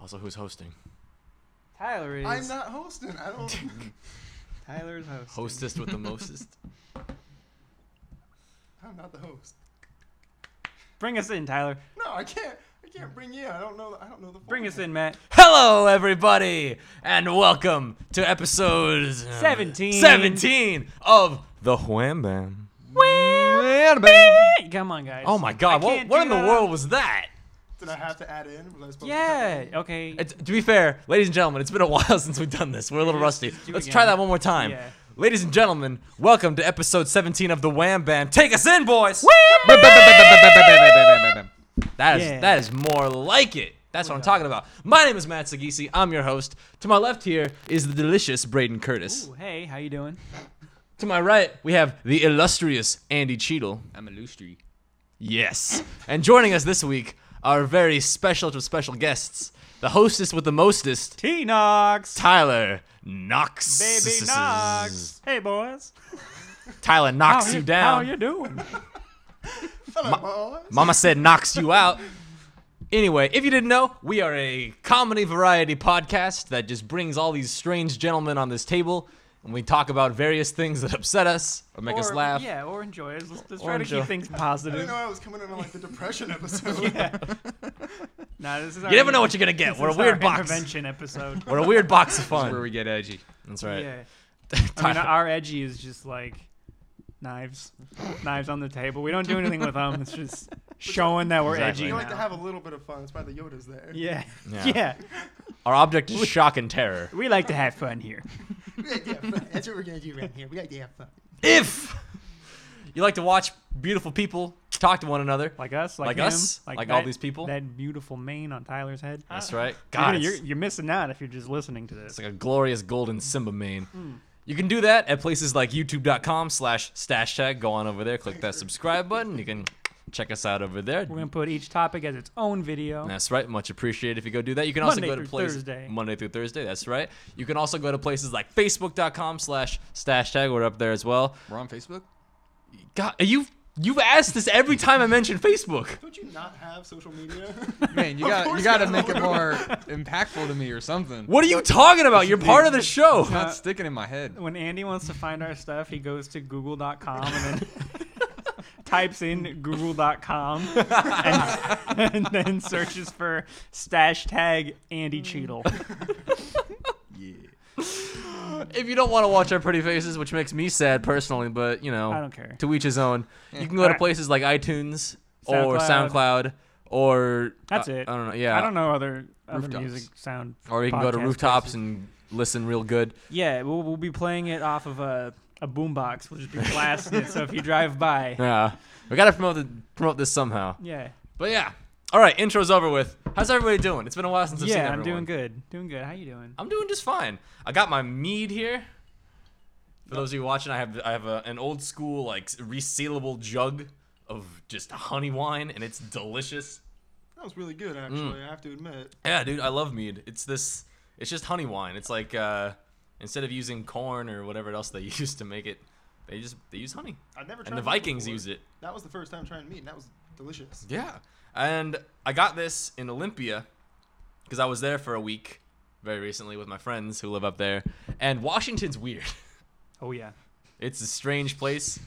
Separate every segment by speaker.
Speaker 1: Also, who's hosting?
Speaker 2: Tyler is.
Speaker 3: I'm not hosting. I don't.
Speaker 2: Tyler's host.
Speaker 1: Hostess with the mostest.
Speaker 3: I'm not the host.
Speaker 2: Bring us in, Tyler.
Speaker 3: No, I can't. I can't bring you. in. I don't know. I don't know the.
Speaker 2: Mm. Bring us
Speaker 3: format.
Speaker 2: in, Matt.
Speaker 1: Hello, everybody, and welcome to episode uh,
Speaker 2: 17.
Speaker 1: 17 of The Wham Bam. Wham
Speaker 2: Hey, Come on, guys.
Speaker 1: Oh my
Speaker 2: I
Speaker 1: god, what,
Speaker 2: can't
Speaker 1: what
Speaker 2: do
Speaker 1: in the
Speaker 2: that.
Speaker 1: world was that?
Speaker 3: Did I have to add in? Was I supposed to
Speaker 2: Yeah.
Speaker 3: add in?
Speaker 2: Okay.
Speaker 1: It's, to be fair, ladies and gentlemen, it's been a while since we've done this. We're a little
Speaker 2: Let's
Speaker 1: rusty.
Speaker 2: just do it
Speaker 1: Let's
Speaker 2: again.
Speaker 1: try that one more time.
Speaker 2: Yeah.
Speaker 1: Ladies and gentlemen, welcome to episode 17 of The Wham Bam. Take us in, boys! That is
Speaker 2: Yeah.
Speaker 1: that is more like it. That's what I'm talking about. My name is Matt Sagisi. I'm your host. To my left here is the delicious Braden Curtis.
Speaker 2: Ooh, hey, how you doing?
Speaker 1: To my right, we have the illustrious Andy Cheadle.
Speaker 4: I'm a lustri.
Speaker 1: Yes. And joining us this week, our very special to special guests, the hostess with the mostest,
Speaker 2: T Knox.
Speaker 1: Tyler Knox.
Speaker 2: Baby Knox. Hey, boys.
Speaker 1: Tyler knocks
Speaker 2: how
Speaker 1: you
Speaker 2: How
Speaker 1: down.
Speaker 2: you doing?
Speaker 3: Hello, boys.
Speaker 1: Mama said knocks you out. Anyway, if you didn't know, we are a comedy variety podcast that just brings all these strange gentlemen on this table and we talk about various things that upset us or make us
Speaker 2: Or-
Speaker 1: laugh.
Speaker 2: Yeah, or enjoy us. Let's, let's
Speaker 1: Or
Speaker 2: try to
Speaker 1: enjoy.
Speaker 2: keep things
Speaker 3: I didn't
Speaker 2: positive.
Speaker 3: know I was coming in on like the depression episode.
Speaker 2: yeah. nah, this is
Speaker 1: You never know what you're going to get. We're a weird box.
Speaker 2: Intervention episode.
Speaker 1: We're a weird box of
Speaker 4: Where
Speaker 1: fun.
Speaker 4: we get edgy.
Speaker 1: That's right.
Speaker 2: Yeah. I mean,
Speaker 1: Tyler-
Speaker 2: our edgy is just like knives, knives on the table. We don't do anything with them. It's just showing that we're
Speaker 1: Exactly.
Speaker 2: edgy.
Speaker 3: You like to
Speaker 2: now.
Speaker 3: have a little bit of fun. That's why the Yoda's there.
Speaker 2: yeah.
Speaker 1: Yeah.
Speaker 2: yeah,
Speaker 1: Our object is shock and terror.
Speaker 2: We like to have fun here.
Speaker 3: We like to have fun. That's what we're gonna do right here. We like to have fun.
Speaker 1: If you like to watch beautiful people talk to one another,
Speaker 2: Like us, like,
Speaker 1: Like
Speaker 2: him,
Speaker 1: us? Like all
Speaker 2: that-
Speaker 1: these people?
Speaker 2: That beautiful mane on Tyler's head.
Speaker 1: that's right.
Speaker 2: You're
Speaker 1: God,
Speaker 2: gonna- you're,
Speaker 1: it's,
Speaker 2: you're missing out if you're just listening to
Speaker 1: it's
Speaker 2: this.
Speaker 1: like a glorious golden Simba mane. You can do that at places like youtube.com slash stash tag. Go on over there, click that subscribe button. You can check us out over there.
Speaker 2: We're gonna put each topic as its own video.
Speaker 1: That's right. Much appreciated if you go do that. You can also
Speaker 2: Monday
Speaker 1: go to
Speaker 2: through
Speaker 1: places
Speaker 2: Thursday.
Speaker 1: Monday through Thursday. That's right. You can also go to places like facebook.com slash stash tag. We're up there as well.
Speaker 4: We're on Facebook.
Speaker 1: God, you've, you've asked this every time I mention Facebook.
Speaker 3: Don't you not have social media?
Speaker 4: Man, you
Speaker 3: Of
Speaker 4: got
Speaker 3: course
Speaker 4: you got to
Speaker 3: not.
Speaker 4: make it more impactful to me or something.
Speaker 1: What are you talking about? You're part of the show.
Speaker 2: Uh,
Speaker 4: It's not sticking in my head.
Speaker 2: When Andy wants to find our stuff, he goes to google.com and then types in google.com and, and then searches for stash tag Andy
Speaker 1: Mm.
Speaker 2: Cheadle.
Speaker 1: If you don't want to watch our pretty faces, which makes me sad personally, but you know,
Speaker 2: I don't care.
Speaker 1: To each his own. You can go to
Speaker 2: Alright.
Speaker 1: places like iTunes or
Speaker 2: SoundCloud.
Speaker 1: SoundCloud or uh,
Speaker 2: That's
Speaker 1: I-
Speaker 2: it.
Speaker 1: I don't know. Yeah,
Speaker 2: I don't know other, other
Speaker 4: Rooftops.
Speaker 2: music sound.
Speaker 1: Or you can go to
Speaker 2: podcast
Speaker 1: rooftops
Speaker 2: places.
Speaker 1: and listen real good.
Speaker 2: Yeah, we'll, we'll be playing it off of a, a boombox. We'll just be blasting it. So if you drive by,
Speaker 1: Yeah, we gotta promote the, promote this somehow.
Speaker 2: yeah.
Speaker 1: But yeah, all right, intro's over with. How's everybody doing? It's been a while since I've seen
Speaker 2: Yeah, I'm
Speaker 1: everyone.
Speaker 2: doing good. Doing good. How you doing?
Speaker 1: I'm doing just fine. I got my mead here. For those of you watching, I have I have a, an old school like resealable jug of just honey wine, and it's delicious.
Speaker 3: that was really
Speaker 2: Mm.
Speaker 3: good, actually. I have to admit.
Speaker 1: Yeah, dude, I love mead. It's this. It's just honey wine. It's like uh, instead of using corn or whatever else they use to make it, they just they use honey.
Speaker 3: I've never tried.
Speaker 1: And the
Speaker 3: meat
Speaker 1: Vikings
Speaker 3: before.
Speaker 1: use it.
Speaker 3: That was the first time trying meat, and that was delicious.
Speaker 1: Yeah. And I got this in Olympia because I was there for a week very recently with my friends who live up there. And Washington's weird.
Speaker 2: Oh yeah.
Speaker 1: It's a strange place.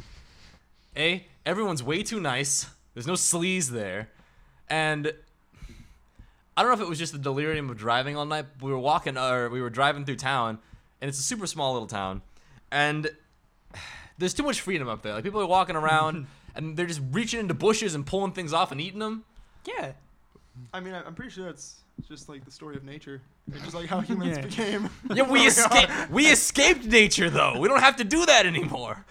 Speaker 1: A, everyone's way too nice. There's no sleaze there. And I don't know if it was just the delirium of driving all night. but We were walking or we were driving through town and it's a super small little town. And there's too much freedom up there. Like people are walking around and they're just reaching into bushes and pulling things off and eating them.
Speaker 2: Yeah.
Speaker 3: I mean, I- I'm pretty sure that's just like the story of nature. It's just like how humans
Speaker 2: Yeah.
Speaker 3: became.
Speaker 1: Yeah, we
Speaker 3: Where
Speaker 1: escaped.
Speaker 3: are.
Speaker 1: We escaped nature, though. We don't have to do that anymore.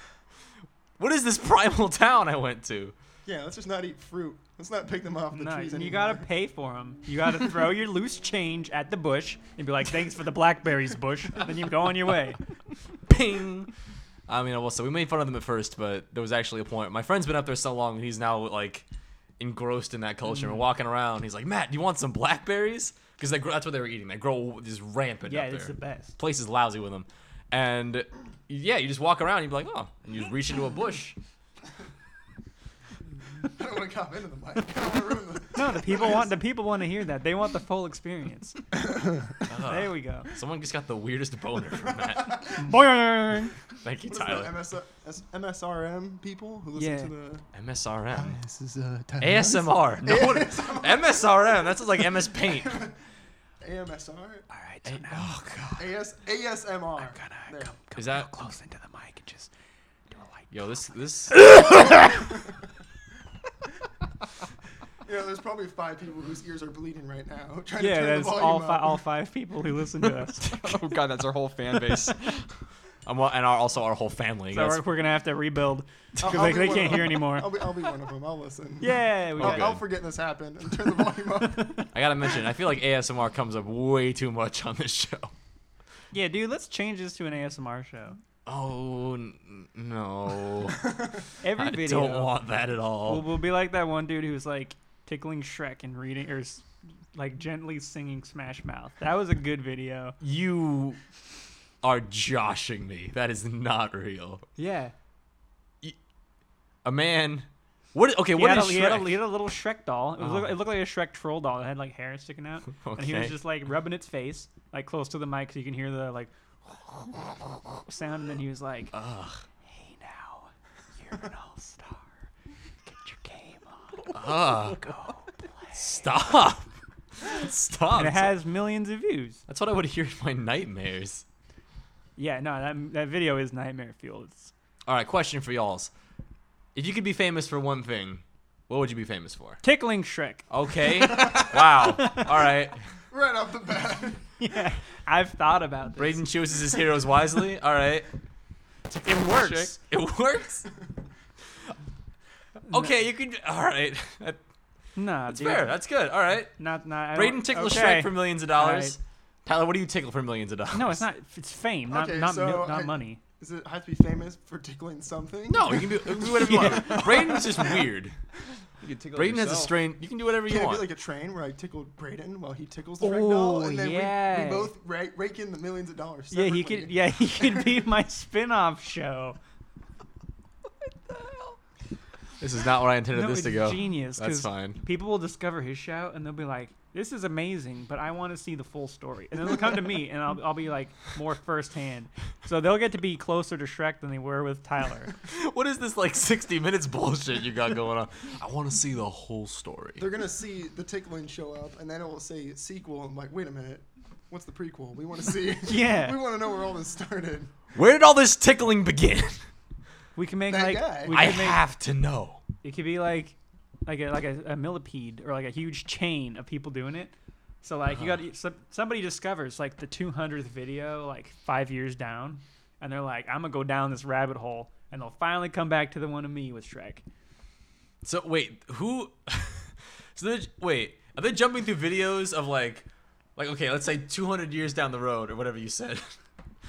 Speaker 1: What is this primal town I went to?
Speaker 3: Yeah, let's just not eat fruit. Let's not pick them off the
Speaker 2: Nice.
Speaker 3: trees
Speaker 2: And
Speaker 3: anymore.
Speaker 2: you gotta pay for them. You gotta throw your loose change at the bush and be like, "Thanks for the blackberries, bush." Then you go on your way.
Speaker 1: Ping. I mean, I will say we made fun of them at first, but there was actually a point. My friend's been up there so long, he's now like engrossed in that culture.
Speaker 2: Mm.
Speaker 1: We're walking around. He's like, Matt, do you want some blackberries? Because they grow, that's what they were eating. They grow just rampant
Speaker 2: Yeah,
Speaker 1: up there.
Speaker 2: it's the best.
Speaker 1: Place is lousy with them, and yeah, you just walk around. You'd be like, oh, and you just reach into a bush.
Speaker 3: I don't want to cop into the mic. I don't want to ruin the.
Speaker 2: No, the people want the people want to hear that. They want the full experience. there we go.
Speaker 1: Uh, Someone just got the weirdest boner from that.
Speaker 3: Mm.
Speaker 2: Boing.
Speaker 1: Thank you,
Speaker 3: What's the
Speaker 1: Tyler.
Speaker 3: MS, S- MSRM people who listen
Speaker 2: Yeah.
Speaker 3: to the
Speaker 1: MSRM.
Speaker 3: this is uh,
Speaker 1: ASMR. No, what- MSRM. That sounds like MS Paint.
Speaker 3: AMSR
Speaker 2: All right.
Speaker 1: Hey,
Speaker 2: oh god.
Speaker 3: AS ASMR.
Speaker 2: I'm gonna
Speaker 3: There.
Speaker 2: come, come
Speaker 1: Is that-
Speaker 2: real close into the mic and just do a light.
Speaker 1: Yo, this this.
Speaker 3: You know, there's probably five people whose ears are bleeding right now trying to
Speaker 2: Yeah,
Speaker 3: turn
Speaker 2: that's
Speaker 3: the volume
Speaker 2: all
Speaker 3: up.
Speaker 2: fi- all five people who listen to us.
Speaker 4: oh god, that's our whole fan base.
Speaker 1: I'm, wa- and our, also our whole family.
Speaker 2: So
Speaker 1: That's-
Speaker 2: we're, we're gonna have to rebuild
Speaker 3: I'll-
Speaker 2: because
Speaker 3: I'll
Speaker 2: they,
Speaker 3: be
Speaker 2: they
Speaker 3: one
Speaker 2: can't
Speaker 3: of
Speaker 2: hear
Speaker 3: them.
Speaker 2: anymore.
Speaker 3: I'll be, I'll be one of them. I'll listen.
Speaker 2: Yeah, we
Speaker 3: I'll,
Speaker 2: got
Speaker 1: Okay.
Speaker 3: I'll forget this happened and turn the volume up.
Speaker 1: I gotta mention. I feel like ASMR comes up way too much on this show.
Speaker 2: yeah, dude. Let's change this to an ASMR show.
Speaker 1: Oh n- no!
Speaker 2: Every
Speaker 1: I
Speaker 2: video
Speaker 1: don't want that at all.
Speaker 2: will will be like that one dude who's like tickling Shrek and reading or s- like gently singing Smash Mouth. That was a good video.
Speaker 1: You are joshing me. That is not real.
Speaker 2: Yeah.
Speaker 1: A man. What? Okay. What
Speaker 2: he,
Speaker 1: is
Speaker 2: had a, he, had a,
Speaker 1: Shrek?
Speaker 2: he had a little Shrek doll. It, was,
Speaker 1: Oh.
Speaker 2: look- it looked like a Shrek troll doll. It had like hair sticking out, and he was
Speaker 1: Okay.
Speaker 2: just like rubbing its face, like close to the mic, so you can hear the like sound. And then he was like,
Speaker 1: Ugh.
Speaker 2: "Hey now, you're an all star. Get your game on,
Speaker 1: Ugh.
Speaker 2: go."
Speaker 1: Ah, Stop. Stop.
Speaker 2: And it has millions of views.
Speaker 1: That's what I would hear in my nightmares.
Speaker 2: Yeah, no, that that video is nightmare fuel. It's
Speaker 1: All right. Question for y'all's. If you could be famous for one thing, what would you be famous for?
Speaker 2: tickling Shrek.
Speaker 1: Okay. wow. All right.
Speaker 3: right off the bat.
Speaker 2: Yeah, I've thought about this.
Speaker 1: Braden chooses his heroes wisely. All right.
Speaker 2: It works.
Speaker 1: It works. Okay, you can. All right, That-
Speaker 2: Nah,
Speaker 1: that's
Speaker 2: dude.
Speaker 1: fair. That's good. All right,
Speaker 2: Not not. I
Speaker 1: Braden
Speaker 2: don't-
Speaker 1: tickle
Speaker 2: okay.
Speaker 1: Shrek for millions of dollars. Tyler, what do you tickle for millions of dollars?
Speaker 2: No, it's not. It's fame, not
Speaker 3: Okay,
Speaker 2: not
Speaker 3: so
Speaker 2: mil- not
Speaker 3: I-
Speaker 2: money.
Speaker 3: Does it have to be famous for tickling something?
Speaker 1: No, you can do, you can do whatever you want. Braden's just weird.
Speaker 4: You could tickle
Speaker 1: Braden has a
Speaker 4: yourself.
Speaker 1: strain. You can do whatever you
Speaker 3: Can it be
Speaker 1: want.
Speaker 3: like a train where I tickled Braden while he tickles the ragdoll,
Speaker 2: Oh,
Speaker 3: and then we- we,
Speaker 2: yeah.
Speaker 3: both ra- rake in the millions of dollars?
Speaker 2: Yeah, he could.
Speaker 3: separately?
Speaker 2: Yeah, he could be my spin-off show.
Speaker 1: this is not where I intended
Speaker 2: no,
Speaker 1: this
Speaker 2: it's
Speaker 1: to go.
Speaker 2: genius.
Speaker 1: That's
Speaker 2: 'cause
Speaker 1: fine.
Speaker 2: People will discover his show and they'll be like, "This is amazing," but I want to see the full story. And then they'll come to me, and I'll, I'll be like more firsthand. So they'll get to be closer to Shrek than they were with Tyler.
Speaker 1: What is this like 60 minutes bullshit you got going on? I want to see the whole story.
Speaker 3: They're gonna see the tickling show up, and then it will say sequel. I'm like, wait a minute, what's the prequel? We want to see. we
Speaker 2: yeah,
Speaker 3: want to know where all this started.
Speaker 1: Where did all this tickling begin?
Speaker 2: we can make
Speaker 3: That
Speaker 2: like
Speaker 3: guy.
Speaker 2: we
Speaker 1: I
Speaker 2: can make,
Speaker 1: have to know.
Speaker 2: it could be like like a like a, a millipede or like a huge chain of people doing it. So like
Speaker 3: Uh-huh.
Speaker 2: you got some, somebody discovers like the 200th video like five years down, and they're like, I'm gonna go down this rabbit hole, and they'll finally come back to the one of me with Shrek.
Speaker 1: So wait, who? so they're, wait, are they jumping through videos of like, like okay, let's say 200 years down the road or whatever you said.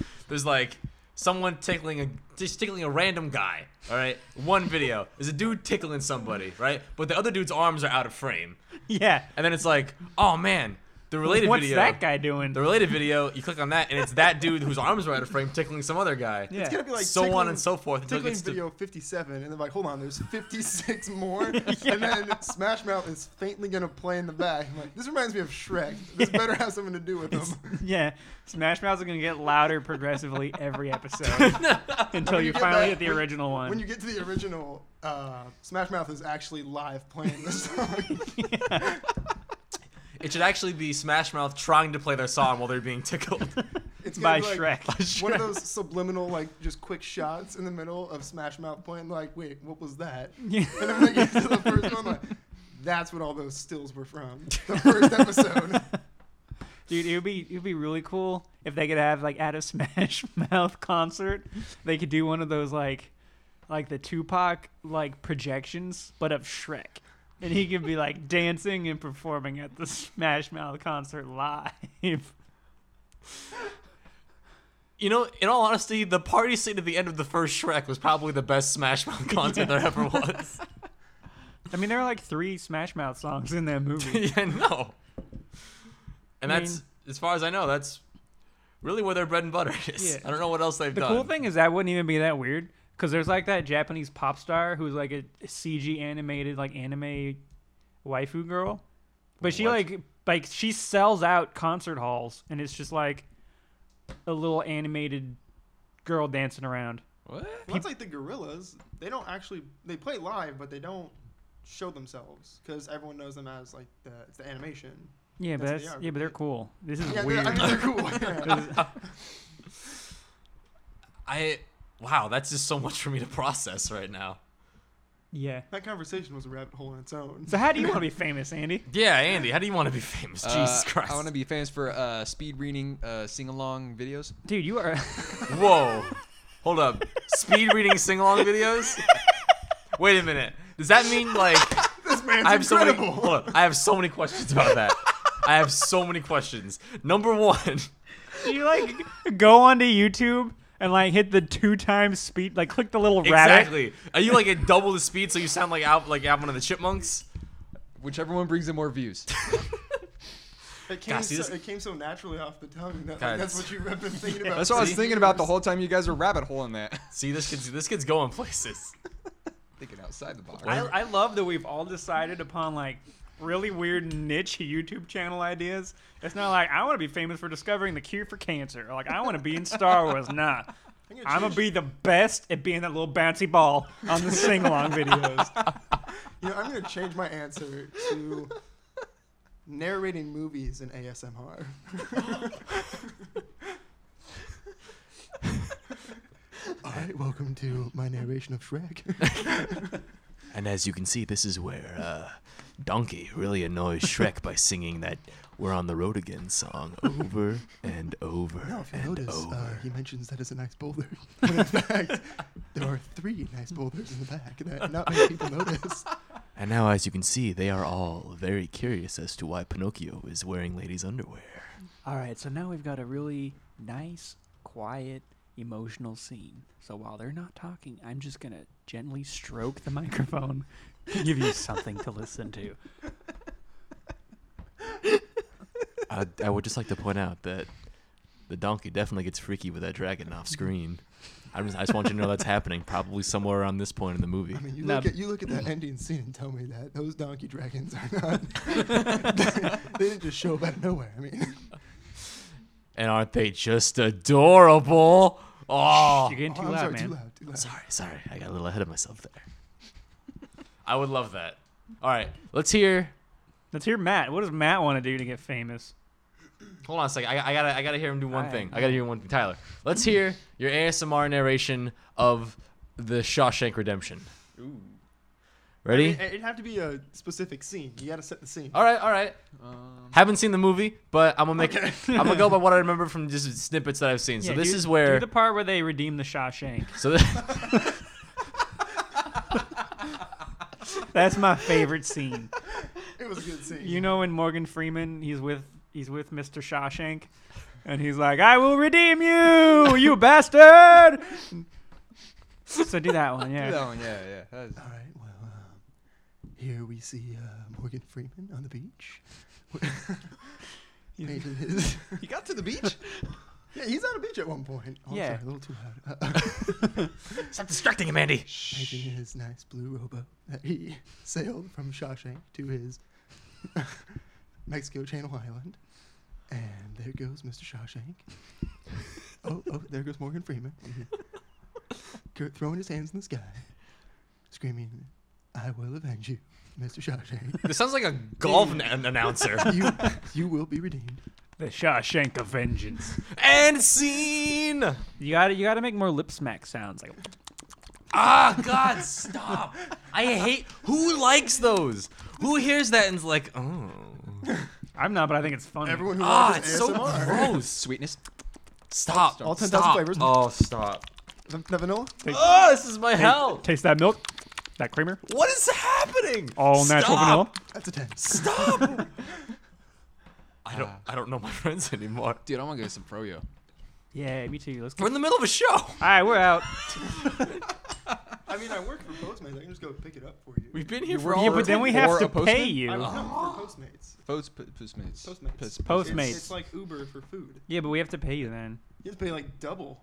Speaker 1: There's like someone tickling a just tickling a random guy. All right, one video. There's a dude tickling somebody, right? But the other dude's arms are out of frame,
Speaker 2: Yeah.
Speaker 1: and then it's like, oh man, the related
Speaker 2: What's
Speaker 1: video.
Speaker 2: that guy doing?
Speaker 1: The related video, you click on that, and it's that dude whose arms were out of frame tickling some other guy.
Speaker 2: yeah.
Speaker 3: It's gonna be like
Speaker 1: so on
Speaker 3: tickling-
Speaker 1: and so forth. Until it
Speaker 3: Tickling
Speaker 1: gets to,
Speaker 3: video 57, and they're like, hold on, there's 56 more, and then Smash Mouth is faintly gonna play in the back. I'm like, this reminds me of Shrek. This better have something to do with them.
Speaker 2: yeah. Smash Mouth's are gonna get louder progressively every episode until
Speaker 3: When
Speaker 2: you
Speaker 3: you get
Speaker 2: finally
Speaker 3: back-
Speaker 2: hit the
Speaker 3: when-
Speaker 2: original one.
Speaker 3: When you get to the original, uh, Smash Mouth is actually live playing this song.
Speaker 1: it should actually be Smash Mouth trying to play their song while they're being tickled.
Speaker 3: It's
Speaker 2: by
Speaker 3: gonna be like
Speaker 2: Shrek.
Speaker 3: One of those subliminal, like just quick shots in the middle of Smash Mouth playing. Like, wait, what was that?
Speaker 2: Yeah.
Speaker 3: And then when I get to the first one, like, that's what all those stills were from. The first episode.
Speaker 2: Dude, it would be it would be really cool if they could have like at a Smash Mouth concert, they could do one of those like like the Tupac like projections, but of Shrek, and he could be like dancing and performing at the Smash Mouth concert live.
Speaker 1: You know, in all honesty, the party scene at the end of the first Shrek was probably the best Smash Mouth concert there ever was.
Speaker 2: I mean, there are like three Smash Mouth songs in that movie.
Speaker 1: yeah, no. And
Speaker 2: I
Speaker 1: that's,
Speaker 2: mean-
Speaker 1: as far as I know, that's really where their bread and butter is.
Speaker 2: Yeah.
Speaker 1: I don't know what else they've
Speaker 2: The
Speaker 1: done.
Speaker 2: cool thing is that wouldn't even be that weird because there's like that Japanese pop star who's like a CG animated like anime waifu girl, but she
Speaker 1: What?
Speaker 2: like like she sells out concert halls, and it's just like a little animated girl dancing around.
Speaker 4: What?
Speaker 3: Well, that's like the gorillas. They don't actually they play live, but they don't show themselves because everyone knows them as like the it's the animation.
Speaker 2: Yeah, but
Speaker 3: That's-
Speaker 2: that's,
Speaker 3: yeah,
Speaker 2: yeah, but they're
Speaker 3: right.
Speaker 2: cool. This is
Speaker 3: Yeah, they're-
Speaker 2: weird.
Speaker 3: I mean they're cool. Yeah.
Speaker 1: I wow, that's just so much for me to process right now.
Speaker 2: yeah.
Speaker 3: that conversation was a rabbit hole on its own.
Speaker 2: So how do you want to be famous, Andy?
Speaker 1: Yeah, Andy, how do you want to be famous? Jesus
Speaker 4: Uh,
Speaker 1: Christ!
Speaker 4: I want to be famous for uh, speed reading uh, sing along videos.
Speaker 2: Dude, you are.
Speaker 1: Whoa, hold up. Speed reading sing along videos. Wait a minute. Does that mean like
Speaker 3: this man's
Speaker 1: I have so many?
Speaker 3: incredible.
Speaker 1: Hold up, I have so many questions about that. I have so many questions. Number one.
Speaker 2: Do you like go onto YouTube and like hit the two times speed, like click the little rabbit?
Speaker 1: Exactly. Are you like at double the speed so you sound like Al- like Alvin and the Chipmunks?
Speaker 4: Whichever one brings in more views.
Speaker 3: It came,
Speaker 1: God, see,
Speaker 3: so,
Speaker 1: this-
Speaker 3: it came so naturally off the tongue that
Speaker 1: God,
Speaker 3: like, that's
Speaker 1: it's-
Speaker 3: what you've been thinking about.
Speaker 4: That's what I was
Speaker 3: for
Speaker 4: thinking about the
Speaker 3: years.
Speaker 4: whole time you guys were rabbit holing that.
Speaker 1: See, this kid's this kid's going places.
Speaker 4: thinking outside the box.
Speaker 2: I, I love that we've all decided upon like really weird niche YouTube channel ideas. It's not like I want to be famous for discovering the cure for cancer. Or, like I want to be in Star Wars. Nah.
Speaker 3: I'm
Speaker 2: I'm gonna
Speaker 3: change-
Speaker 2: be the best at being that little bouncy ball on the sing-along videos.
Speaker 3: You know, I'm gonna change my answer to narrating movies in ASMR. All right, welcome to my narration of Shrek.
Speaker 1: And as you can see, this is where uh, Donkey really annoys Shrek by singing that "We're on the road again" song over and over
Speaker 3: now, if you
Speaker 1: and
Speaker 3: notice, uh,
Speaker 1: over.
Speaker 3: he mentions that it's a nice boulder. When in fact, there are three nice boulders in the back that not many people notice.
Speaker 1: and now, as you can see, they are all very curious as to why Pinocchio is wearing ladies' underwear.
Speaker 5: All right, so now we've got a really nice, quiet, emotional scene. So while they're not talking, I'm just going to gently stroke the microphone to give you something to listen to.
Speaker 1: I, I would just like to point out that the donkey definitely gets freaky with that dragon off screen. I just, I just want you to know that's happening, probably somewhere around this point in the movie.
Speaker 3: I mean, you
Speaker 5: Nah,
Speaker 3: look
Speaker 5: b-
Speaker 3: at you look at that ending scene and tell me that those donkey dragons are not. they didn't just show up out of nowhere. I mean,
Speaker 1: And aren't they just adorable? Oh,
Speaker 2: You're getting
Speaker 3: Oh,
Speaker 2: too
Speaker 3: I'm
Speaker 2: loud,
Speaker 3: sorry,
Speaker 2: man.
Speaker 3: too loud, too loud.
Speaker 1: sorry, sorry, I got a little ahead of myself there. I would love that. All right, let's hear.
Speaker 2: Let's hear Matt. What does Matt want to do to get famous?
Speaker 1: Hold on a second. I, I gotta, I gotta hear him do one
Speaker 5: All
Speaker 1: thing.
Speaker 5: right.
Speaker 1: I gotta hear one thing. Tyler, let's hear your ASMR narration of the Shawshank Redemption.
Speaker 4: Ooh.
Speaker 1: Ready?
Speaker 3: It, it'd have to be a specific scene. You got to set the scene.
Speaker 2: Uh,
Speaker 1: All right, all right.
Speaker 4: Um,
Speaker 1: Haven't seen the movie, but I'm gonna make.
Speaker 3: Okay.
Speaker 1: I'm gonna go by what I remember from just snippets that I've seen. So
Speaker 2: Yeah,
Speaker 1: this
Speaker 2: do-
Speaker 1: is where.
Speaker 2: do the part where they redeem the Shawshank.
Speaker 1: so this,
Speaker 2: That's my favorite scene.
Speaker 3: It was a good scene.
Speaker 2: You know when Morgan Freeman he's with he's with Mr. Shawshank, and he's like, "I will redeem you, you bastard." So do that one, yeah.
Speaker 4: that one, yeah, yeah. That is-
Speaker 3: All right. Well, um, here we see uh, Morgan Freeman on the beach.
Speaker 2: He's-
Speaker 3: Painted his-
Speaker 4: You got to the beach?
Speaker 3: yeah, he's on a beach at one point. Oh, I'm
Speaker 2: Yeah.
Speaker 3: sorry, a little too loud. Uh,
Speaker 1: stop distracting him, Andy.
Speaker 3: painting his nice blue rowboat that he sailed from Shawshank to his Mexico Channel Island. And there goes Mr. Shawshank. oh, oh, there goes Morgan Freeman. Go- Throwing his hands in the sky, screaming, I will avenge you, Mr. Shawshank.
Speaker 1: This sounds like a golf an- an- announcer.
Speaker 3: You, you will be redeemed.
Speaker 2: The Shawshank of Vengeance.
Speaker 1: and scene.
Speaker 2: You got to you got to make more lip smack sounds. Like
Speaker 1: Ah, God, stop. I hate. Who likes those? Who hears that and's like, oh.
Speaker 2: I'm not, but I think it's funny.
Speaker 3: Everyone who
Speaker 1: Ah,
Speaker 3: watches
Speaker 1: it's so
Speaker 3: ASMR.
Speaker 1: gross.
Speaker 4: Sweetness.
Speaker 1: Stop.
Speaker 3: All 10,000
Speaker 1: stop.
Speaker 3: flavors.
Speaker 1: Oh, stop.
Speaker 3: The, the vanilla?
Speaker 1: Oh, this is my hell.
Speaker 2: Taste that milk, that creamer,
Speaker 1: What is happening?
Speaker 2: all natural
Speaker 1: Stop.
Speaker 2: vanilla.
Speaker 3: That's a 10.
Speaker 1: Stop. I don't. I don't know my friends anymore.
Speaker 4: Dude, I want to get some froyo.
Speaker 2: Yeah, me too. Let's go.
Speaker 1: We're in the middle of a show.
Speaker 2: All right, we're out.
Speaker 3: I mean, I work for Postmates. I can just go pick it up for you.
Speaker 1: We've been here
Speaker 4: were
Speaker 1: for
Speaker 2: Yeah,
Speaker 1: all.
Speaker 4: all-
Speaker 2: but then we
Speaker 4: Or
Speaker 2: have
Speaker 4: a
Speaker 2: to pay
Speaker 4: postman?
Speaker 2: you.
Speaker 3: No, for Postmates.
Speaker 4: Post, po- postmates.
Speaker 3: Postmates.
Speaker 4: Post-
Speaker 2: Postmates.
Speaker 3: It's, it's like Uber for food.
Speaker 2: Yeah, but we have to pay you then.
Speaker 3: You have to pay like double.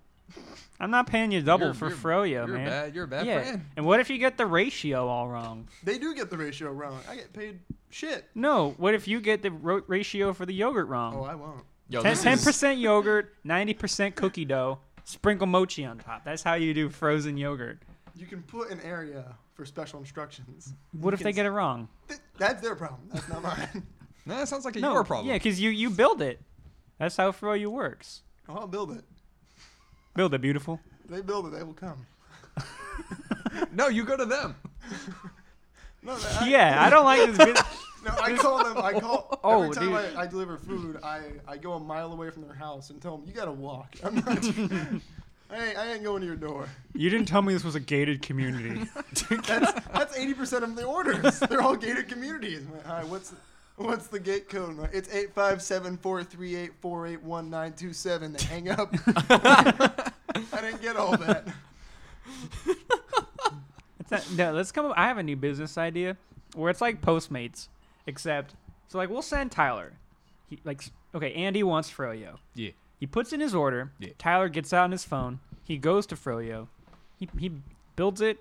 Speaker 2: I'm not paying you double
Speaker 4: You're-
Speaker 2: for
Speaker 4: you're-
Speaker 2: Froyo,
Speaker 4: you're
Speaker 2: man.
Speaker 4: A bad, you're a bad
Speaker 2: yeah.
Speaker 4: friend.
Speaker 2: And what if you get the ratio all wrong?
Speaker 3: They do get the ratio wrong. I get paid shit.
Speaker 2: No. What if you get the ro- ratio for the yogurt wrong?
Speaker 3: Oh, I won't.
Speaker 1: Yo,
Speaker 2: Ten
Speaker 1: this
Speaker 2: ten
Speaker 1: is-
Speaker 2: percent yogurt, ninety percent cookie dough. Sprinkle mochi on top. That's how you do frozen yogurt.
Speaker 3: You can put an area for special instructions.
Speaker 2: What
Speaker 3: You
Speaker 2: if
Speaker 3: can
Speaker 2: they
Speaker 3: s-
Speaker 2: get it wrong?
Speaker 3: Th- that's their problem. That's not mine.
Speaker 4: No, that sounds like a
Speaker 2: no,
Speaker 4: your problem.
Speaker 2: Yeah, because you you build it. That's how froyo works.
Speaker 3: oh, I'll build it.
Speaker 2: Build it beautiful.
Speaker 3: They build it. They will come.
Speaker 4: No, you go to them.
Speaker 3: No, I,
Speaker 2: yeah, I don't like this. Bit-
Speaker 3: No, I call them. I call
Speaker 2: Oh,
Speaker 3: every time
Speaker 2: dude.
Speaker 3: I, I deliver food. I, I go a mile away from their house and tell them you gotta walk. I'm not. I ain't, I ain't going to your door.
Speaker 2: you didn't tell me this was a gated community.
Speaker 3: That's that's eighty percent of the orders. They're all gated communities. I'm like, Hi, what's what's the gate code? I'm like, it's eight five seven four three eight four eight one nine two seven. They hang up. I didn't get all that.
Speaker 2: It's not, no, let's come up. I have a new business idea where it's like Postmates, except so like we'll send Tyler. He like s- okay, Andy wants Froyo.
Speaker 1: Yeah.
Speaker 2: He puts in his order.
Speaker 1: Yeah.
Speaker 2: Tyler gets out on his phone. He goes to Froyo. He he builds it,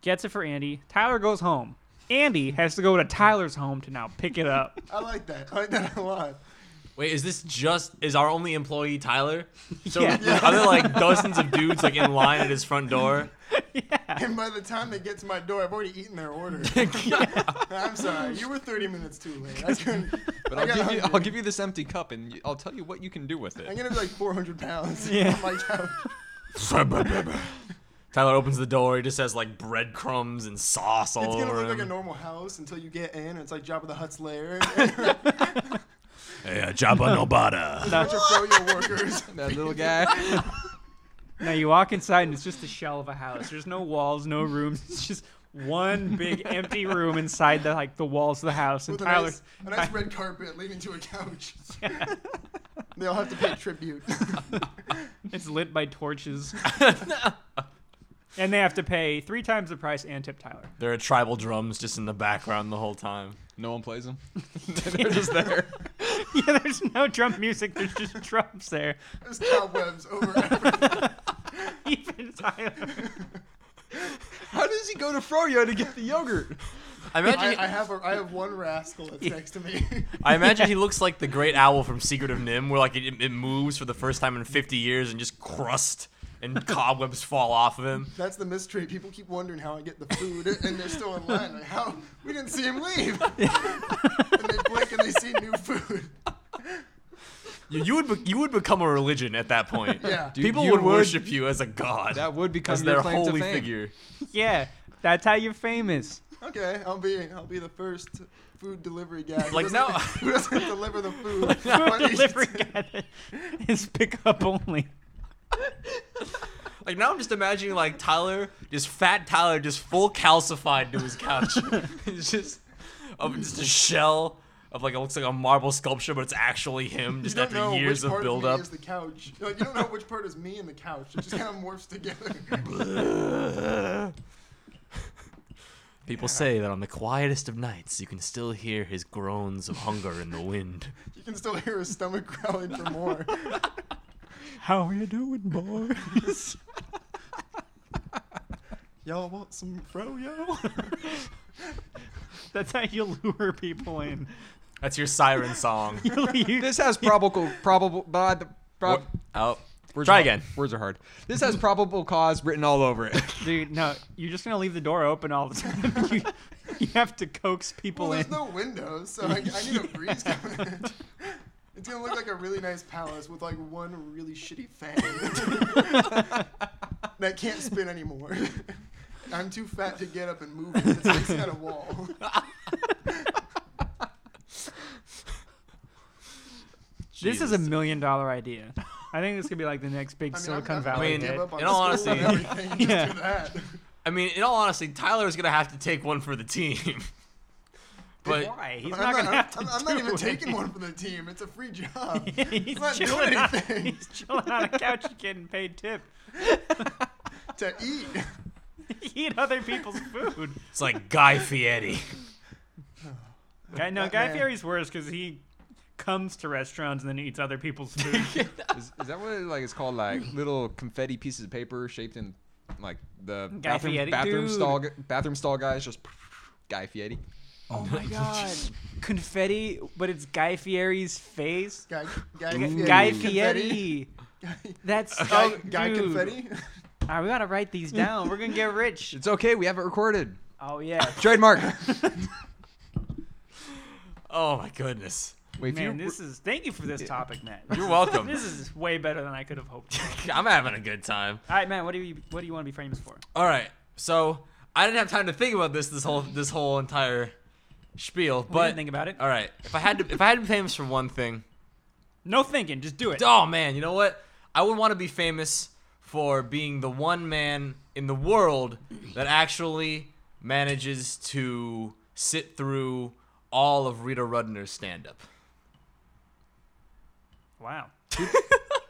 Speaker 2: gets it for Andy. Tyler goes home. Andy has to go to Tyler's home to now pick it up.
Speaker 3: I like that. I like that a lot.
Speaker 1: Wait, is this just is our only employee Tyler? So
Speaker 2: Yeah.
Speaker 1: are there like dozens of dudes like in line at his front door?
Speaker 3: And by the time they get to my door, I've already eaten their order. I'm sorry. You were thirty minutes too late. I couldn't.
Speaker 4: But
Speaker 3: I
Speaker 4: I'll
Speaker 3: got
Speaker 4: give you, I'll
Speaker 3: hungry.
Speaker 4: give you this empty cup, and y- I'll tell you what you can do with
Speaker 3: I'm
Speaker 4: it.
Speaker 3: gonna be like 400 pounds
Speaker 2: Yeah.
Speaker 3: on my couch.
Speaker 1: Tyler opens the door. He just has like breadcrumbs and sauce all
Speaker 3: It's gonna
Speaker 1: over
Speaker 3: look
Speaker 1: him.
Speaker 3: like a normal house until you get in. and It's like Jabba the Hutt's lair.
Speaker 1: yeah, uh, Jabba Nobata.
Speaker 3: bunch of froyo workers.
Speaker 4: That little guy.
Speaker 2: now you walk inside and it's just a shell of a house. There's no walls, no rooms. It's just one big empty room inside the like the walls of the house. And
Speaker 3: With a
Speaker 2: Tyler.
Speaker 3: nice, a nice red carpet leading to a couch. they all have to pay tribute.
Speaker 2: It's lit by torches. and they have to pay three times the price and tip Tyler.
Speaker 1: There are tribal drums just in the background the whole time.
Speaker 4: No one plays them. They're just there.
Speaker 2: yeah, there's no drum music. There's just drums there.
Speaker 3: There's cobwebs over everything.
Speaker 2: Even Tyler.
Speaker 4: How does he go to Froyo to get the yogurt?
Speaker 1: I imagine.
Speaker 3: I, I have a, I have one rascal that's next to me.
Speaker 1: I imagine he looks like the great owl from Secret of Nim, where like it, it moves for the first time in 50 years and just crust and cobwebs fall off of him.
Speaker 3: That's the mystery. People keep wondering how I get the food, and they're still in line. Like, how we didn't see him leave. and they blink and they see new food.
Speaker 1: You, you would be, you would become a religion at that point.
Speaker 3: Yeah.
Speaker 4: Dude,
Speaker 1: People
Speaker 4: you
Speaker 1: would,
Speaker 4: would-
Speaker 1: worship you as a god,
Speaker 4: That would become
Speaker 1: as
Speaker 4: your
Speaker 1: their
Speaker 4: claim
Speaker 1: holy
Speaker 4: to fame.
Speaker 1: figure.
Speaker 2: Yeah, that's how you're famous.
Speaker 3: Okay, I'll be I'll be the first food delivery guy. who
Speaker 1: Like,
Speaker 3: doesn't-
Speaker 1: no.
Speaker 3: who doesn't deliver the food?
Speaker 2: Food
Speaker 3: But he's-
Speaker 2: delivery guy that is pickup only.
Speaker 1: Like now, I'm just imagining like Tyler, just fat Tyler, just full calcified to his couch. it's just, of just a shell of like it looks like a marble sculpture, but it's actually him.
Speaker 3: You
Speaker 1: Just
Speaker 3: don't
Speaker 1: after
Speaker 3: know
Speaker 1: years
Speaker 3: which
Speaker 1: of
Speaker 3: part
Speaker 1: build
Speaker 3: of
Speaker 1: up.
Speaker 3: me is the couch. Like, you don't know which part is me and the couch. It just kind of morphs together.
Speaker 1: People say that on the quietest of nights, you can still hear his groans of hunger in the wind.
Speaker 3: You can still hear his stomach growling for more.
Speaker 2: How are you doing, boys?
Speaker 3: Y'all want some froyo?
Speaker 2: that's how you lure people in.
Speaker 1: That's your siren song.
Speaker 2: You,
Speaker 4: This has probable probable. Blah, the- prob-
Speaker 1: What- Oh,
Speaker 4: words
Speaker 1: Try
Speaker 4: are-
Speaker 1: again.
Speaker 4: Words are hard. This has probable cause written all over it.
Speaker 2: dude, no, you're just gonna leave the door open all the time. you, you have to coax people
Speaker 3: Well,
Speaker 2: in.
Speaker 3: there's no windows, so I, I need a breeze coming in. It's gonna look like a really nice palace with like one really shitty fan that can't spin anymore. I'm too fat to get up and move it. It's like at a wall.
Speaker 2: This is a
Speaker 1: Jesus.
Speaker 2: million dollar idea. I think this could be like the next big
Speaker 3: I mean,
Speaker 2: Silicon
Speaker 3: I'm not
Speaker 2: Valley.
Speaker 1: I mean,
Speaker 2: hit.
Speaker 3: gonna give up on
Speaker 1: in all
Speaker 3: the school and
Speaker 1: honesty-
Speaker 3: everything, just
Speaker 2: Yeah.
Speaker 3: do that.
Speaker 1: I mean, in all honesty, Tyler's gonna have to take one for the team. but
Speaker 2: why? He's
Speaker 3: I'm
Speaker 2: not gonna have to
Speaker 3: I'm, I'm not
Speaker 2: do
Speaker 3: even
Speaker 2: it.
Speaker 3: taking one for the team. It's a free job.
Speaker 2: he's,
Speaker 3: not doing
Speaker 2: chilling on,
Speaker 3: anything.
Speaker 2: he's chilling on a couch and getting paid tip.
Speaker 3: to eat.
Speaker 2: Eat other people's food.
Speaker 1: it's like Guy Fieri.
Speaker 2: Guy, no,
Speaker 3: That
Speaker 2: Guy
Speaker 3: man.
Speaker 2: Fieri's worse because he comes to restaurants and then eats other people's food.
Speaker 4: Is, is that what like it's called? Like little confetti pieces of paper shaped in like the
Speaker 2: Guy
Speaker 4: bathroom,
Speaker 2: Fieri?
Speaker 4: bathroom
Speaker 2: Dude.
Speaker 4: stall gu- bathroom stall guys just Guy Fieri.
Speaker 2: oh my god. Confetti, but it's Guy Fieri's face.
Speaker 3: Guy, guy,
Speaker 4: Ooh.
Speaker 2: Guy
Speaker 3: confetti.
Speaker 2: Fieri. That's
Speaker 3: Guy,
Speaker 2: oh,
Speaker 3: guy
Speaker 2: dude.
Speaker 3: confetti.
Speaker 2: All right, we gotta write these down. We're gonna get rich.
Speaker 4: It's okay. We have it recorded.
Speaker 2: Oh yeah.
Speaker 4: Trademark.
Speaker 1: Oh my goodness.
Speaker 4: Wait,
Speaker 2: Man,
Speaker 4: if you
Speaker 2: this is thank you for this topic, Matt.
Speaker 1: You're welcome.
Speaker 2: This is way better than I could have hoped. for.
Speaker 1: I'm having a good time.
Speaker 2: All right, Matt, what do you what do you want to be famous for?
Speaker 1: All right. So I didn't have time to think about this this whole this whole entire spiel,
Speaker 2: What do you
Speaker 1: but
Speaker 2: think about it.
Speaker 1: all right. If I had to if I had to be famous for one thing,
Speaker 2: No thinking, just do it.
Speaker 1: oh man, you know what? I would want to be famous for being the one man in the world that actually manages to sit through all of Rita Rudner's stand up.
Speaker 2: Wow.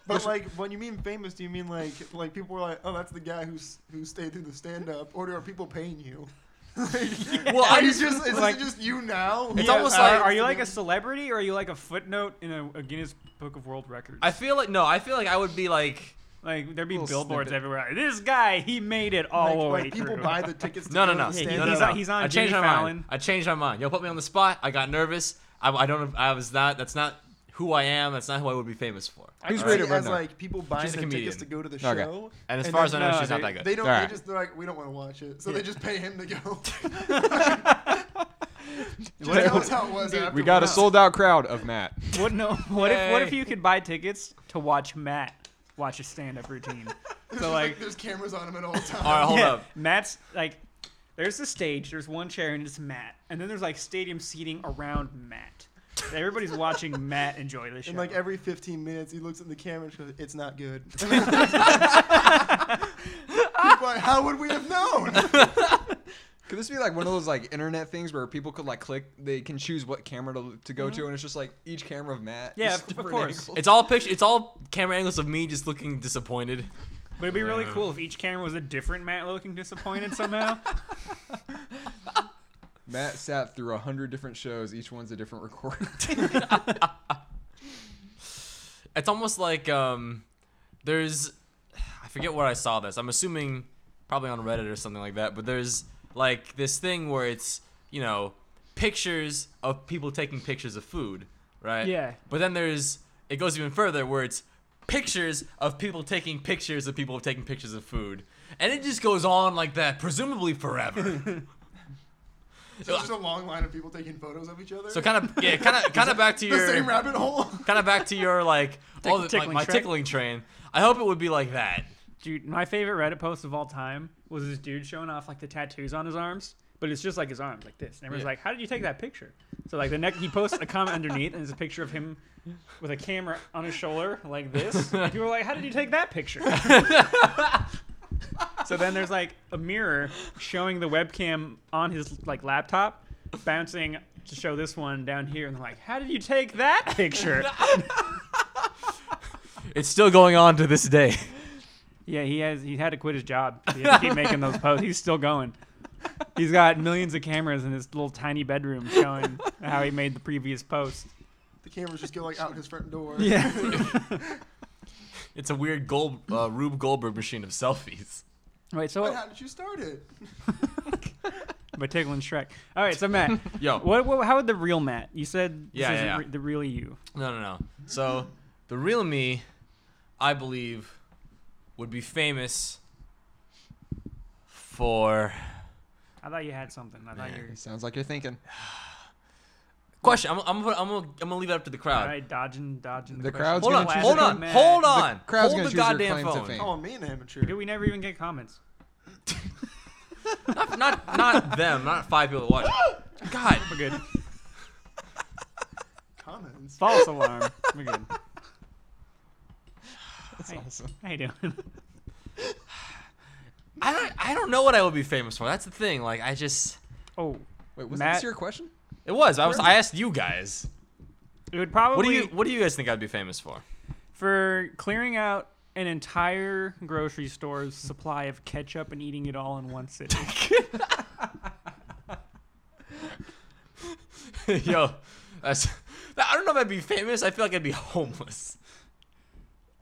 Speaker 3: But like, when you mean famous, do you mean like like people were like, oh, that's the guy who's who stayed through the stand up, or are people paying you?
Speaker 1: Well,
Speaker 3: Are
Speaker 1: I
Speaker 3: you
Speaker 1: just
Speaker 3: just is
Speaker 2: like-
Speaker 3: it just you now?
Speaker 1: It's
Speaker 2: Yeah,
Speaker 1: almost
Speaker 2: are,
Speaker 1: like-
Speaker 2: are you like a celebrity or are you like a footnote in a, a Guinness Book of World Records?
Speaker 1: I feel like no, I feel like I would be like
Speaker 2: like there'd be
Speaker 4: Little
Speaker 2: billboards
Speaker 4: snippet.
Speaker 2: everywhere. like, This guy, he made it all
Speaker 3: like,
Speaker 2: the way
Speaker 3: like people
Speaker 2: through."
Speaker 3: buy the tickets. To
Speaker 1: No, no,
Speaker 3: go
Speaker 1: no.
Speaker 3: to the
Speaker 2: Yeah,
Speaker 1: no,
Speaker 3: stand-up?
Speaker 2: he's
Speaker 1: no,
Speaker 2: on-
Speaker 1: no.
Speaker 2: he's on
Speaker 1: I changed
Speaker 2: Jimmy
Speaker 1: my
Speaker 2: Fallon.
Speaker 1: mind. I changed my mind. Y'all put me on the spot. I got nervous. I, I don't. I was not. That's not who I am. That's not who I would be famous for.
Speaker 3: I
Speaker 4: Who's
Speaker 3: see it
Speaker 4: rated
Speaker 3: as
Speaker 4: Redner?
Speaker 3: like people buying
Speaker 1: She's a
Speaker 3: the tickets
Speaker 1: comedian.
Speaker 3: to go to the show.
Speaker 4: Okay.
Speaker 1: And as far as I know,
Speaker 2: no,
Speaker 1: she's not
Speaker 2: they-
Speaker 1: that good.
Speaker 3: They don't.
Speaker 4: Alright.
Speaker 3: They just they're like, we don't want to watch it, so they just pay him to go.
Speaker 4: What-
Speaker 3: That's how it was.
Speaker 4: we got a
Speaker 3: sold.
Speaker 4: sold out crowd of Matt.
Speaker 2: What no? What if what if
Speaker 1: Yay.
Speaker 2: you could buy tickets to watch Matt watch a stand-up routine? so like,
Speaker 3: there's cameras on him at all times.
Speaker 1: All right, hold
Speaker 2: yeah,
Speaker 1: up.
Speaker 2: Matt's like, there's the stage. There's one chair and it's Matt, and then there's like stadium seating around Matt. Everybody's watching Matt enjoy the show.
Speaker 3: And like every 15 minutes, he looks at the camera and goes, "It's not good." People are like, How would we have known?
Speaker 4: Could this be like one of those like internet things where people could like click, they can choose what camera to, to go to, and it's just like each camera of Matt.
Speaker 2: Yeah,
Speaker 4: is
Speaker 2: of- of
Speaker 4: different
Speaker 2: course.
Speaker 4: angles.
Speaker 1: It's all picture. It's all camera angles of me just looking disappointed.
Speaker 2: But it'd be really cool if each camera was a different Matt looking disappointed somehow.
Speaker 4: Matt sat through a hundred different shows. Each one's a different recording.
Speaker 1: It's almost like um, there's. I forget where I saw this. I'm assuming probably on Reddit or something like that. But there's like this thing where it's you know pictures of people taking pictures of food, right?
Speaker 2: Yeah.
Speaker 1: But then there's it goes even further where it's pictures of people taking pictures of people taking pictures of food, and it just goes on like that, presumably forever.
Speaker 3: So it's just a long line of people taking photos of each other.
Speaker 1: so kind of yeah, kind of kind of back to
Speaker 3: the
Speaker 1: your
Speaker 3: same rabbit hole.
Speaker 1: kind of back to your like all the, like
Speaker 2: tickling
Speaker 1: my
Speaker 2: train.
Speaker 1: tickling train. I hope it would be like that.
Speaker 2: Dude, my favorite Reddit post of all time was this dude showing off like the tattoos on his arms, but it's just like his arms, like this. And everyone's
Speaker 1: Yeah.
Speaker 2: like, "How did you take that picture?" So like the next, he posts a comment underneath, and it's a picture of him with a camera on his shoulder, like this. And people are like, "How did you take that picture?" so then there's like a mirror showing the webcam on his like laptop, bouncing to show this one down here, and they're like, "How did you take that picture?"
Speaker 1: It's still going on to this day.
Speaker 2: Yeah, he has. He had to quit his job. He had to keep making those posts. He's still going. He's got millions of cameras in his little tiny bedroom showing how he made the previous post.
Speaker 3: The cameras just go like out his front door.
Speaker 1: It's a weird Gold, uh, Rube Goldberg machine of selfies.
Speaker 2: Wait.
Speaker 3: But
Speaker 2: So,
Speaker 3: how did you start it?
Speaker 2: but tickling Shrek. All right. So Matt,
Speaker 1: Yo,
Speaker 2: what, what? How would the real Matt? You said this
Speaker 1: Yeah,
Speaker 2: is
Speaker 1: yeah,
Speaker 2: re-
Speaker 1: yeah.
Speaker 2: the real you.
Speaker 1: No, no, no. So the real me, I believe, would be famous for
Speaker 2: I thought you had something. I thought you were
Speaker 4: Sounds like you're thinking.
Speaker 1: question. I'm, I'm, gonna- I'm, gonna, I'm gonna leave it up to the crowd.
Speaker 2: all right, dodging, dodging
Speaker 4: The
Speaker 2: the,
Speaker 4: crowd's
Speaker 2: questions.
Speaker 1: Hold on,
Speaker 4: It's gonna
Speaker 1: hold on,
Speaker 4: choose it.
Speaker 1: hold
Speaker 2: Matt.
Speaker 1: on.
Speaker 4: crowd's
Speaker 1: hold
Speaker 4: gonna
Speaker 1: the
Speaker 4: choose your
Speaker 1: goddamn
Speaker 4: claim to
Speaker 1: phone.
Speaker 4: fame.
Speaker 3: Oh, me an amateur.
Speaker 2: Do we never even get comments?
Speaker 1: Not, not, not them. Not five people watching. God,
Speaker 2: We're good.
Speaker 3: Comments.
Speaker 2: False alarm. We're good.
Speaker 4: That's
Speaker 2: Hey.
Speaker 4: awesome.
Speaker 2: How you doing?
Speaker 1: I don't, I don't know what I would be famous for. That's the thing. Like I just,
Speaker 2: Oh,
Speaker 4: Wait, was
Speaker 2: Matt-
Speaker 4: this your question?
Speaker 1: it was. I was. I asked you guys.
Speaker 2: it would probably.
Speaker 1: What do you, what do you guys think I'd be famous for?
Speaker 2: for clearing out an entire grocery store's supply of ketchup and eating it all in one sitting.
Speaker 1: Yo, That's, I don't know if I'd be famous. I feel like I'd be homeless.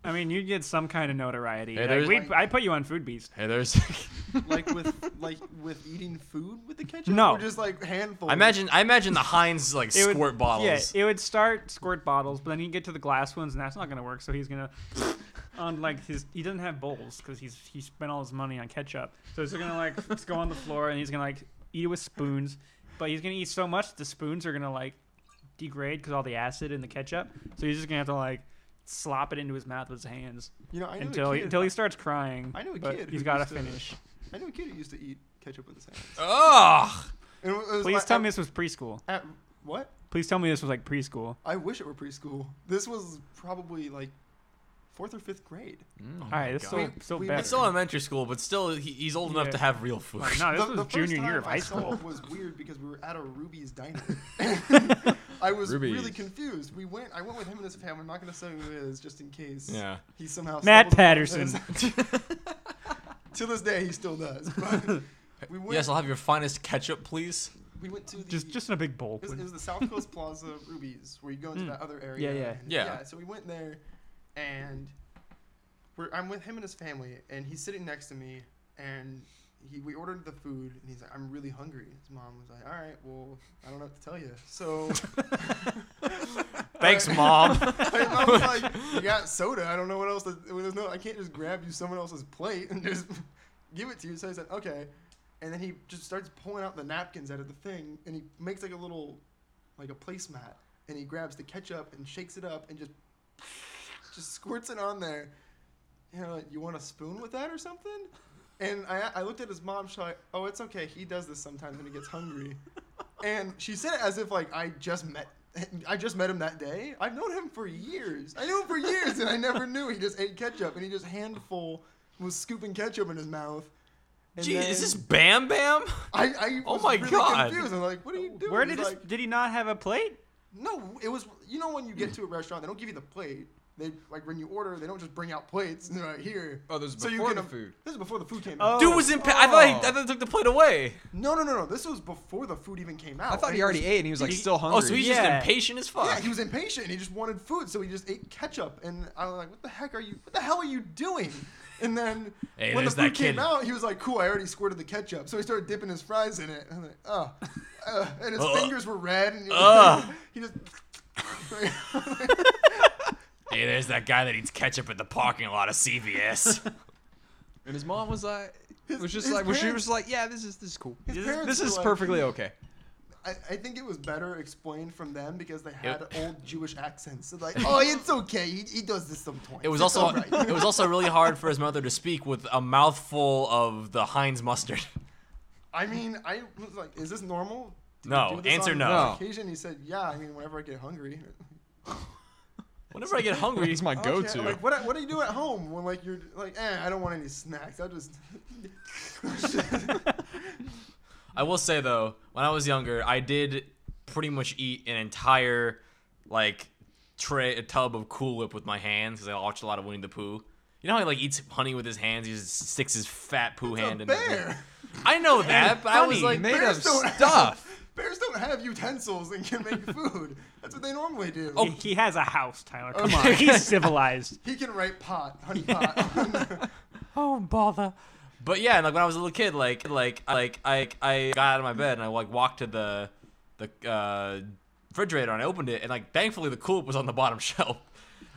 Speaker 2: I mean, you'd get some kind of notoriety.
Speaker 1: Hey,
Speaker 2: Like,
Speaker 1: there's-
Speaker 2: we- I put you on Food Beast.
Speaker 1: Hey, there's.
Speaker 3: like with like with eating food with the ketchup?
Speaker 2: No.
Speaker 3: or just like handfuls.
Speaker 1: I imagine. I imagine the Heinz like
Speaker 2: It would-
Speaker 1: squirt bottles.
Speaker 2: Yeah, it would start squirt bottles, but then you get to the glass ones, and that's not gonna work. So he's gonna on like his he doesn't have bowls because he's he spent all his money on ketchup. So he's gonna like just go on the floor, and he's gonna like eat it with spoons. But he's gonna eat so much the spoons are gonna like degrade because all the acid in the ketchup. So he's just gonna have to like slop it into his mouth with his hands
Speaker 3: You know, I knew
Speaker 2: until
Speaker 3: a
Speaker 2: he,
Speaker 3: kid,
Speaker 2: until he starts crying.
Speaker 3: I knew a
Speaker 2: but
Speaker 3: kid
Speaker 2: He's
Speaker 3: who
Speaker 2: gotta
Speaker 3: used to-
Speaker 2: finish.
Speaker 3: I knew a kid who used to eat ketchup with his hands.
Speaker 1: Ugh.
Speaker 3: And it was
Speaker 2: Please
Speaker 3: my-
Speaker 2: tell
Speaker 3: at-
Speaker 2: me this was preschool.
Speaker 3: At, what?
Speaker 2: Please tell me this was like preschool.
Speaker 3: I wish it were preschool. This was probably like fourth or fifth grade.
Speaker 2: All right, it's
Speaker 1: Oh God.
Speaker 2: so
Speaker 3: We-
Speaker 2: so
Speaker 3: we-
Speaker 2: bad.
Speaker 1: It's still elementary school, but still, he, he's old enough
Speaker 2: Yeah.
Speaker 1: to have real food.
Speaker 2: Like, no, this
Speaker 3: the,
Speaker 2: was
Speaker 3: the
Speaker 2: junior
Speaker 3: first
Speaker 2: year
Speaker 3: time
Speaker 2: of
Speaker 3: I
Speaker 2: high
Speaker 3: saw
Speaker 2: school.
Speaker 3: it was weird because we were at a Ruby's diner. I was really
Speaker 4: Ruby's.
Speaker 3: confused. We went. I went with him and his family. I'm not going to say who it is, just in case.
Speaker 1: Yeah.
Speaker 3: He somehow.
Speaker 2: Matt
Speaker 3: stumbled upon
Speaker 2: Patterson.
Speaker 3: this. to this day, he still does. But we went.
Speaker 1: Yes, I'll have your finest ketchup, please.
Speaker 3: we went to the.
Speaker 2: Just just in a big bowl.
Speaker 3: It was, it
Speaker 2: please.
Speaker 3: was the South Coast Plaza Rubies, where you go into
Speaker 2: Mm.
Speaker 3: that other area.
Speaker 2: Yeah, yeah.
Speaker 3: and-
Speaker 1: Yeah.
Speaker 3: So we went there, and we're, I'm with him and his family, and he's sitting next to me, and he we ordered the food, and he's like, "I'm really hungry." His mom was like, "All right, well, I don't know what to tell you." So
Speaker 1: Thanks,
Speaker 3: Alright.
Speaker 1: mom.
Speaker 3: my mom was like, "You got soda. I don't know what else. To, there's no. I can't just grab you someone else's plate and just give it to you." So I said, "Okay," and then he just starts pulling out the napkins out of the thing, and he makes like a little, like a placemat, and he grabs the ketchup and shakes it up and just, just squirts it on there. You know, like, you want a spoon with that or something? And I, I looked at his mom. She's like, "Oh, it's okay. He does this sometimes when he gets hungry." and she said it as if like I just met. I just met him that day. I've known him for years. I knew him for years, and I never knew he just ate ketchup, and he just handful was scooping ketchup in his mouth. And
Speaker 1: Gee, is this Bam
Speaker 3: then
Speaker 1: Bam?
Speaker 3: I, I
Speaker 1: Oh
Speaker 3: was
Speaker 1: my
Speaker 3: really
Speaker 1: God.
Speaker 3: Confused. I'm like, what are you doing?
Speaker 2: Where
Speaker 3: He's
Speaker 2: did his,
Speaker 3: like,
Speaker 2: did he not have a plate?
Speaker 3: no? It was you know when you get to a restaurant, they don't give you the plate. They like when you order, they don't just bring out plates. And they're like, here.
Speaker 4: Oh, this is
Speaker 3: So you
Speaker 4: before
Speaker 3: can-
Speaker 4: the food.
Speaker 3: This is before the food came
Speaker 2: Oh.
Speaker 3: out.
Speaker 1: Dude was in. Pa- I thought he, I
Speaker 4: Oh.
Speaker 1: thought he took the plate away.
Speaker 3: No, no, no, no. This was before the food even came out.
Speaker 4: I thought
Speaker 3: And
Speaker 4: he
Speaker 3: it was-
Speaker 4: already ate and he was like
Speaker 2: He-
Speaker 4: still hungry.
Speaker 1: Oh, so he's
Speaker 2: Yeah.
Speaker 1: just impatient as fuck.
Speaker 3: Yeah, he was impatient. and He just wanted food, so he just ate ketchup. And I was like, "What the heck are you? What the hell are you doing?" And then
Speaker 1: Hey,
Speaker 3: when the
Speaker 1: there's
Speaker 3: food
Speaker 1: that
Speaker 3: came
Speaker 1: kid.
Speaker 3: out, he was like, "Cool, I already squirted the ketchup." So he started dipping his fries in it. And I'm like, "Oh," uh, and his
Speaker 1: Ugh.
Speaker 3: fingers were red. And he,
Speaker 1: Oh. Ugh.
Speaker 3: he just.
Speaker 1: hey, there's that guy that eats ketchup at the parking lot of CVS.
Speaker 4: and his mom was like, was just
Speaker 3: his
Speaker 4: like, was she
Speaker 3: parents-
Speaker 4: was like, yeah, this is this is cool.
Speaker 3: His
Speaker 4: This,
Speaker 3: parents
Speaker 4: this
Speaker 3: were
Speaker 4: is
Speaker 3: like-
Speaker 4: perfectly okay.
Speaker 3: I, I think it was better explained from them because they had
Speaker 1: It-
Speaker 3: old Jewish accents. So like, "Oh, it's okay. He, he does this sometimes."
Speaker 1: It was
Speaker 3: It's
Speaker 1: also
Speaker 3: all right."
Speaker 1: it was also really hard for his mother to speak with a mouthful of the Heinz mustard.
Speaker 3: I mean, I was like, "Is this normal?" Do we
Speaker 1: No,
Speaker 3: do this
Speaker 1: answer
Speaker 3: on
Speaker 1: no.
Speaker 3: Occasion, he said, "Yeah." I mean, whenever I get hungry.
Speaker 1: Whenever I get hungry,
Speaker 4: It's my
Speaker 3: Okay,
Speaker 4: go-to.
Speaker 3: Like, what, what do you do at home when like you're like, eh, I don't want any snacks. I'll just.
Speaker 1: I will say though, when I was younger, I did pretty much eat an entire like tray, a tub of Cool Whip with my hands because I watched a lot of Winnie the Pooh. You know how he like eats honey with his hands? He just sticks his fat poo hand
Speaker 3: a
Speaker 1: in.
Speaker 3: bear.
Speaker 1: I know that, but I was
Speaker 4: Honey,
Speaker 1: like,
Speaker 4: made of
Speaker 3: bears don't-
Speaker 4: stuff.
Speaker 3: Bears don't have utensils and can make food. That's what they normally do.
Speaker 1: Oh.
Speaker 2: He, he has a house, Tyler. Come
Speaker 3: Okay.
Speaker 2: on, he's civilized.
Speaker 3: He can write pot, honey pot.
Speaker 1: oh bother. But yeah, and, like when I was a little kid, like like like I I got out of my bed and I like walked to the the uh, refrigerator and I opened it and like thankfully the Cool Whip was on the bottom shelf.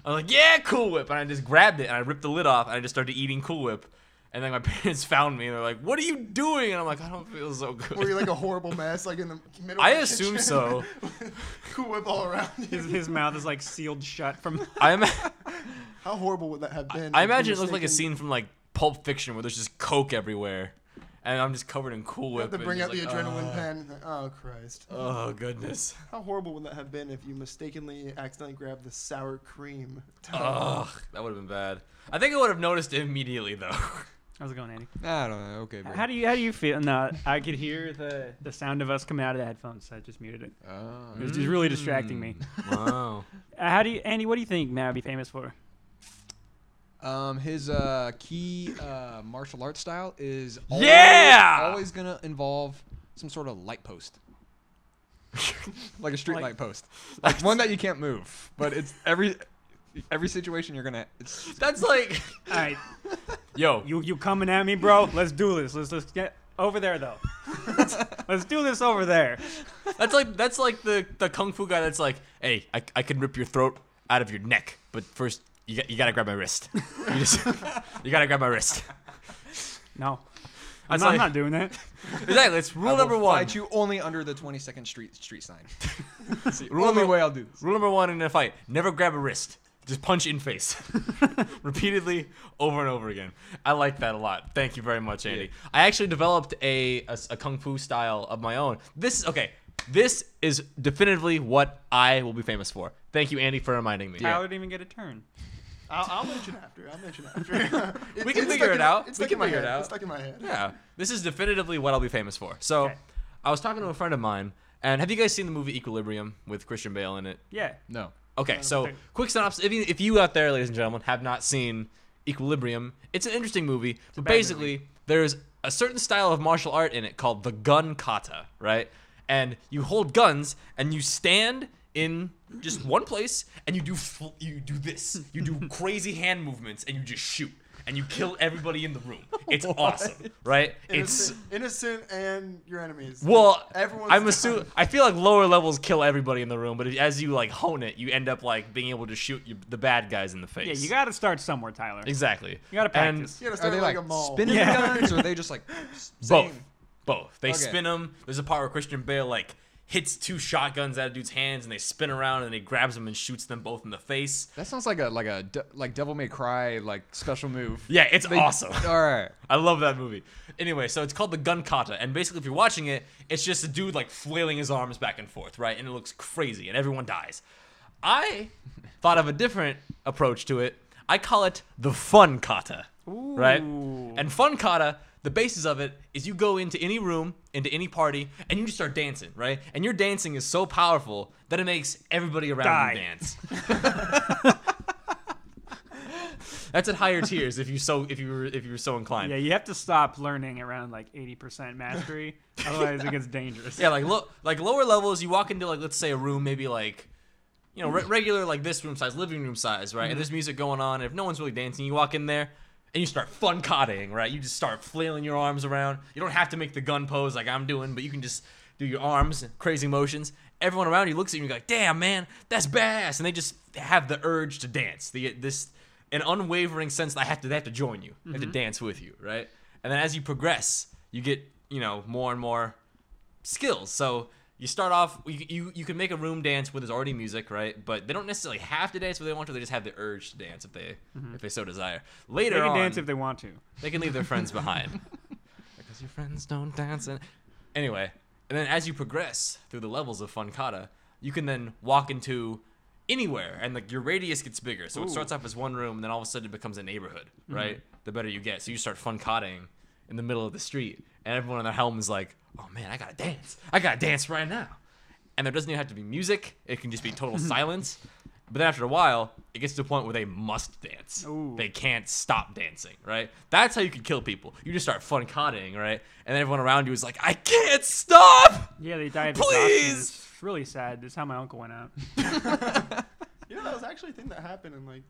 Speaker 1: I was like, yeah, Cool Whip, and I just grabbed it and I ripped the lid off and I just started eating Cool Whip. And then my parents found me and they're like, "What are you doing?" And I'm like, "I don't feel so good."
Speaker 3: Were you like a horrible mess, like in the middle?
Speaker 1: I
Speaker 3: of the
Speaker 1: assume
Speaker 3: kitchen?
Speaker 1: so.
Speaker 3: cool whip all around
Speaker 2: His,
Speaker 3: you.
Speaker 2: his mouth is like sealed shut from.
Speaker 1: I, ima-
Speaker 3: How horrible would that have been?
Speaker 1: I
Speaker 3: if you
Speaker 1: imagine
Speaker 3: were
Speaker 1: it looks like a
Speaker 3: sneaking-
Speaker 1: scene from like Pulp Fiction where there's just Coke everywhere, and I'm just covered in Cool
Speaker 3: You
Speaker 1: Whip.
Speaker 3: have to
Speaker 1: and
Speaker 3: bring out
Speaker 1: just
Speaker 3: the
Speaker 1: like, uh.
Speaker 3: adrenaline
Speaker 1: "Ugh."
Speaker 3: pen. Like, oh Christ!
Speaker 1: Oh goodness.
Speaker 3: How horrible would that have been if you mistakenly accidentally grabbed the sour cream?
Speaker 1: Ugh, that would have been bad. I think I would have noticed immediately though.
Speaker 2: How's it going, Andy?
Speaker 4: I don't know. Okay.
Speaker 2: How do you how do you feel? No, I could hear the the sound of us coming out of the headphones. So I just muted it.
Speaker 4: you? Oh.
Speaker 2: It was just really distracting me.
Speaker 1: wow.
Speaker 2: Uh, how do you, Andy? What do you think Matt would be famous for?
Speaker 4: Um, his uh, key uh, martial arts style is always,
Speaker 1: Yeah!
Speaker 4: always gonna involve some sort of light post. like a streetlight
Speaker 2: Like-
Speaker 4: post, like one that you can't move. But it's every every situation you're gonna. It's,
Speaker 1: That's like,
Speaker 2: All right,
Speaker 1: yo,
Speaker 2: you you coming at me, bro? Let's do this. Let's let's get over there though. let's do this over there.
Speaker 1: that's like that's like the the kung fu guy that's like, hey, I, I can rip your throat out of your neck, but first you got, you gotta grab my wrist. You just you gotta grab my wrist.
Speaker 2: No, I'm
Speaker 1: That's
Speaker 2: not, I'm
Speaker 1: like-
Speaker 2: not doing that.
Speaker 1: Exactly. It's
Speaker 4: I
Speaker 1: rule
Speaker 4: will
Speaker 1: number one.
Speaker 4: Fight you only under the 22nd Street street sign. It's the
Speaker 1: Rule
Speaker 4: only
Speaker 1: number-
Speaker 4: way I'll do this.
Speaker 1: Rule number one in a fight: never grab a wrist. Just punch in face, repeatedly, over and over again. I like that a lot. Thank you very much, Andy. I actually developed a, a s- a kung fu style of my own. This okay. This is definitively what I will be famous for. Thank you, Andy, for reminding me.
Speaker 2: Tyler didn't even get a turn.
Speaker 3: I'll, I'll mention after. I'll mention after. It-
Speaker 1: We can
Speaker 3: it's
Speaker 1: figure
Speaker 3: stuck
Speaker 1: it
Speaker 3: in-
Speaker 1: out.
Speaker 3: It's
Speaker 1: We
Speaker 3: stuck
Speaker 1: can
Speaker 3: in my
Speaker 1: figure it
Speaker 3: head.
Speaker 1: out.
Speaker 3: It's stuck in my head.
Speaker 1: Yeah, this is definitively what I'll be famous for. So,
Speaker 2: Okay.
Speaker 1: I was talking to a friend of mine, and have you guys seen the movie Equilibrium with Christian Bale in it?
Speaker 2: Yeah.
Speaker 4: No.
Speaker 1: Okay, so
Speaker 2: think-
Speaker 1: quick synopsis. If you, if you out there, ladies and gentlemen, have not seen Equilibrium, it's an interesting movie. But
Speaker 2: bad
Speaker 1: basically, there's a certain style of martial art in it called the gun kata, right? And you hold guns and you stand in just one place and you do fl- you do this, you do crazy hand movements and you just shoot and you kill everybody in the room. It's awesome, right? It's
Speaker 3: Innocent, innocent and your enemies.
Speaker 1: well,
Speaker 3: everyone's
Speaker 1: I'm
Speaker 3: assuming.
Speaker 1: assuming. I feel like lower levels kill everybody in the room, but as you like hone it, you end up like being able to shoot you, the bad guys in the face.
Speaker 2: Yeah, you got to start somewhere, Tyler.
Speaker 1: exactly.
Speaker 2: You got to
Speaker 1: And
Speaker 2: practice.
Speaker 3: You gotta
Speaker 4: Are
Speaker 3: start
Speaker 4: they
Speaker 3: at, like,
Speaker 4: like,
Speaker 3: a mall.
Speaker 4: spinning
Speaker 2: Yeah.
Speaker 4: guns, or are they just like
Speaker 1: both,
Speaker 4: saying-
Speaker 1: both. They
Speaker 4: Okay.
Speaker 1: spin them. There's a part where Christian Bale like hits two shotguns out of dude's hands, and they spin around, and he grabs them and shoots them both in the face.
Speaker 4: That sounds like a like a de- like Devil May Cry like special move.
Speaker 1: Yeah, it's
Speaker 4: They-
Speaker 1: awesome.
Speaker 4: All right.
Speaker 1: I love that movie. Anyway, so it's called the Gun Kata, and basically, if you're watching it, it's just a dude like flailing his arms back and forth, right? And it looks crazy, and everyone dies. I thought of a different approach to it. I call it the Fun Kata, right?
Speaker 2: Ooh.
Speaker 1: And Fun Kata, the basis of it is you go into any room, into any party, and you just start dancing, right? And your dancing is so powerful that it makes everybody around
Speaker 2: Die.
Speaker 1: you dance. That's at higher tiers if you so if you were if you were so inclined.
Speaker 2: Yeah, you have to stop learning around like 80% mastery, otherwise it gets dangerous.
Speaker 1: Yeah, like look, like lower levels, you walk into like let's say a room, maybe like, you know, re- regular like this room size, living room size, right? And there's music going on. And if no one's really dancing, you walk in there and you start fun cotting, right? You just start flailing your arms around. You don't have to make the gun pose like I'm doing, but you can just do your arms, crazy motions. Everyone around you looks at you and you're like, damn man, that's badass, and they just have the urge to dance. They get this an unwavering sense that I have to they have to join you, they have to dance with you, right? And then as you progress, you get you know more and more skills. So you start off, you, you you can make a room dance where there's already music, right? But they don't necessarily have to dance, but they want to. They just have the urge to dance if they if they so desire. Later
Speaker 2: Mm-hmm. They can
Speaker 1: on,
Speaker 2: dance if they want to.
Speaker 1: they can leave their friends behind because your friends don't dance. And anyway, and then as you progress through the levels of Funkata, you can then walk into anywhere, and like your radius gets bigger. So it starts off as one room, and then all of a sudden it becomes a neighborhood, right? The better you get, so you start Funkating in the middle of the street, and everyone on their helm is like, "Oh man, I gotta dance! I gotta dance right now!" and there doesn't even have to be music. It can just be total silence. But then after a while, it gets to a point where they must dance.
Speaker 2: Ooh.
Speaker 1: They can't stop dancing, right? That's how you can kill people. You just start fun cotting, right? And everyone around you is like, I can't stop.
Speaker 2: Yeah, they die of
Speaker 1: Please!
Speaker 2: exhaustion. It's really sad. That's how my uncle went out.
Speaker 3: You know, that was actually a thing that happened in like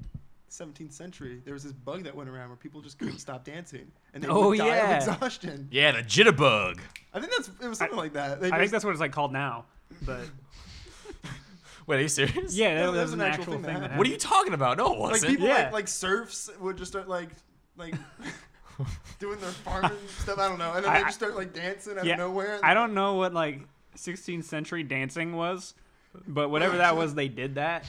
Speaker 3: 17th century. There was this bug that went around where people just couldn't stop dancing, and they
Speaker 2: Oh,
Speaker 3: would die
Speaker 2: yeah.
Speaker 3: of exhaustion.
Speaker 1: Yeah, the jitterbug.
Speaker 3: I think that's it was something like that. They
Speaker 2: I think
Speaker 3: just,
Speaker 2: that's what it's like called now. But
Speaker 1: Wait, are you serious?
Speaker 2: yeah, that,
Speaker 3: that
Speaker 2: that
Speaker 3: was
Speaker 2: was an actual thing. That
Speaker 1: What are you talking about? No, it
Speaker 3: like
Speaker 1: wasn't.
Speaker 3: people
Speaker 2: Yeah.
Speaker 3: like like serfs would just start like like doing their farming stuff. I don't know, and then
Speaker 2: I-
Speaker 3: they just start like dancing out
Speaker 2: Yeah,
Speaker 3: of nowhere.
Speaker 2: I don't know what like 16th century dancing was, but whatever that was, they did that.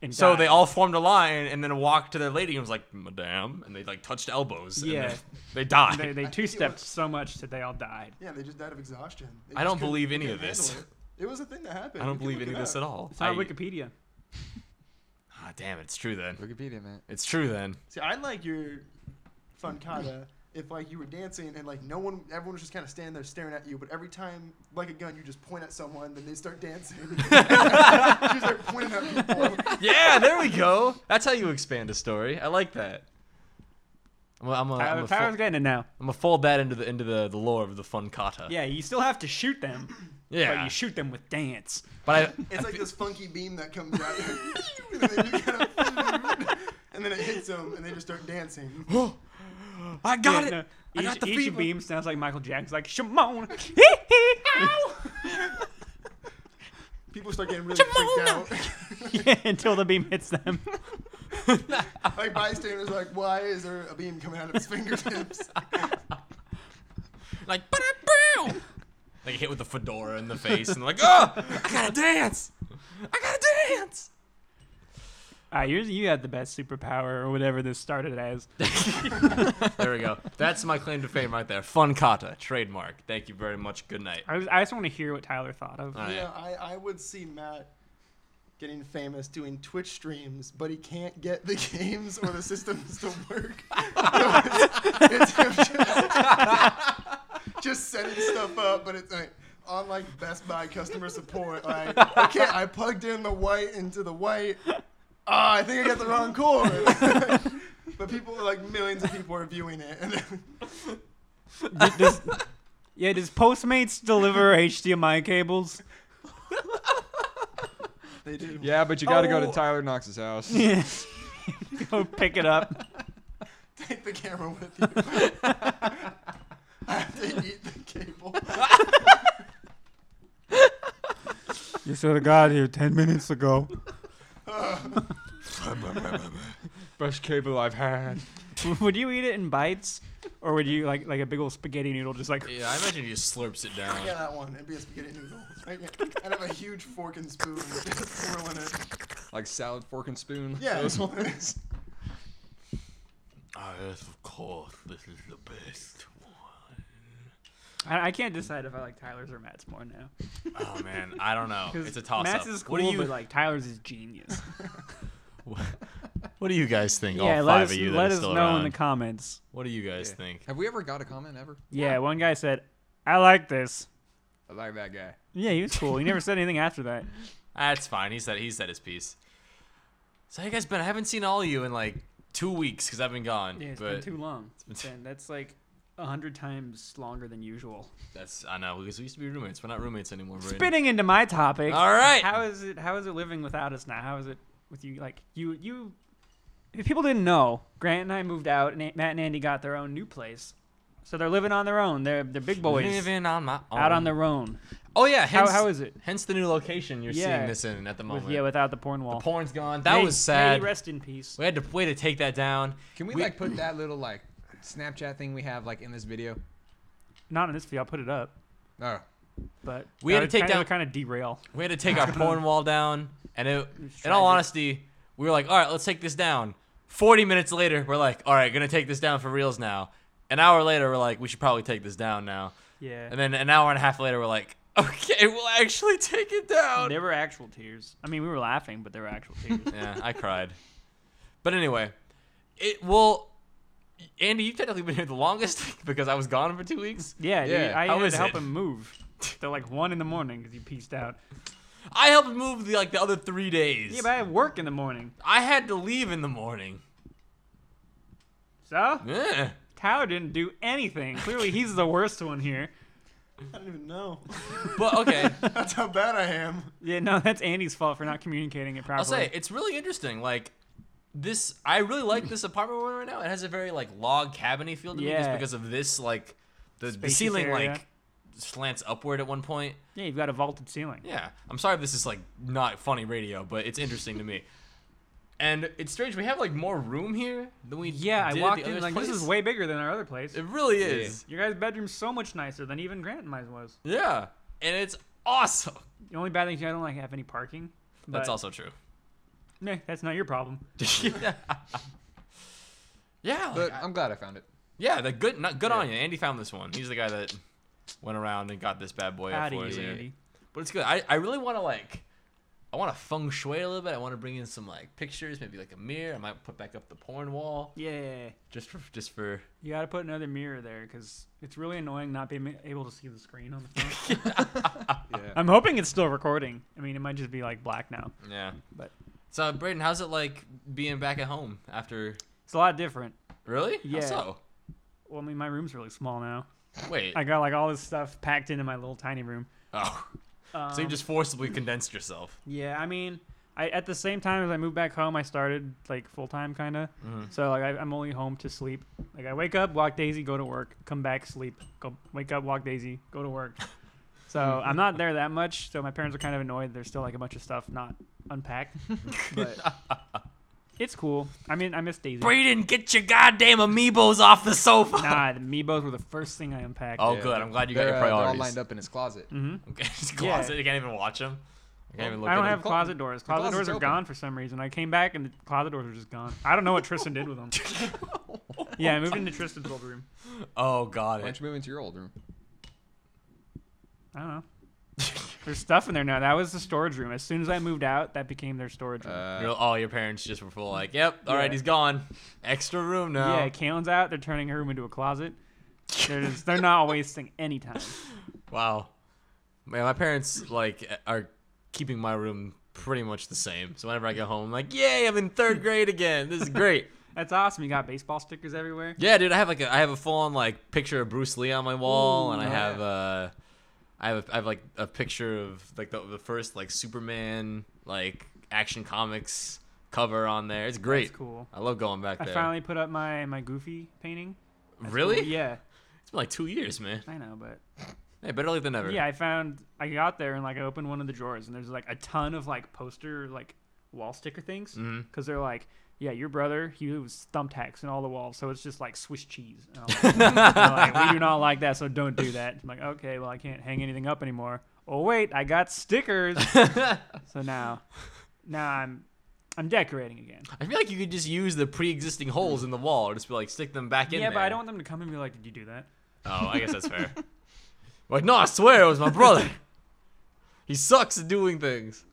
Speaker 2: And
Speaker 1: so
Speaker 2: died.
Speaker 1: they all formed a line and then walked to their lady and was like, Madame. And they like touched elbows. and
Speaker 2: Yeah.
Speaker 1: they, they died.
Speaker 2: they, they
Speaker 3: I think it
Speaker 2: two stepped
Speaker 3: was-
Speaker 2: so much that they all died.
Speaker 3: Yeah, they just died of exhaustion. They
Speaker 1: I
Speaker 3: just
Speaker 1: don't
Speaker 3: couldn't-
Speaker 1: believe
Speaker 3: they
Speaker 1: any
Speaker 3: couldn't
Speaker 1: of this.
Speaker 3: handle It. It was a thing that happened.
Speaker 1: I
Speaker 3: You
Speaker 1: don't
Speaker 3: can
Speaker 1: believe
Speaker 3: look
Speaker 1: any
Speaker 3: it
Speaker 1: of this
Speaker 3: up.
Speaker 1: at all.
Speaker 2: It's on
Speaker 1: I-
Speaker 2: Wikipedia.
Speaker 1: Ah, damn it. It's true then.
Speaker 4: Wikipedia, man.
Speaker 1: It's true then.
Speaker 3: See, I like your funkata if like you were dancing and like no one, everyone was just kind of standing there staring at you. But every time, like a gun, you just point at someone, then they start dancing. you start pointing at people.
Speaker 1: Yeah, there we go. That's how you expand a story. I like that. Well, I'm gonna, I'm
Speaker 2: Tyler,
Speaker 1: gonna,
Speaker 2: Tyler's
Speaker 1: fo-
Speaker 2: Uh, getting it now.
Speaker 1: I'm gonna fold that into the into the, the lore of the Funcata.
Speaker 2: Yeah, you still have to shoot them,
Speaker 1: yeah.
Speaker 2: but you shoot them with dance.
Speaker 1: But I,
Speaker 3: It's like this funky beam that comes out, and then, you kind of, and then it hits them, and they just start dancing.
Speaker 1: I got
Speaker 2: Yeah,
Speaker 1: it.
Speaker 2: no,
Speaker 1: I
Speaker 2: each,
Speaker 1: got the
Speaker 2: each
Speaker 1: fever.
Speaker 2: beam sounds like Michael Jackson's like Shimon.
Speaker 3: People start getting really freaked out.
Speaker 2: yeah, until the beam hits them.
Speaker 3: like bystanders, are like, why is there a beam coming out of his fingertips?
Speaker 1: Like, "Ba-da-boo!" like hit with the fedora in the face, and like, oh, I gotta dance. I gotta dance.
Speaker 2: All right, yours, you had the best superpower or whatever this started as.
Speaker 1: There we go. That's my claim to fame right there. Funcata trademark. Thank you very much. Good night.
Speaker 2: I, was, I just want to hear what Tyler thought of.
Speaker 1: All right.
Speaker 3: Yeah, I, I would see Matt getting famous doing Twitch streams, but he can't get the games or the systems to work. it's, him just, just setting stuff up, but it's like on like Best Buy customer support. Like, okay, I plugged in the white into the white. Ah, I think I got the wrong cord. but people, like millions of people, are viewing it. And then,
Speaker 2: Does- does- yeah, does Postmates deliver HDMI cables?
Speaker 3: they do.
Speaker 4: Yeah, but you got to go
Speaker 1: Oh.
Speaker 4: to Tyler Knox's house.
Speaker 2: Yes. Go pick it up.
Speaker 3: Take the camera with you. I have to eat the cable.
Speaker 2: You should have got here ten minutes ago.
Speaker 4: Best cable I've had.
Speaker 2: would you eat it in bites, or would you like like a big old spaghetti noodle, just like
Speaker 1: Yeah, I imagine he just slurps it down.
Speaker 3: Yeah, that one. It'd be a spaghetti noodle. Right? Yeah. I'd have a huge fork and spoon just swirling it.
Speaker 4: Like salad, fork, and spoon.
Speaker 3: Yeah,
Speaker 4: Those-
Speaker 3: this one is.
Speaker 1: Ah, yes, of course. This is the best one.
Speaker 2: I, I can't decide if I like Tyler's or Matt's more now.
Speaker 1: Oh man, I don't know.
Speaker 2: 'Cause
Speaker 1: It's a toss
Speaker 2: Matt's
Speaker 1: up.
Speaker 2: is
Speaker 1: what
Speaker 2: cool,
Speaker 1: do you
Speaker 2: but like Tyler's is genius.
Speaker 1: What do you guys think?
Speaker 2: yeah,
Speaker 1: all
Speaker 2: let
Speaker 1: five
Speaker 2: us
Speaker 1: of you that
Speaker 2: let
Speaker 1: are
Speaker 2: us
Speaker 1: still
Speaker 2: know
Speaker 1: around.
Speaker 2: in the comments.
Speaker 1: what do you guys
Speaker 4: Yeah.
Speaker 1: think?
Speaker 4: Have we ever got a comment ever?
Speaker 2: Yeah, one guy said, "I like this."
Speaker 4: I like that guy.
Speaker 2: Yeah, he was cool. He never said anything after that.
Speaker 1: That's Ah, fine. He said he said his piece. So how you guys been? I haven't seen all of you in like two weeks because I've been gone.
Speaker 2: Yeah, it's
Speaker 1: but
Speaker 2: been too long.
Speaker 1: been too-
Speaker 2: Ben, that's like a hundred times longer than usual.
Speaker 1: that's I know because we used to be roommates. We're not roommates anymore. Braden.
Speaker 2: Spinning into my topic.
Speaker 1: All right.
Speaker 2: How is it? How is it living without us now? How is it with you? Like you, you. If people didn't know, Grant and I moved out, and Matt and Andy got their own new place, so they're living on their own. They're they're big boys
Speaker 1: Living on my own.
Speaker 2: out on their own.
Speaker 1: oh yeah.
Speaker 2: How
Speaker 1: Hence,
Speaker 2: how is it?
Speaker 1: hence the new location you're
Speaker 2: Yeah.
Speaker 1: seeing this in at the
Speaker 2: With,
Speaker 1: moment.
Speaker 2: yeah, without the porn
Speaker 1: the
Speaker 2: wall.
Speaker 1: porn's gone. That
Speaker 2: May-
Speaker 1: was sad.
Speaker 2: May he rest in peace.
Speaker 1: we had to way to take that down.
Speaker 4: Can we,
Speaker 1: We-
Speaker 4: like put that little like Snapchat thing we have like in this video?
Speaker 2: Not in this video. I'll put it up,
Speaker 4: Oh,
Speaker 2: but
Speaker 1: We had to take down-
Speaker 2: kind of derail.
Speaker 1: We had to take our porn wall down, and it, in
Speaker 2: tragic.
Speaker 1: all honesty, we were like, all right, let's take this down. 40 minutes later, we're like, all right, gonna take this down for reals now. An hour later, we're like, we should probably take this down now.
Speaker 2: Yeah.
Speaker 1: And then an hour and a half later, we're like, okay, we'll actually take it down.
Speaker 2: there were actual tears. I mean, we were laughing, but there were actual tears.
Speaker 1: yeah, I cried. But anyway, it will. Andy, you've technically been here the longest because I was gone for two weeks.
Speaker 2: Yeah,
Speaker 4: Yeah,
Speaker 2: dude, I
Speaker 1: how
Speaker 2: had
Speaker 1: is
Speaker 2: to help
Speaker 1: it?
Speaker 2: him move till like one in the morning because he pieced out.
Speaker 1: I helped move the, like the other three days.
Speaker 2: Yeah, but I had work in the morning.
Speaker 1: I had to leave in the morning.
Speaker 2: So
Speaker 1: Yeah.
Speaker 2: Tyler didn't do anything. Clearly, he's the worst one here.
Speaker 3: I don't even know.
Speaker 1: But okay,
Speaker 3: That's how bad I am.
Speaker 2: Yeah, no, that's Andy's fault for not communicating it properly.
Speaker 1: I'll say it's really interesting. Like this, I really like this apartment we're in right now. It has a very like log cabiny feel to me, just
Speaker 2: Yeah.
Speaker 1: because of this like the, the
Speaker 2: Spacious
Speaker 1: ceiling
Speaker 2: area.
Speaker 1: like slants upward at one point.
Speaker 2: yeah, you've got a vaulted ceiling.
Speaker 1: Yeah, I'm sorry if this is like not funny radio, but it's interesting to me. And it's strange we have like more room here than we
Speaker 2: Yeah, I
Speaker 1: did at
Speaker 2: walked
Speaker 1: the
Speaker 2: in
Speaker 1: other
Speaker 2: like this
Speaker 1: place.
Speaker 2: is way bigger than our other place.
Speaker 1: It really is.
Speaker 2: Your guys' bedroom's so much nicer than even Grant and mine was.
Speaker 1: Yeah, and it's awesome.
Speaker 2: The only bad thing is you don't like have any parking.
Speaker 1: That's
Speaker 2: but-
Speaker 1: also true.
Speaker 2: Nah, that's not your problem.
Speaker 1: yeah, yeah, like,
Speaker 4: but I'm glad I found it.
Speaker 1: Yeah, the good not good on you. Andy found this one. He's the guy that went around and got this bad boy
Speaker 2: Proud
Speaker 1: up
Speaker 2: of
Speaker 1: for us.
Speaker 2: you,
Speaker 1: here.
Speaker 2: Andy.
Speaker 1: But it's good. I, I really want to like I want to feng shui a little bit. I want to bring in some like pictures, maybe like a mirror. I might put back up the porn wall
Speaker 2: Yeah.
Speaker 1: just for just for
Speaker 2: You gotta put another mirror there because it's really annoying not being able to see the screen on the phone.
Speaker 4: Yeah.
Speaker 2: I'm hoping it's still recording. I mean, it might just be like black now.
Speaker 1: yeah.
Speaker 2: But-
Speaker 1: so Braden, how's it like being back at home after?
Speaker 2: It's a lot different.
Speaker 1: Really? How
Speaker 2: Yeah.
Speaker 1: so?
Speaker 2: Well, I mean, my room's really small now.
Speaker 1: Wait.
Speaker 2: I got like all this stuff packed into my little tiny room.
Speaker 1: oh.
Speaker 2: Um,
Speaker 1: so you just forcibly condensed yourself.
Speaker 2: Yeah, I mean, I at the same time as I moved back home, I started like full time kind of. So like I, I'm only home to sleep. Like I wake up, walk Daisy, go to work, come back, sleep, go wake up, walk Daisy, go to work. So I'm not there that much. So my parents are kind of annoyed. There's still like a bunch of stuff not unpacked, but it's cool. I mean, I miss Daisy.
Speaker 1: Brayden, get your goddamn amiibos off the sofa.
Speaker 2: Nah, the Amiibos were the first thing I unpacked.
Speaker 1: Oh,
Speaker 4: Yeah.
Speaker 1: good. I'm glad you got
Speaker 4: They're,
Speaker 1: your
Speaker 4: uh, they're
Speaker 1: priorities.
Speaker 4: all lined up in his closet.
Speaker 2: hmm
Speaker 1: Okay, just closet. You can't even watch them. You can't even look
Speaker 2: I don't
Speaker 1: at
Speaker 2: have
Speaker 1: them.
Speaker 2: closet doors. Closet
Speaker 4: closet's
Speaker 2: doors are
Speaker 4: open.
Speaker 2: gone for some reason. I came back and the closet doors are just gone. I don't know what Tristan did with them. yeah, I moved into Tristan's old room.
Speaker 1: Oh, got
Speaker 4: Why
Speaker 1: it.
Speaker 4: don't you move into your old room?
Speaker 2: I don't know. There's stuff in there now. That was the storage room. As soon as I moved out, that became their storage room.
Speaker 4: Uh,
Speaker 1: Your- oh, your parents just were full like, yep, all right,
Speaker 2: Yeah.
Speaker 1: he's gone. Extra room now.
Speaker 2: Yeah, Kaylin's out. They're turning her room into a closet. They're, just, they're not wasting any time.
Speaker 1: Wow. Man, my parents like are keeping my room pretty much the same. So whenever I get home, I'm like, yay, I'm in third grade again. This is great.
Speaker 2: That's awesome. You got baseball stickers everywhere.
Speaker 1: yeah, dude, I have like a, I have a full on like picture of Bruce Lee on my wall, and I have uh, I have a, I have like a picture of like the, the first like Superman like action comics cover on there. It's great.
Speaker 2: It's cool.
Speaker 1: I love going back
Speaker 2: I
Speaker 1: there.
Speaker 2: finally put up my, my Goofy painting.
Speaker 1: really?
Speaker 2: Yeah,
Speaker 1: It's been like two years, man.
Speaker 2: I know, but
Speaker 1: Hey, better late than ever.
Speaker 2: Yeah, I found I got there and like I opened one of the drawers and there's like a ton of like poster like wall sticker things
Speaker 1: Mhm.
Speaker 2: because they're like, yeah, your brother he was thumbtacks and all the walls, so it's just like Swiss cheese. And I'm like, I'm like, we do not like that, so don't do that. I'm like, okay, well I can't hang anything up anymore. Oh wait, I got stickers. so now, now I'm I'm decorating again.
Speaker 1: I feel like you could just use the pre-existing holes in the wall, or just be like stick them back in
Speaker 2: yeah,
Speaker 1: there.
Speaker 2: but I don't want them to come and be like, did you do that?
Speaker 1: Oh, I guess that's fair. like, no, I swear it was my brother. he sucks at doing things.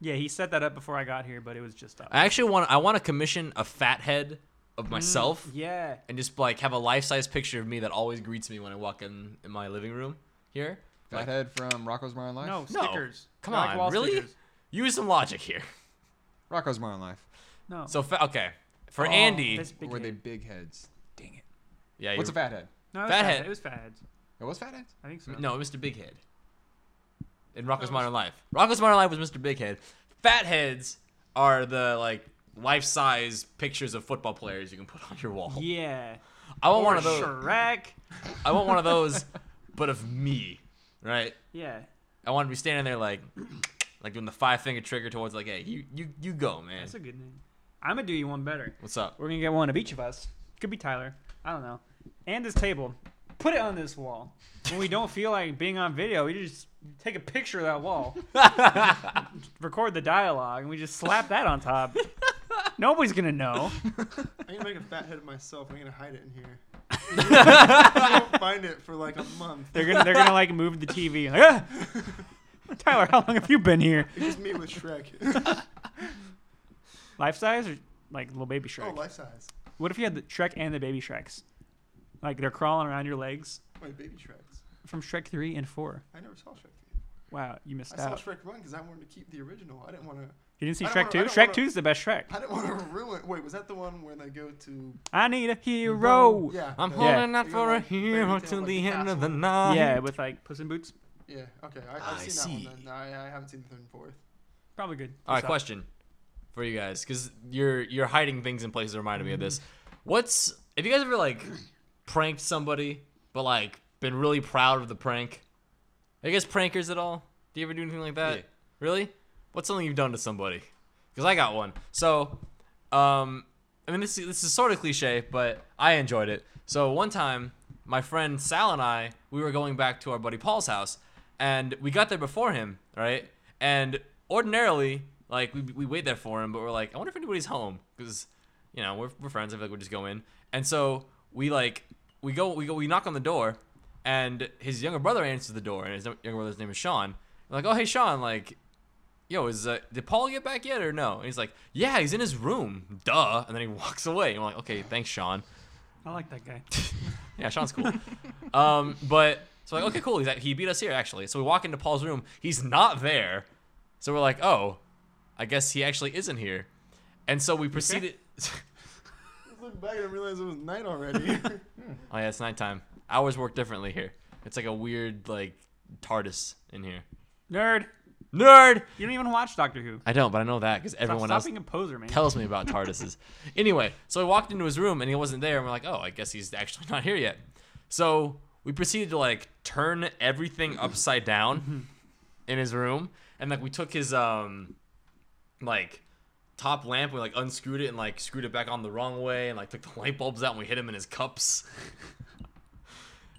Speaker 2: Yeah, he set that up before I got here, but it was just up.
Speaker 1: I actually want I want to commission a fat head of myself
Speaker 2: Mm, Yeah.
Speaker 1: and just like have a life-size picture of me that always greets me when I walk in in my living room here. Like,
Speaker 4: Fathead from Rocco's Modern Life.
Speaker 2: No
Speaker 1: No.
Speaker 2: stickers.
Speaker 1: Come
Speaker 2: I like
Speaker 1: on,
Speaker 2: wall
Speaker 1: really?
Speaker 2: stickers.
Speaker 1: use some logic here.
Speaker 4: Rocco's Modern Life.
Speaker 2: No.
Speaker 1: So fa- okay, for
Speaker 2: Oh,
Speaker 1: Andy,
Speaker 2: that's big
Speaker 4: Were they
Speaker 2: head.
Speaker 4: big heads? Dang it.
Speaker 1: yeah,
Speaker 4: What's a
Speaker 1: you're-
Speaker 4: fathead?
Speaker 2: No, it was
Speaker 1: Fat
Speaker 2: fat
Speaker 1: head.
Speaker 2: head. It was fat heads.
Speaker 4: It was fathead.
Speaker 2: I think so.
Speaker 1: No, Mr. Big Head. In Rocko's Modern Life. Rocko's Modern Life was Mr. Big Head. Fat heads are the like life-size pictures of football players you can put on your wall.
Speaker 2: Yeah.
Speaker 1: I want
Speaker 2: Or
Speaker 1: one of those.
Speaker 2: Shrek.
Speaker 1: I want one of those, but of me, right?
Speaker 2: Yeah.
Speaker 1: I want to be standing there like, like doing the five-finger trigger towards like, hey, you you you go, man.
Speaker 2: That's a good name. I'm gonna do you one better.
Speaker 1: What's up?
Speaker 2: We're gonna get one of each of us. Could be Tyler. I don't know. And this table. Put it on this wall. When we don't feel like being on video, we just take a picture of that wall, record the dialogue, and we just slap that on top. Nobody's gonna know.
Speaker 3: I'm gonna make a fat head of myself. I'm gonna hide it in here. I won't find it for like a month.
Speaker 2: They're gonna they're gonna like move the TV. Like, "Ah! Tyler, how long have you been here?
Speaker 3: It's just me with Shrek.
Speaker 2: Life size or like little baby
Speaker 3: oh,
Speaker 2: Shrek?
Speaker 3: life size.
Speaker 2: what if you had the Shrek and the baby Shreks? Like they're crawling around your legs
Speaker 3: Wait, baby Shreks.
Speaker 2: from Shrek three and four.
Speaker 3: I never saw Shrek.
Speaker 2: Wow, you missed
Speaker 3: 3. I saw
Speaker 2: out.
Speaker 3: Shrek one because I wanted to keep the original. I didn't want to.
Speaker 2: You didn't see
Speaker 3: I don't
Speaker 2: Shrek
Speaker 3: wanna- I
Speaker 2: two.
Speaker 3: don't
Speaker 2: Shrek
Speaker 3: wanna-
Speaker 2: two is the best Shrek.
Speaker 3: I didn't want to ruin. Wait, was that the one where they go to?
Speaker 2: I need a hero. Yeah,
Speaker 3: Yeah.
Speaker 1: I'm
Speaker 3: the-
Speaker 2: Yeah.
Speaker 1: holding out
Speaker 3: You're
Speaker 1: for a
Speaker 3: like
Speaker 1: hero
Speaker 3: fairy tale,
Speaker 1: till
Speaker 3: like
Speaker 1: the
Speaker 3: the
Speaker 1: end of the
Speaker 3: castle.
Speaker 1: night.
Speaker 2: with like Puss in Boots.
Speaker 3: Yeah. Okay. I, I've
Speaker 1: I
Speaker 3: seen
Speaker 1: see.
Speaker 3: that one. Then. No, I, I haven't seen the third and fourth.
Speaker 2: Probably good.
Speaker 1: All right,
Speaker 2: What's up?
Speaker 1: question for you guys, because you're you're hiding things in places that reminded me of this.
Speaker 2: Mm-hmm.
Speaker 1: What's have you guys ever like pranked somebody, but like been really proud of the prank? Are you guys prankers at all? Do you ever do anything like that?
Speaker 4: Yeah.
Speaker 1: Really? What's something you've done to somebody? Because I got one. So, um, I mean this this is sort of cliche, but I enjoyed it. So one time, my friend Sal and I we were going back to our buddy Paul's house, and we got there before him, right? And ordinarily, like we we wait there for him, but we're like, I wonder if anybody's home, because you know we're we're friends. I feel like we just go in, and so we like we go we go we knock on the door, and his younger brother answers the door, and his younger brother's name is Sean. We're like, oh hey Sean, like yo, is uh, did Paul get back yet or no? And he's like, yeah, he's in his room, duh. And then he walks away. And I'm like, okay, thanks, Sean.
Speaker 2: I like that guy.
Speaker 1: Yeah, Sean's cool. um, but so like, okay, cool. He's at, he beat us here actually. So we walk into Paul's room. He's not there. So we're like, oh, I guess he actually isn't here. And so we proceeded.
Speaker 3: looked back and realized it was night already.
Speaker 1: Oh yeah, it's nighttime. Hours work differently here. It's like a weird like TARDIS in here.
Speaker 2: Nerd,
Speaker 1: Nerd.
Speaker 2: you don't even watch Doctor Who.
Speaker 1: I don't, but I know that because everyone
Speaker 2: Stop
Speaker 1: else
Speaker 2: being a poser, man.
Speaker 1: tells me about TARDISes. anyway, so I walked into his room and he wasn't there, and we're like, oh, I guess he's actually not here yet. So we proceeded to like turn everything upside down in his room, and like we took his um like top lamp, we like unscrewed it and like screwed it back on the wrong way, and like took the light bulbs out and we hit him in his cups.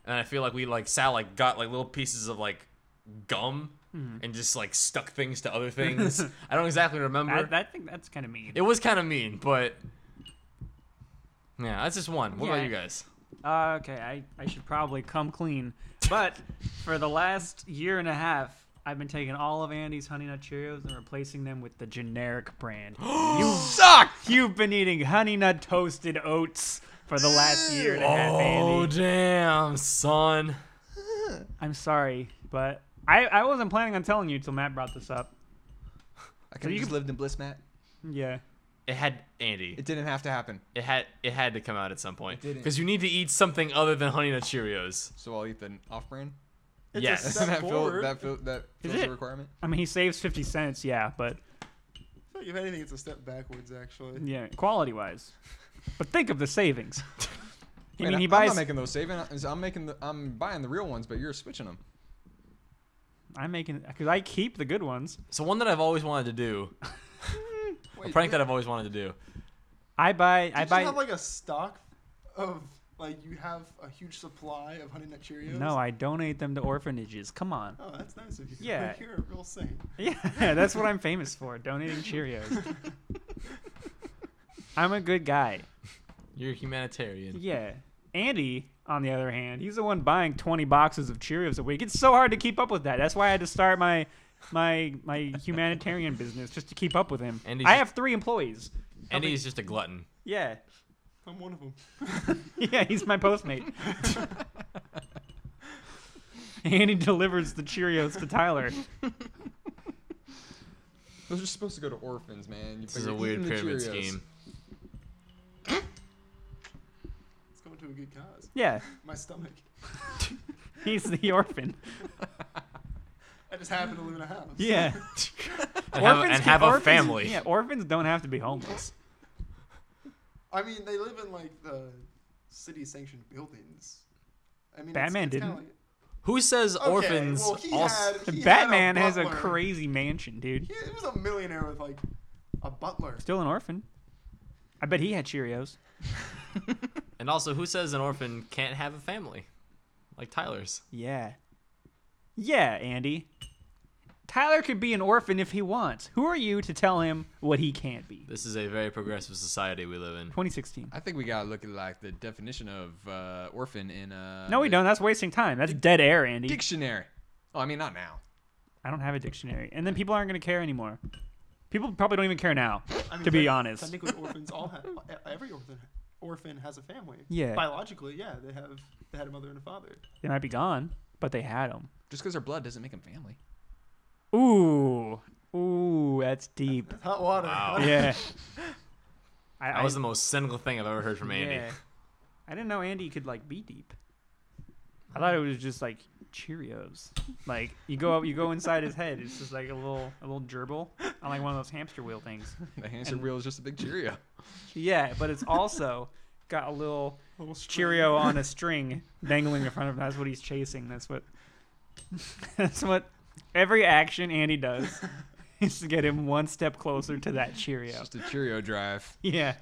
Speaker 1: and I feel like we like Sal like got like little pieces of like gum. And just like stuck things to other things. I don't exactly remember.
Speaker 2: I, I think that's kind of mean.
Speaker 1: It was kind of mean, but yeah, that's just one. What
Speaker 2: Yeah.
Speaker 1: about you guys?
Speaker 2: Uh, okay, I, I should probably come clean. But for the last year and a half, I've been taking all of Andy's Honey Nut Cheerios and replacing them with the generic brand. you suck! You've been eating Honey Nut Toasted Oats for the last year and a half, Andy.
Speaker 1: Oh, damn, son!
Speaker 2: I'm sorry, but I, I wasn't planning on telling you till Matt brought this up.
Speaker 4: I could
Speaker 2: you
Speaker 4: have just
Speaker 2: can-
Speaker 4: lived in bliss, Matt.
Speaker 2: Yeah.
Speaker 1: It had Andy.
Speaker 4: It didn't have to happen,
Speaker 1: It had it had to come out at some point
Speaker 4: It didn't.
Speaker 1: because you need to eat something other than Honey Nut Cheerios.
Speaker 4: so I'll eat the off-brand.
Speaker 3: It's
Speaker 1: Yes.
Speaker 3: a
Speaker 4: Doesn't
Speaker 3: step
Speaker 4: that fill
Speaker 3: forward.
Speaker 4: that fill, that fills
Speaker 2: it?
Speaker 4: the requirement?
Speaker 2: I mean, he saves 50 cents, yeah, but
Speaker 3: I feel like if anything, it's a step backwards, actually.
Speaker 1: Hmm.
Speaker 2: yeah, quality wise. But think of the savings. I
Speaker 4: Wait,
Speaker 2: mean, he
Speaker 4: I'm
Speaker 2: buys.
Speaker 4: not making those saving. I'm making the. I'm buying the real ones, but you're switching them.
Speaker 2: I'm making because I keep the good ones.
Speaker 1: So one that I've always wanted to do, a prank that I've always wanted to do.
Speaker 2: I buy.
Speaker 3: Do
Speaker 2: I
Speaker 3: you
Speaker 2: buy.
Speaker 3: just have like a stock of like you have a huge supply of Honey Nut Cheerios?
Speaker 2: No, I donate them to orphanages. Come on.
Speaker 3: Oh, that's nice of you.
Speaker 2: Yeah.
Speaker 3: You're a real saint.
Speaker 2: Yeah, that's what I'm famous for, donating Cheerios. I'm a good guy.
Speaker 1: You're a humanitarian.
Speaker 2: Yeah. Andy, on the other hand, he's the one buying 20 boxes of Cheerios a week. It's so hard to keep up with that. That's why I had to start my my my humanitarian business just to keep up with him.
Speaker 1: Andy's
Speaker 2: I
Speaker 1: just-
Speaker 2: have 3 employees.
Speaker 1: Andy is just a glutton.
Speaker 2: Yeah.
Speaker 3: I'm one of them.
Speaker 2: Yeah, he's my postmate. Andy delivers the Cheerios to Tyler.
Speaker 4: Those are supposed to go to orphans, man. You
Speaker 1: This is a weird pyramid scheme.
Speaker 3: It's going to a good cause.
Speaker 2: Yeah,
Speaker 3: My stomach.
Speaker 2: he's the orphan.
Speaker 3: I just happen to live in a house.
Speaker 2: Yeah.
Speaker 1: And have,
Speaker 2: Orphans
Speaker 1: and
Speaker 2: can-
Speaker 1: have a
Speaker 2: orphans-
Speaker 1: family.
Speaker 2: Yeah, orphans don't have to be homeless.
Speaker 3: I mean, they live in like the city sanctioned buildings. I mean,
Speaker 2: Batman
Speaker 3: it's, it's kinda
Speaker 2: didn't.
Speaker 1: Who says
Speaker 3: Like, okay,
Speaker 1: orphans?
Speaker 3: Well, he
Speaker 1: also,
Speaker 3: had, he
Speaker 2: Batman
Speaker 3: had
Speaker 2: has a
Speaker 3: butler.
Speaker 2: crazy mansion, dude.
Speaker 3: He, he was a millionaire with like a butler.
Speaker 2: Still an orphan. I bet he had Cheerios.
Speaker 1: and also, who says an orphan can't have a family, like Tyler's?
Speaker 2: Yeah. Yeah, Andy. Tyler could be an orphan if he wants. Who are you to tell him what he can't be?
Speaker 1: This is a very progressive society we live in.
Speaker 2: 2016.
Speaker 4: I think we gotta look at like the definition of uh, orphan in uh
Speaker 2: No, we
Speaker 4: the
Speaker 2: don't. That's wasting time. That's dead air, Andy.
Speaker 4: Dictionary. Oh, I mean not now.
Speaker 2: I don't have a dictionary. And then people aren't going to care anymore. People probably don't even care now,
Speaker 3: I mean,
Speaker 2: to be
Speaker 3: tec-
Speaker 2: honest.
Speaker 3: Technically, orphans all have every orphan orphan has a family.
Speaker 2: Yeah.
Speaker 3: Biologically, yeah, they have they had a mother and a father.
Speaker 2: They might be gone, but they had them.
Speaker 4: Just because they're blood doesn't make them family.
Speaker 2: Ooh, ooh, that's deep.
Speaker 3: That's hot water.
Speaker 1: Wow.
Speaker 2: Yeah. I,
Speaker 1: That was the most cynical thing I've ever heard from Andy.
Speaker 2: yeah. I didn't know Andy could like be deep. I thought it was just like Cheerios. Like you go up, you go inside his head. It's just like a little, a little gerbil on like one of those hamster wheel things.
Speaker 4: The hamster
Speaker 2: And-
Speaker 4: wheel is just a big Cheerio.
Speaker 2: Yeah, but it's also got a little
Speaker 3: Little string.
Speaker 2: Cheerio on a string dangling in front of him. That's what he's chasing. That's what. That's what every action Andy does is to get him one step closer to that
Speaker 4: It's
Speaker 2: Cheerio.
Speaker 4: just a Cheerio drive.
Speaker 2: Yeah.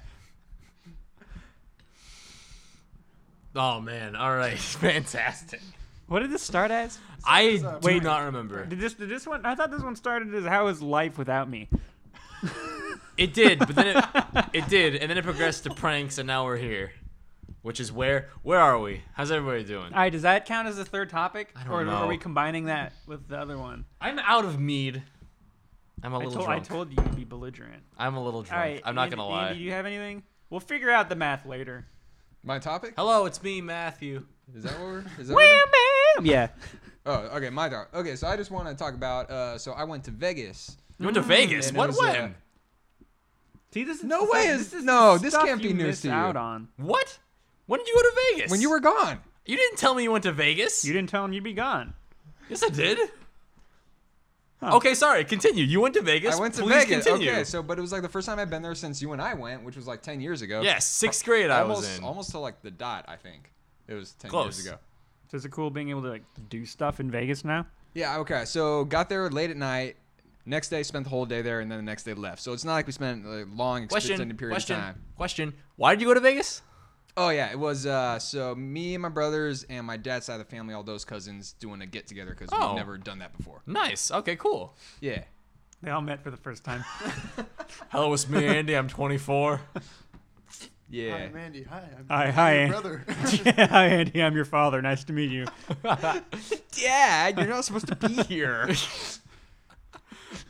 Speaker 1: Oh man! All right, fantastic.
Speaker 2: What did this start as?
Speaker 1: I
Speaker 3: uh,
Speaker 1: do
Speaker 3: Wait.
Speaker 1: not remember.
Speaker 2: Did this did this one? I thought this one started as "How is life without me?"
Speaker 1: It did, but then it, it did, and then it progressed to pranks, and now we're here, which is where where are we? How's everybody doing?
Speaker 2: All right, does that count as the third topic,
Speaker 1: I don't
Speaker 2: or are
Speaker 1: know.
Speaker 2: we combining that with the other one?
Speaker 1: I'm out of mead. I'm a
Speaker 2: I
Speaker 1: little
Speaker 2: told, I
Speaker 1: drunk.
Speaker 2: told you you'd be belligerent.
Speaker 1: I'm a little drunk.
Speaker 2: All right,
Speaker 1: I'm not
Speaker 2: Andy-
Speaker 1: gonna lie.
Speaker 2: Andy, do you have anything? We'll figure out the math later.
Speaker 4: My topic?
Speaker 1: Hello, it's me, Matthew.
Speaker 4: Is that what we're is that what we're-
Speaker 2: Yeah.
Speaker 4: Oh, okay, my topic. Okay, so I just wanna talk about uh so I went to Vegas.
Speaker 2: Mm,
Speaker 1: You went to Vegas.
Speaker 4: And it uh,
Speaker 1: What
Speaker 4: was,
Speaker 1: when?
Speaker 4: uh,
Speaker 2: See, this is
Speaker 4: No
Speaker 2: this
Speaker 4: way
Speaker 2: Is,
Speaker 4: is-
Speaker 2: this is
Speaker 4: no,
Speaker 2: the
Speaker 4: this
Speaker 2: stuff
Speaker 4: can't be
Speaker 2: you
Speaker 4: news
Speaker 2: miss
Speaker 4: to you.
Speaker 2: Out on.
Speaker 1: What? When did you go to Vegas?
Speaker 4: When you were gone.
Speaker 1: You didn't tell me you went to Vegas.
Speaker 2: You didn't tell him you'd be gone.
Speaker 1: yes, I did.
Speaker 2: Huh.
Speaker 1: Okay, sorry. Continue. You went to Vegas.
Speaker 4: I went to
Speaker 1: Please
Speaker 4: Vegas.
Speaker 1: Continue.
Speaker 4: Okay, so but it was like the first time I've been there since you and I went, which was like ten years ago.
Speaker 1: yes, sixth grade I
Speaker 4: almost
Speaker 1: was in.
Speaker 4: almost to like the dot. I think it was ten
Speaker 1: Close.
Speaker 4: years ago.
Speaker 2: So is it cool being able to like do stuff in Vegas now?
Speaker 4: Yeah. Okay. So got there late at night. Next day, spent the whole day there, and then the next day left. So it's not like we spent a long
Speaker 1: question.
Speaker 4: extended period
Speaker 1: Question.
Speaker 4: of time.
Speaker 1: Question. Why did you go to Vegas?
Speaker 4: Oh yeah, it was. Uh, so me and my brothers and my dad's side of the family, all those cousins, doing a get together because
Speaker 1: Oh.
Speaker 4: we've never done that before.
Speaker 1: Nice. Okay, cool.
Speaker 4: Yeah.
Speaker 2: They all met for the first time.
Speaker 1: Hello, it's me, Andy. I'm 24.
Speaker 4: Yeah.
Speaker 3: Hi, I'm Andy. Hi, I'm
Speaker 2: Hi,
Speaker 3: I'm
Speaker 2: hi,
Speaker 3: your
Speaker 2: An-
Speaker 3: brother.
Speaker 2: Hi, Andy. I'm your father. Nice to meet you.
Speaker 4: Dad, you're not supposed to be here.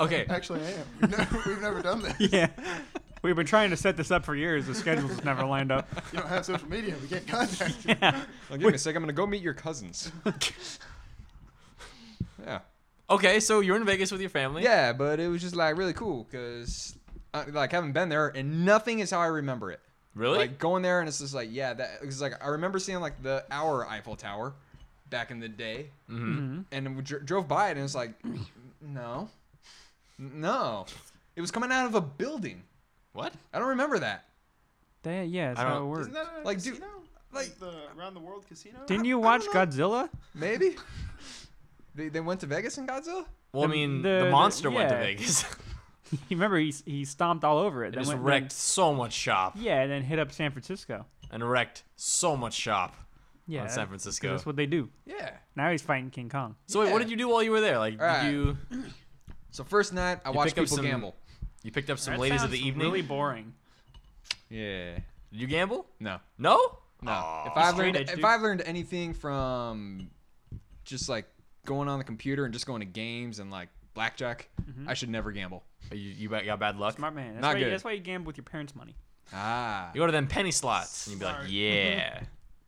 Speaker 1: Okay.
Speaker 3: Actually, I am. We've never, we've never done this.
Speaker 2: Yeah. We've been trying to set this up for years. The schedules just never lined up.
Speaker 3: You don't have social media. We can't contact you.
Speaker 2: Yeah.
Speaker 4: Well, give me a sec. I'm gonna go meet your cousins. yeah.
Speaker 1: Okay, so you're in Vegas with your family.
Speaker 4: Yeah, but it was just like really cool because like I haven't been there and nothing is how I remember it.
Speaker 1: Really?
Speaker 4: Like going there and it's just like yeah, that because like I remember seeing like the our Eiffel Tower back in the day, mm-hmm. and we dr- drove by it and it's like no, no, it was coming out of a building.
Speaker 1: what?
Speaker 4: I don't remember that.
Speaker 2: They, yeah, that's
Speaker 1: I
Speaker 2: how
Speaker 1: don't-
Speaker 2: it works.
Speaker 3: Isn't that a
Speaker 4: Like, dude,
Speaker 3: casino?
Speaker 4: like-
Speaker 3: the around the world casino?
Speaker 2: Didn't you
Speaker 4: I
Speaker 2: watch
Speaker 4: don't
Speaker 2: Godzilla?
Speaker 4: Maybe they they went to Vegas in Godzilla.
Speaker 1: Well, I
Speaker 2: The-
Speaker 1: mean,
Speaker 2: the-
Speaker 1: the,
Speaker 2: the-
Speaker 1: monster went to
Speaker 2: yeah.
Speaker 1: Vegas.
Speaker 2: You remember he, he stomped all over it.
Speaker 1: it
Speaker 2: then
Speaker 1: just
Speaker 2: went-
Speaker 1: wrecked so much shop
Speaker 2: then- yeah, and then hit up San Francisco.
Speaker 1: and wrecked so much shop.
Speaker 2: Yeah,
Speaker 1: On San
Speaker 2: 'cause
Speaker 1: Francisco.
Speaker 2: That's what they do.
Speaker 4: Yeah.
Speaker 2: Now he's fighting King Kong.
Speaker 1: So wait, what
Speaker 4: Yeah.
Speaker 1: did you do while you were there? Like,
Speaker 4: All right.
Speaker 1: did you
Speaker 4: So first night I
Speaker 1: You
Speaker 4: watched
Speaker 1: pick up
Speaker 4: people
Speaker 1: some-
Speaker 4: gamble.
Speaker 1: you picked up some
Speaker 2: That
Speaker 1: ladies of
Speaker 2: sounds
Speaker 1: the evening?
Speaker 2: Really boring.
Speaker 4: Yeah.
Speaker 1: Did you gamble?
Speaker 4: No.
Speaker 1: No.
Speaker 4: No.
Speaker 1: Aw.
Speaker 4: if I've
Speaker 2: Straight
Speaker 4: learned
Speaker 2: edge,
Speaker 4: if
Speaker 2: dude.
Speaker 4: I've learned anything from just like going on the computer and just going to games and like blackjack, I should never gamble.
Speaker 1: you, you ba- got bad luck.
Speaker 2: Smart man. That's,
Speaker 4: Not
Speaker 2: why,
Speaker 4: good.
Speaker 2: that's why you gamble with your parents' money.
Speaker 4: Ah.
Speaker 1: You go to them penny slots and you'd be
Speaker 3: Smart.
Speaker 1: like, yeah,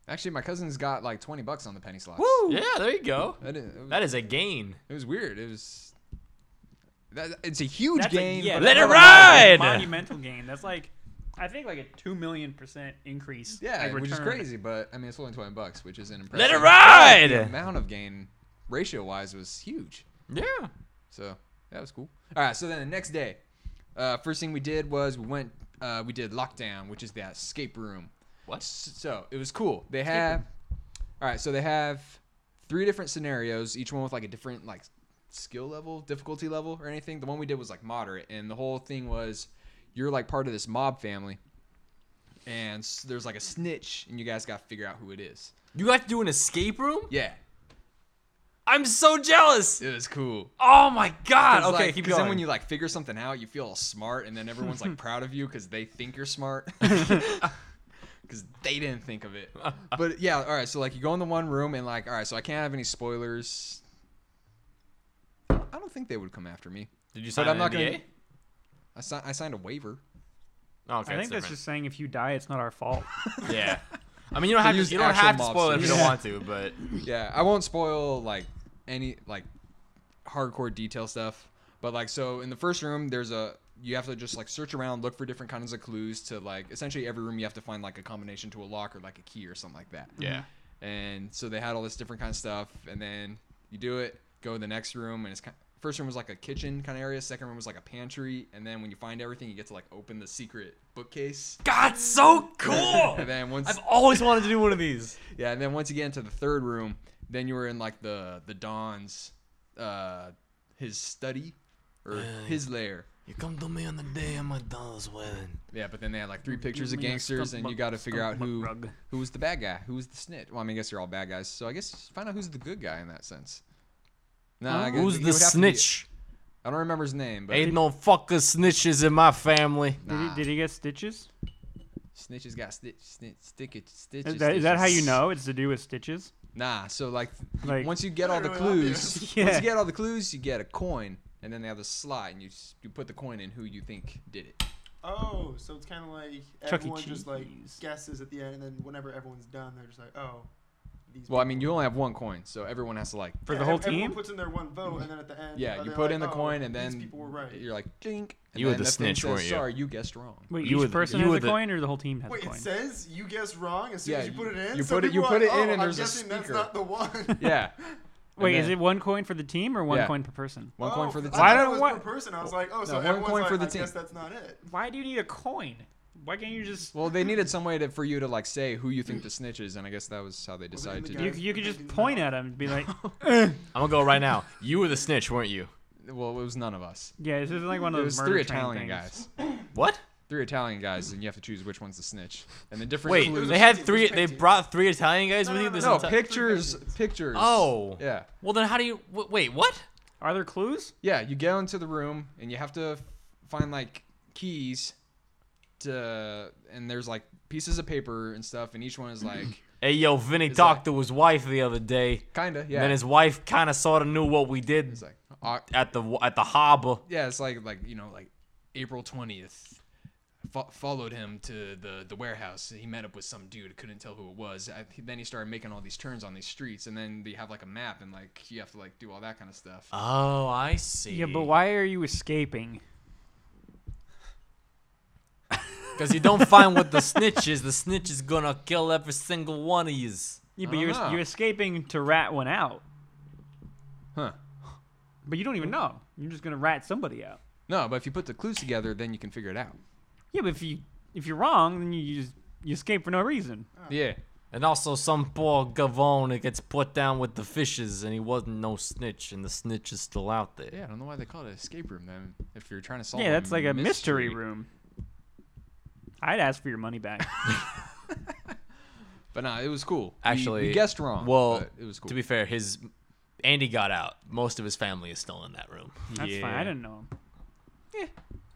Speaker 4: Actually, my cousin's got like 20 bucks on the penny slots.
Speaker 1: yeah, there you go.
Speaker 4: That is, it, was,
Speaker 1: That is a gain.
Speaker 4: it was weird. It was that, it's a huge
Speaker 2: That's a-
Speaker 4: game.
Speaker 2: yeah,
Speaker 4: but
Speaker 1: Let
Speaker 4: it's
Speaker 1: it
Speaker 4: not a
Speaker 1: ride!
Speaker 4: lot.
Speaker 1: Good.
Speaker 2: Monumental gain. That's like, I think like a two million percent increase.
Speaker 4: Yeah,
Speaker 2: like
Speaker 4: which is
Speaker 2: return.
Speaker 4: crazy, but I mean it's only 20 bucks, which is an
Speaker 1: Let
Speaker 4: impressive.
Speaker 1: it
Speaker 4: The
Speaker 1: ride.
Speaker 4: amount of gain ratio wise was huge.
Speaker 1: Yeah.
Speaker 4: So that was cool. All right. So then the next day, uh, first thing we did was we went. Uh, we did lockdown, which is that escape room.
Speaker 1: What?
Speaker 4: S- So it was cool. They have. All right. So they have three different scenarios, each one with like a different like skill level, difficulty level, or anything. The one we did was like moderate, and the whole thing was you're like part of this mob family, and s- there's like a snitch, and you guys got to figure out who it is.
Speaker 1: You got to do an escape room?
Speaker 4: Yeah,
Speaker 1: I'm so jealous.
Speaker 4: it was cool.
Speaker 1: Oh my god.
Speaker 4: 'Cause,
Speaker 1: Okay,
Speaker 4: like,
Speaker 1: keep
Speaker 4: 'cause
Speaker 1: going.
Speaker 4: Then when you like figure something out, you feel all smart, and then everyone's like proud of you because they think you're smart. Because they didn't think of it. But yeah, all right. So like you go in the one room and like all right. So I can't have any spoilers. I don't think they would come after me.
Speaker 1: Did you sign
Speaker 4: But I'm
Speaker 1: an
Speaker 4: not gonna-
Speaker 1: NDA?
Speaker 4: I, si- I signed a waiver.
Speaker 1: Oh, okay,
Speaker 2: I think that's
Speaker 1: different.
Speaker 2: just saying if you die, it's not our fault.
Speaker 1: yeah. I mean, you don't have to,
Speaker 4: use
Speaker 1: you don't
Speaker 4: actual
Speaker 1: have to
Speaker 4: mobs
Speaker 1: spoil
Speaker 4: to
Speaker 1: it if you
Speaker 4: use.
Speaker 1: don't want to, but
Speaker 4: Yeah, I won't spoil like any like hardcore detail stuff. But like so in the first room there's a you have to just like search around, look for different kinds of clues to like essentially every room you have to find like a combination to a lock or like a key or something like that.
Speaker 1: yeah.
Speaker 4: And so they had all this different kind of stuff and then you do it, go to the next room and it's kind first room was like a kitchen kind of area, second room was like a pantry, and then when you find everything you get to like open the secret bookcase.
Speaker 1: God, so cool.
Speaker 4: And then once
Speaker 1: I've always wanted to do one of these.
Speaker 4: Yeah, and then once you get into the third room, then you were in like the the Don's, uh, his study, or his lair.
Speaker 1: You come to me on the day of my daughter's wedding.
Speaker 4: Yeah, but then they had like three pictures of
Speaker 2: me a
Speaker 4: gangsters,
Speaker 2: skunk
Speaker 4: and you
Speaker 2: bug-
Speaker 4: got to figure out
Speaker 2: skunk bug
Speaker 4: who
Speaker 2: rug.
Speaker 4: who was the bad guy, who was the snitch. Well, I mean, I guess you're all bad guys, so I guess find out who's the good guy in that sense. No, I guess
Speaker 1: Who's
Speaker 4: he
Speaker 1: the
Speaker 4: would have to be-
Speaker 1: snitch?
Speaker 4: I don't remember his name, but
Speaker 1: Ain't no fucker snitches in my family.
Speaker 2: Did,
Speaker 4: Nah.
Speaker 2: he, did he get stitches?
Speaker 4: snitches got stitch, snitch, stick it, stitches.
Speaker 2: Is that, is that how you
Speaker 4: stitches.
Speaker 2: know it's to do with stitches?
Speaker 4: Nah, so like,
Speaker 2: Like-
Speaker 4: once you get all the
Speaker 3: Really obvious.
Speaker 4: clues, once
Speaker 2: Yeah.
Speaker 4: you get all the clues, you get a coin, and then they have a slot, and you s- you put the coin in who you think did it.
Speaker 3: Oh, so it's kind of like
Speaker 2: Chuck E.
Speaker 3: everyone just like
Speaker 2: Cheese.
Speaker 3: guesses at the end, and then whenever everyone's done, they're just like, oh,
Speaker 6: these.
Speaker 4: Well, I
Speaker 6: people.
Speaker 4: mean, you only have one coin, so everyone has to like.
Speaker 2: For
Speaker 6: Yeah,
Speaker 2: the whole
Speaker 6: ev- everyone
Speaker 2: team?
Speaker 6: puts in their one vote, and then at the end.
Speaker 4: Yeah,
Speaker 6: are
Speaker 4: you
Speaker 6: they
Speaker 4: put in the
Speaker 6: like,
Speaker 4: coin,
Speaker 6: "Oh,
Speaker 4: and
Speaker 6: these
Speaker 4: then
Speaker 6: people were right.
Speaker 4: you're like, dink. and
Speaker 1: You were
Speaker 4: then
Speaker 1: the
Speaker 4: that thing
Speaker 1: snitch, weren't
Speaker 4: says,
Speaker 1: you?
Speaker 4: Sorry, you guessed wrong.
Speaker 2: Wait,
Speaker 1: You
Speaker 2: each
Speaker 1: were the-
Speaker 2: person
Speaker 1: you
Speaker 2: has
Speaker 1: were
Speaker 2: a
Speaker 1: the-
Speaker 2: coin, or the whole team has
Speaker 6: Wait,
Speaker 2: a
Speaker 6: it
Speaker 2: coin.
Speaker 6: says you guessed wrong as soon
Speaker 4: Yeah,
Speaker 6: as you
Speaker 4: you-
Speaker 6: put it in.
Speaker 4: you
Speaker 6: so
Speaker 4: put it- you
Speaker 6: people are
Speaker 4: put it
Speaker 6: like,
Speaker 4: in
Speaker 6: "Oh,
Speaker 4: and
Speaker 6: I'm
Speaker 4: there's a
Speaker 6: guessing that's
Speaker 4: speaker."
Speaker 6: not the one.
Speaker 4: Yeah, And
Speaker 2: Wait, is
Speaker 4: then-
Speaker 2: it one coin for the team or one
Speaker 4: Yeah.
Speaker 2: coin per person?
Speaker 4: one coin for the
Speaker 6: Oh, I
Speaker 4: team.
Speaker 2: Why
Speaker 6: thought
Speaker 2: don't-
Speaker 6: it was
Speaker 2: why-
Speaker 6: per person? I was like, oh, so
Speaker 4: one
Speaker 6: everyone's
Speaker 4: coin
Speaker 6: like,
Speaker 4: for the
Speaker 6: I
Speaker 4: team.
Speaker 6: guess that's not it.
Speaker 2: Why do you need a coin? Why can't you just
Speaker 4: Well, they needed some way to for you to like say who you think the snitch is, and I guess that was how they
Speaker 6: Was it in
Speaker 4: decided
Speaker 6: the
Speaker 4: to
Speaker 2: you,
Speaker 4: do.
Speaker 6: guys
Speaker 2: you could just
Speaker 6: making
Speaker 2: point at him and be like,
Speaker 1: I'm gonna go right now. You were the snitch, weren't you?
Speaker 4: it. Well, it was none of us.
Speaker 2: yeah, this is like one of
Speaker 4: It
Speaker 2: those
Speaker 4: was
Speaker 2: murder
Speaker 4: three
Speaker 2: train
Speaker 4: Italian
Speaker 2: things.
Speaker 4: guys.
Speaker 1: What?
Speaker 4: Three Italian guys, and you have to choose which one's the snitch. And the different
Speaker 1: Wait,
Speaker 4: clues-
Speaker 1: they had
Speaker 6: painting,
Speaker 1: three.
Speaker 6: it was
Speaker 1: They
Speaker 6: painting.
Speaker 1: brought three Italian guys
Speaker 6: No,
Speaker 1: with
Speaker 6: no,
Speaker 1: you.
Speaker 6: no,
Speaker 1: This
Speaker 6: no.
Speaker 4: no
Speaker 1: enti-
Speaker 4: pictures, pictures.
Speaker 1: Oh.
Speaker 4: yeah,
Speaker 1: Well, then how do you? W- wait, what?
Speaker 2: Are there clues?
Speaker 4: yeah. You go into the room, and you have to f- find like keys to, and there's like pieces of paper and stuff, and each one is like
Speaker 1: Hey, yo, Vinny
Speaker 4: It's
Speaker 1: talked
Speaker 4: like-
Speaker 1: to his wife the other day.
Speaker 4: kinda, yeah.
Speaker 1: And then his wife kind of sort of knew what we did
Speaker 4: it's like au-
Speaker 1: at the at the harbor.
Speaker 4: yeah, it's like like you know like April twentieth. Fo- followed him to the the warehouse. He met up with some dude. Couldn't tell who it was. I, then he started making all these turns on these streets, and then they have like a map, and like you have to like do all that kind of stuff.
Speaker 1: Oh, I see.
Speaker 2: Yeah, but why are you escaping?
Speaker 1: Because you don't find what the snitch is. The snitch is gonna kill every single one of yous.
Speaker 2: Yeah,
Speaker 4: I
Speaker 2: but
Speaker 4: don't
Speaker 2: you're
Speaker 4: know.
Speaker 2: you're escaping to rat one out,
Speaker 4: Huh?
Speaker 2: but you don't
Speaker 4: Mm.
Speaker 2: even know. You're just gonna rat somebody out.
Speaker 4: No, but if you put the clues together, then you can figure it out.
Speaker 2: Yeah, but if you if you're wrong, then you, you just you escape for no reason.
Speaker 1: Oh.
Speaker 4: Yeah.
Speaker 1: And also, some poor Gavone that gets put down with the fishes, and he wasn't no snitch, and the snitch is still out there.
Speaker 4: Yeah, I don't know why they call it an escape room then. If you're trying to solve
Speaker 2: Yeah, that's like a mystery room. I'd ask for your money back.
Speaker 4: But nah, it was cool. We-
Speaker 1: Actually,
Speaker 4: we, guessed wrong.
Speaker 1: Well,
Speaker 4: but it was cool.
Speaker 1: To be fair, his Andy got out. Most of his family is still in that room.
Speaker 2: That's fine. I didn't know him.
Speaker 6: Is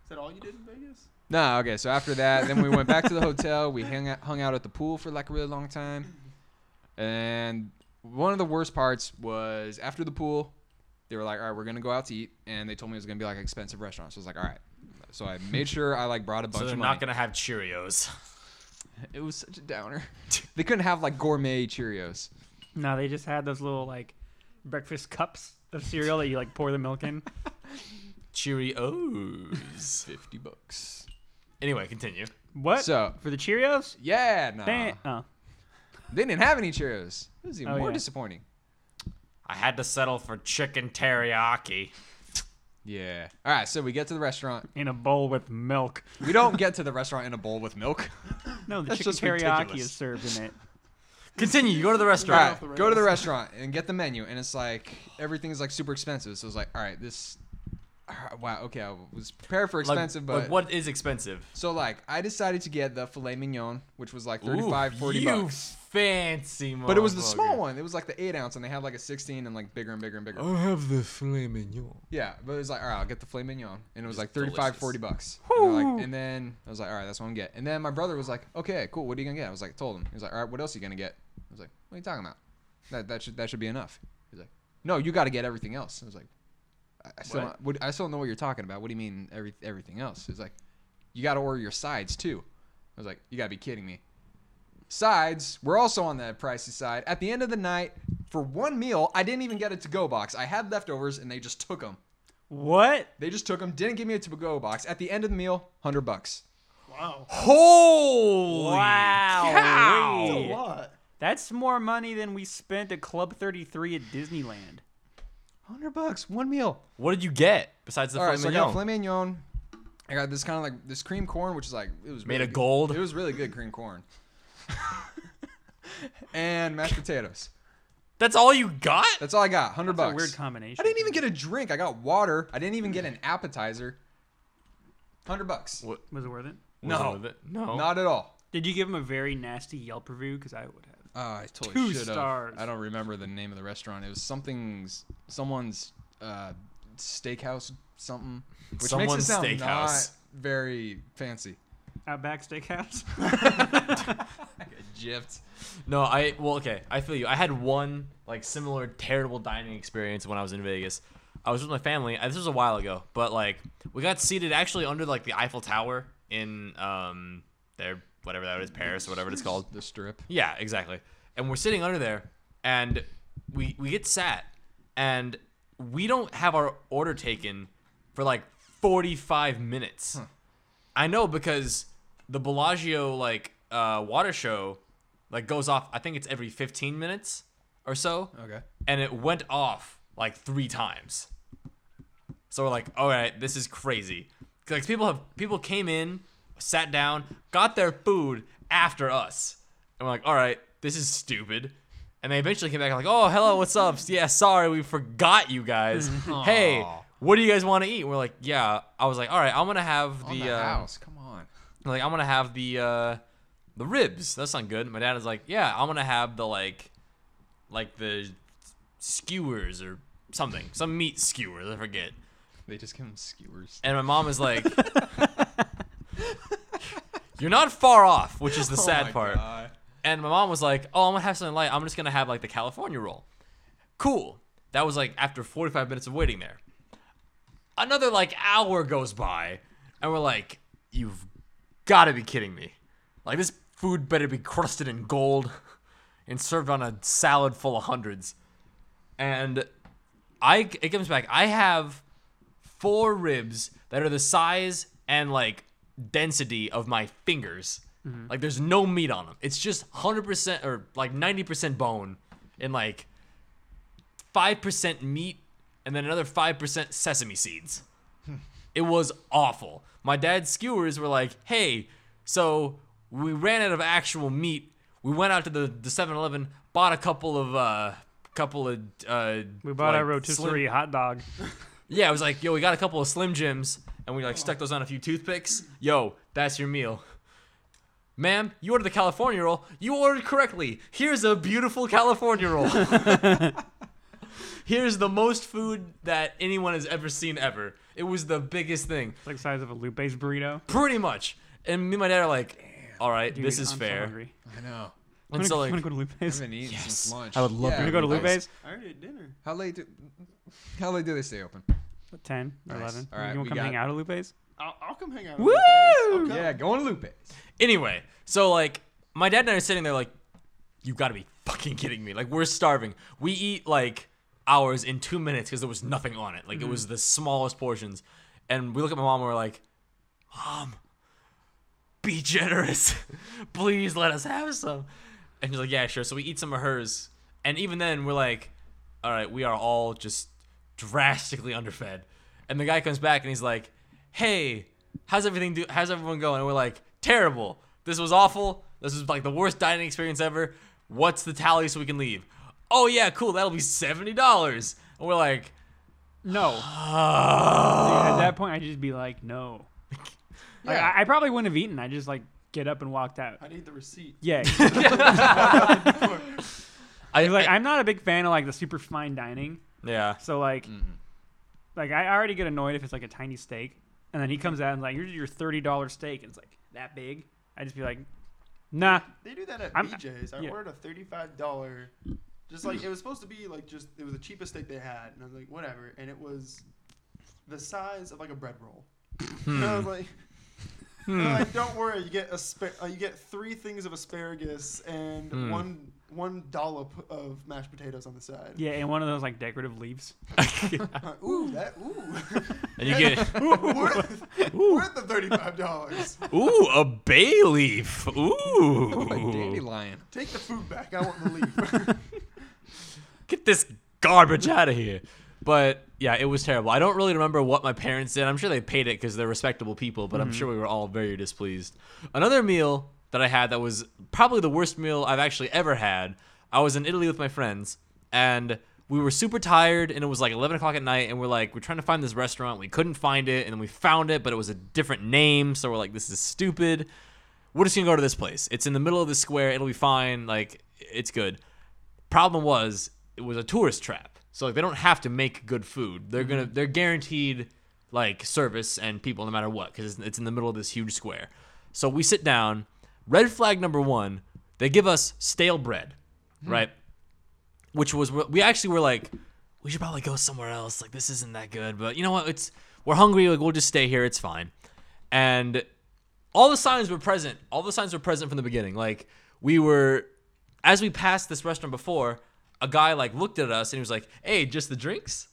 Speaker 6: that all you did in Vegas?
Speaker 4: Nah, okay. So after that, then we went back to the hotel. We hung out, hung out at the pool for like a really long time. And one of the worst parts was after the pool, they were like, "All right, we're gonna go out to eat," and they told me it was gonna be like an expensive restaurant. So I was like, "All right." So I made sure I like brought a bunch
Speaker 1: So they're
Speaker 4: of money.
Speaker 1: not gonna have Cheerios.
Speaker 4: It was such a downer. they couldn't have like gourmet Cheerios.
Speaker 2: No, they just had those little like breakfast cups of cereal that you like pour the milk in.
Speaker 1: Cheerios.
Speaker 4: Fifty bucks.
Speaker 1: anyway, continue.
Speaker 2: What?
Speaker 4: So
Speaker 2: for the Cheerios?
Speaker 4: yeah, nah.
Speaker 2: Dang. Oh.
Speaker 4: They didn't have any Cheerios. It was even
Speaker 2: Oh,
Speaker 4: more
Speaker 2: yeah.
Speaker 4: disappointing.
Speaker 1: I had to settle for chicken teriyaki.
Speaker 4: Yeah. All right. So we get to the restaurant.
Speaker 2: In a bowl with milk.
Speaker 4: We don't get to the restaurant in a bowl with milk.
Speaker 2: No, the
Speaker 4: That's
Speaker 2: chicken
Speaker 4: just
Speaker 2: teriyaki
Speaker 4: ridiculous.
Speaker 2: is served in it.
Speaker 1: Continue. You go to the
Speaker 4: All
Speaker 1: restaurant.
Speaker 4: right. Go to the restaurant and get the menu, and it's like everything's like super expensive. So it's like, all right, this. ah, Wow. Okay. I was prepared for
Speaker 1: Like-
Speaker 4: expensive,
Speaker 1: like,
Speaker 4: but
Speaker 1: what is expensive?
Speaker 4: so like I decided to get the filet mignon, which was like 35, 40
Speaker 1: you
Speaker 4: bucks.
Speaker 1: fancy,
Speaker 4: But it was the small
Speaker 1: motherfucker.
Speaker 4: one. It was like the eight ounce, and they had like a sixteen and like bigger and bigger and bigger.
Speaker 1: I'll have the filet mignon.
Speaker 4: Yeah, but it was like, all right, I'll get the filet mignon, and it was
Speaker 1: It's
Speaker 4: like 35, 40 bucks. And, they're like, and then I was like, all right, that's what I'm gonna get. And then my brother was like, okay, cool, what are you gonna get? I was like, told him. He was like, all right, what else are you gonna get? I was like, what are you talking about? That that should that should be enough. He's like, no, you got to get everything else. I was like, I, I still
Speaker 1: What?
Speaker 4: don't- what, I still don't know what you're talking about. What do you mean every everything else? He's like, you got to order your sides too. I was like, you gotta be kidding me. Sides were also on the pricey side. At the end of the night, for one meal, I didn't even get a to-go box. I had leftovers, and they just took them.
Speaker 2: What?
Speaker 4: They just took them, didn't give me a to-go box. At the end of the meal, hundred bucks.
Speaker 6: Wow.
Speaker 1: Holy!
Speaker 2: Wow.
Speaker 6: That's a lot.
Speaker 2: That's more money than we spent at Club 33 at Disneyland.
Speaker 4: Hundred bucks, one meal.
Speaker 1: What did you get besides the
Speaker 4: All right,
Speaker 1: filet
Speaker 4: so I
Speaker 1: mignon?
Speaker 4: got filet mignon. I got this kind of like this cream corn, which is like it was
Speaker 1: Made
Speaker 4: really
Speaker 1: of
Speaker 4: good.
Speaker 1: gold?
Speaker 4: It was really good cream corn. and mashed potatoes.
Speaker 1: That's all you got?
Speaker 4: That's all I got. Hundred
Speaker 2: That's
Speaker 4: bucks.
Speaker 2: a weird combination.
Speaker 4: I didn't even get a drink. I got water. I didn't even get an appetizer. Hundred bucks.
Speaker 2: Was it worth it?
Speaker 4: No.
Speaker 1: Was it- no.
Speaker 4: Not at all.
Speaker 2: Did you give him a very nasty Yelp review? Because I would have.
Speaker 4: Oh, I totally
Speaker 2: Two
Speaker 4: should've.
Speaker 2: stars.
Speaker 4: I don't remember the name of the restaurant. It was something's someone's uh, steakhouse something, which makes
Speaker 1: Someone's
Speaker 4: it sound
Speaker 1: steakhouse.
Speaker 4: not very fancy.
Speaker 2: Outback Steakhouse.
Speaker 4: Gypped.
Speaker 1: No, I well, okay, I feel you. I had one like similar terrible dining experience when I was in Vegas. I was with my family. uh, This was a while ago, but like we got seated actually under like the Eiffel Tower in um their whatever that is Paris or whatever it's called.
Speaker 4: The strip.
Speaker 1: Yeah, exactly. And we're sitting under there, and we we get sat, and we don't have our order taken for like 45 minutes. I know because the Bellagio like uh, water show like goes off. I think it's every 15 minutes or so.
Speaker 4: Okay.
Speaker 1: And it went off like three times. So we're like, all right, this is crazy. 'Cause, Like people have people came in, sat down, got their food after us, and we're like, all right, this is stupid. And they eventually came back like, oh, hello, what's up? Yeah, sorry, we forgot you guys. hey,
Speaker 4: Aw.
Speaker 1: what do you guys want to eat? We're like, yeah. I was like, all right, I'm gonna have
Speaker 4: On
Speaker 1: the,
Speaker 4: the,
Speaker 1: uh,
Speaker 4: house. Come on.
Speaker 1: like I'm gonna have the uh the ribs. That's not good. My dad is like, yeah, I'm gonna have the like like the skewers or something, some meat skewers. I forget.
Speaker 4: They just give them skewers.
Speaker 1: And my mom is like, you're not far off, which is the
Speaker 4: Oh
Speaker 1: sad
Speaker 4: my
Speaker 1: part.
Speaker 4: God.
Speaker 1: And my mom was like, "Oh, I'm gonna have something light. I'm just gonna have like the California roll." Cool. That was like after 45 minutes of waiting there. Another like hour goes by, and we're like, "You've got to be kidding me! Like this food better be crusted in gold, and served on a salad full of hundreds. And I it comes back. I have four ribs that are the size and like density of my fingers.
Speaker 2: Mm-hmm.
Speaker 1: Like there's no meat on them. It's just 100% or like 90% bone and like 5% meat and then another 5% sesame seeds. it was awful. My dad's skewers were like, "Hey, so we ran out of actual meat. We went out to the the 7-Eleven, bought a couple of uh couple of uh
Speaker 2: We bought
Speaker 1: like,
Speaker 2: a
Speaker 1: Slim-
Speaker 2: rotisserie hot dog.
Speaker 1: yeah, I was like, yo, we got a couple of Slim Jims, and we like stuck those on a few toothpicks. Yo, that's your meal. Ma'am, you ordered the California roll. You ordered correctly. Here's a beautiful California roll. Here's the most food that anyone has ever seen ever. It was the biggest thing,
Speaker 2: It's like the size of a Lupe's burrito.
Speaker 1: pretty much. And me and my dad are like, all right,
Speaker 2: Dude,
Speaker 1: this is
Speaker 2: I'm so
Speaker 1: fair.
Speaker 2: hungry.
Speaker 4: I know.
Speaker 2: I'm
Speaker 1: and
Speaker 2: gonna,
Speaker 1: so
Speaker 2: I'm
Speaker 1: like,
Speaker 2: gonna go to
Speaker 4: I
Speaker 2: Lupe's.
Speaker 4: haven't eaten
Speaker 1: Yes.
Speaker 4: since lunch.
Speaker 1: I would love
Speaker 2: I'm gonna go to
Speaker 4: nice.
Speaker 2: Lupe's.
Speaker 6: I already did dinner.
Speaker 4: How late do how late do they stay open?
Speaker 2: What, Ten or
Speaker 4: Nice.
Speaker 2: eleven.
Speaker 4: All right,
Speaker 2: you
Speaker 4: we
Speaker 2: gonna come hang out
Speaker 4: got-
Speaker 2: at Lupe's?
Speaker 6: I'll, I'll come hang out.
Speaker 2: Woo!
Speaker 4: Yeah, go on Lupe's.
Speaker 1: Anyway, so like my dad and I are sitting there like, you gotta be fucking kidding me. Like we're starving. We eat like hours in two minutes because there was nothing on it. Like it was the smallest portions. And we look at my mom and we're like, Mom, be generous. Please let us have some. And she's like, Yeah, sure. So we eat some of hers. And even then we're like, All right, we are all just drastically underfed. And the guy comes back and he's like, Hey, how's everything do how's everyone going? And we're like, Terrible. This was awful. This was like the worst dining experience ever. What's the tally so we can leave? Oh yeah, cool, that'll be seventy dollars. And we're like,
Speaker 2: No. At that point, I'd just be like, no. Like,
Speaker 4: Yeah.
Speaker 2: I, I probably wouldn't have eaten. I just like get up and walked out.
Speaker 6: I need the receipt.
Speaker 2: Yeah.
Speaker 1: I
Speaker 2: like I'm not a big fan of like the super fine dining.
Speaker 1: Yeah.
Speaker 2: So like, like I already get annoyed if it's like a tiny steak, and then he comes out and like, here's your thirty dollar steak, and it's like that big. I just be like, nah.
Speaker 6: They do that at
Speaker 2: I'm-
Speaker 6: BJ's. I
Speaker 2: yeah.
Speaker 6: ordered a thirty-five dollar, just like it was supposed to be like just it was the cheapest steak they had, and I was like whatever, and it was the size of like a bread roll. And
Speaker 2: Hmm.
Speaker 6: I was like, and they're like, don't worry, you get aspa- uh, you get three things of asparagus and
Speaker 2: Hmm.
Speaker 6: one one dollop of mashed potatoes on the side.
Speaker 2: Yeah, and one of those like decorative leaves.
Speaker 6: I'm like, ooh, that ooh,
Speaker 1: And you get
Speaker 6: worth, worth the thirty-five dollars.
Speaker 1: ooh a bay leaf.
Speaker 4: Oh, a
Speaker 1: Ooh,
Speaker 4: dandelion.
Speaker 6: Take the food back. I want the leaf.
Speaker 1: get this garbage out of here. But yeah, it was terrible. I don't really remember what my parents did. I'm sure they paid it because they're respectable people, but I'm sure we were all very displeased. Another meal that I had that was probably the worst meal I've actually ever had. I was in Italy with my friends, and we were super tired, and it was like 11 o'clock at night, and we're like, we're trying to find this restaurant. We couldn't find it, and then we found it, but it was a different name, so we're like, this is stupid. We're just gonna go to this place. It's in the middle of the square. It'll be fine. Like, it's good problem was it was a tourist trap. So like they don't have to make good food. They're gonna they're guaranteed like service and people no matter what because it's, it's in the middle of this huge square. So we sit down. Red flag number one. They give us stale bread, right? Which was we actually were like, we should probably go somewhere else. Like this isn't that good, but you know what? It's we're hungry. Like we'll just stay here. It's fine. And all the signs were present. All the signs were present from the beginning. Like we were, as we passed this restaurant before, a guy like looked at us and he was like, "Hey, just the drinks."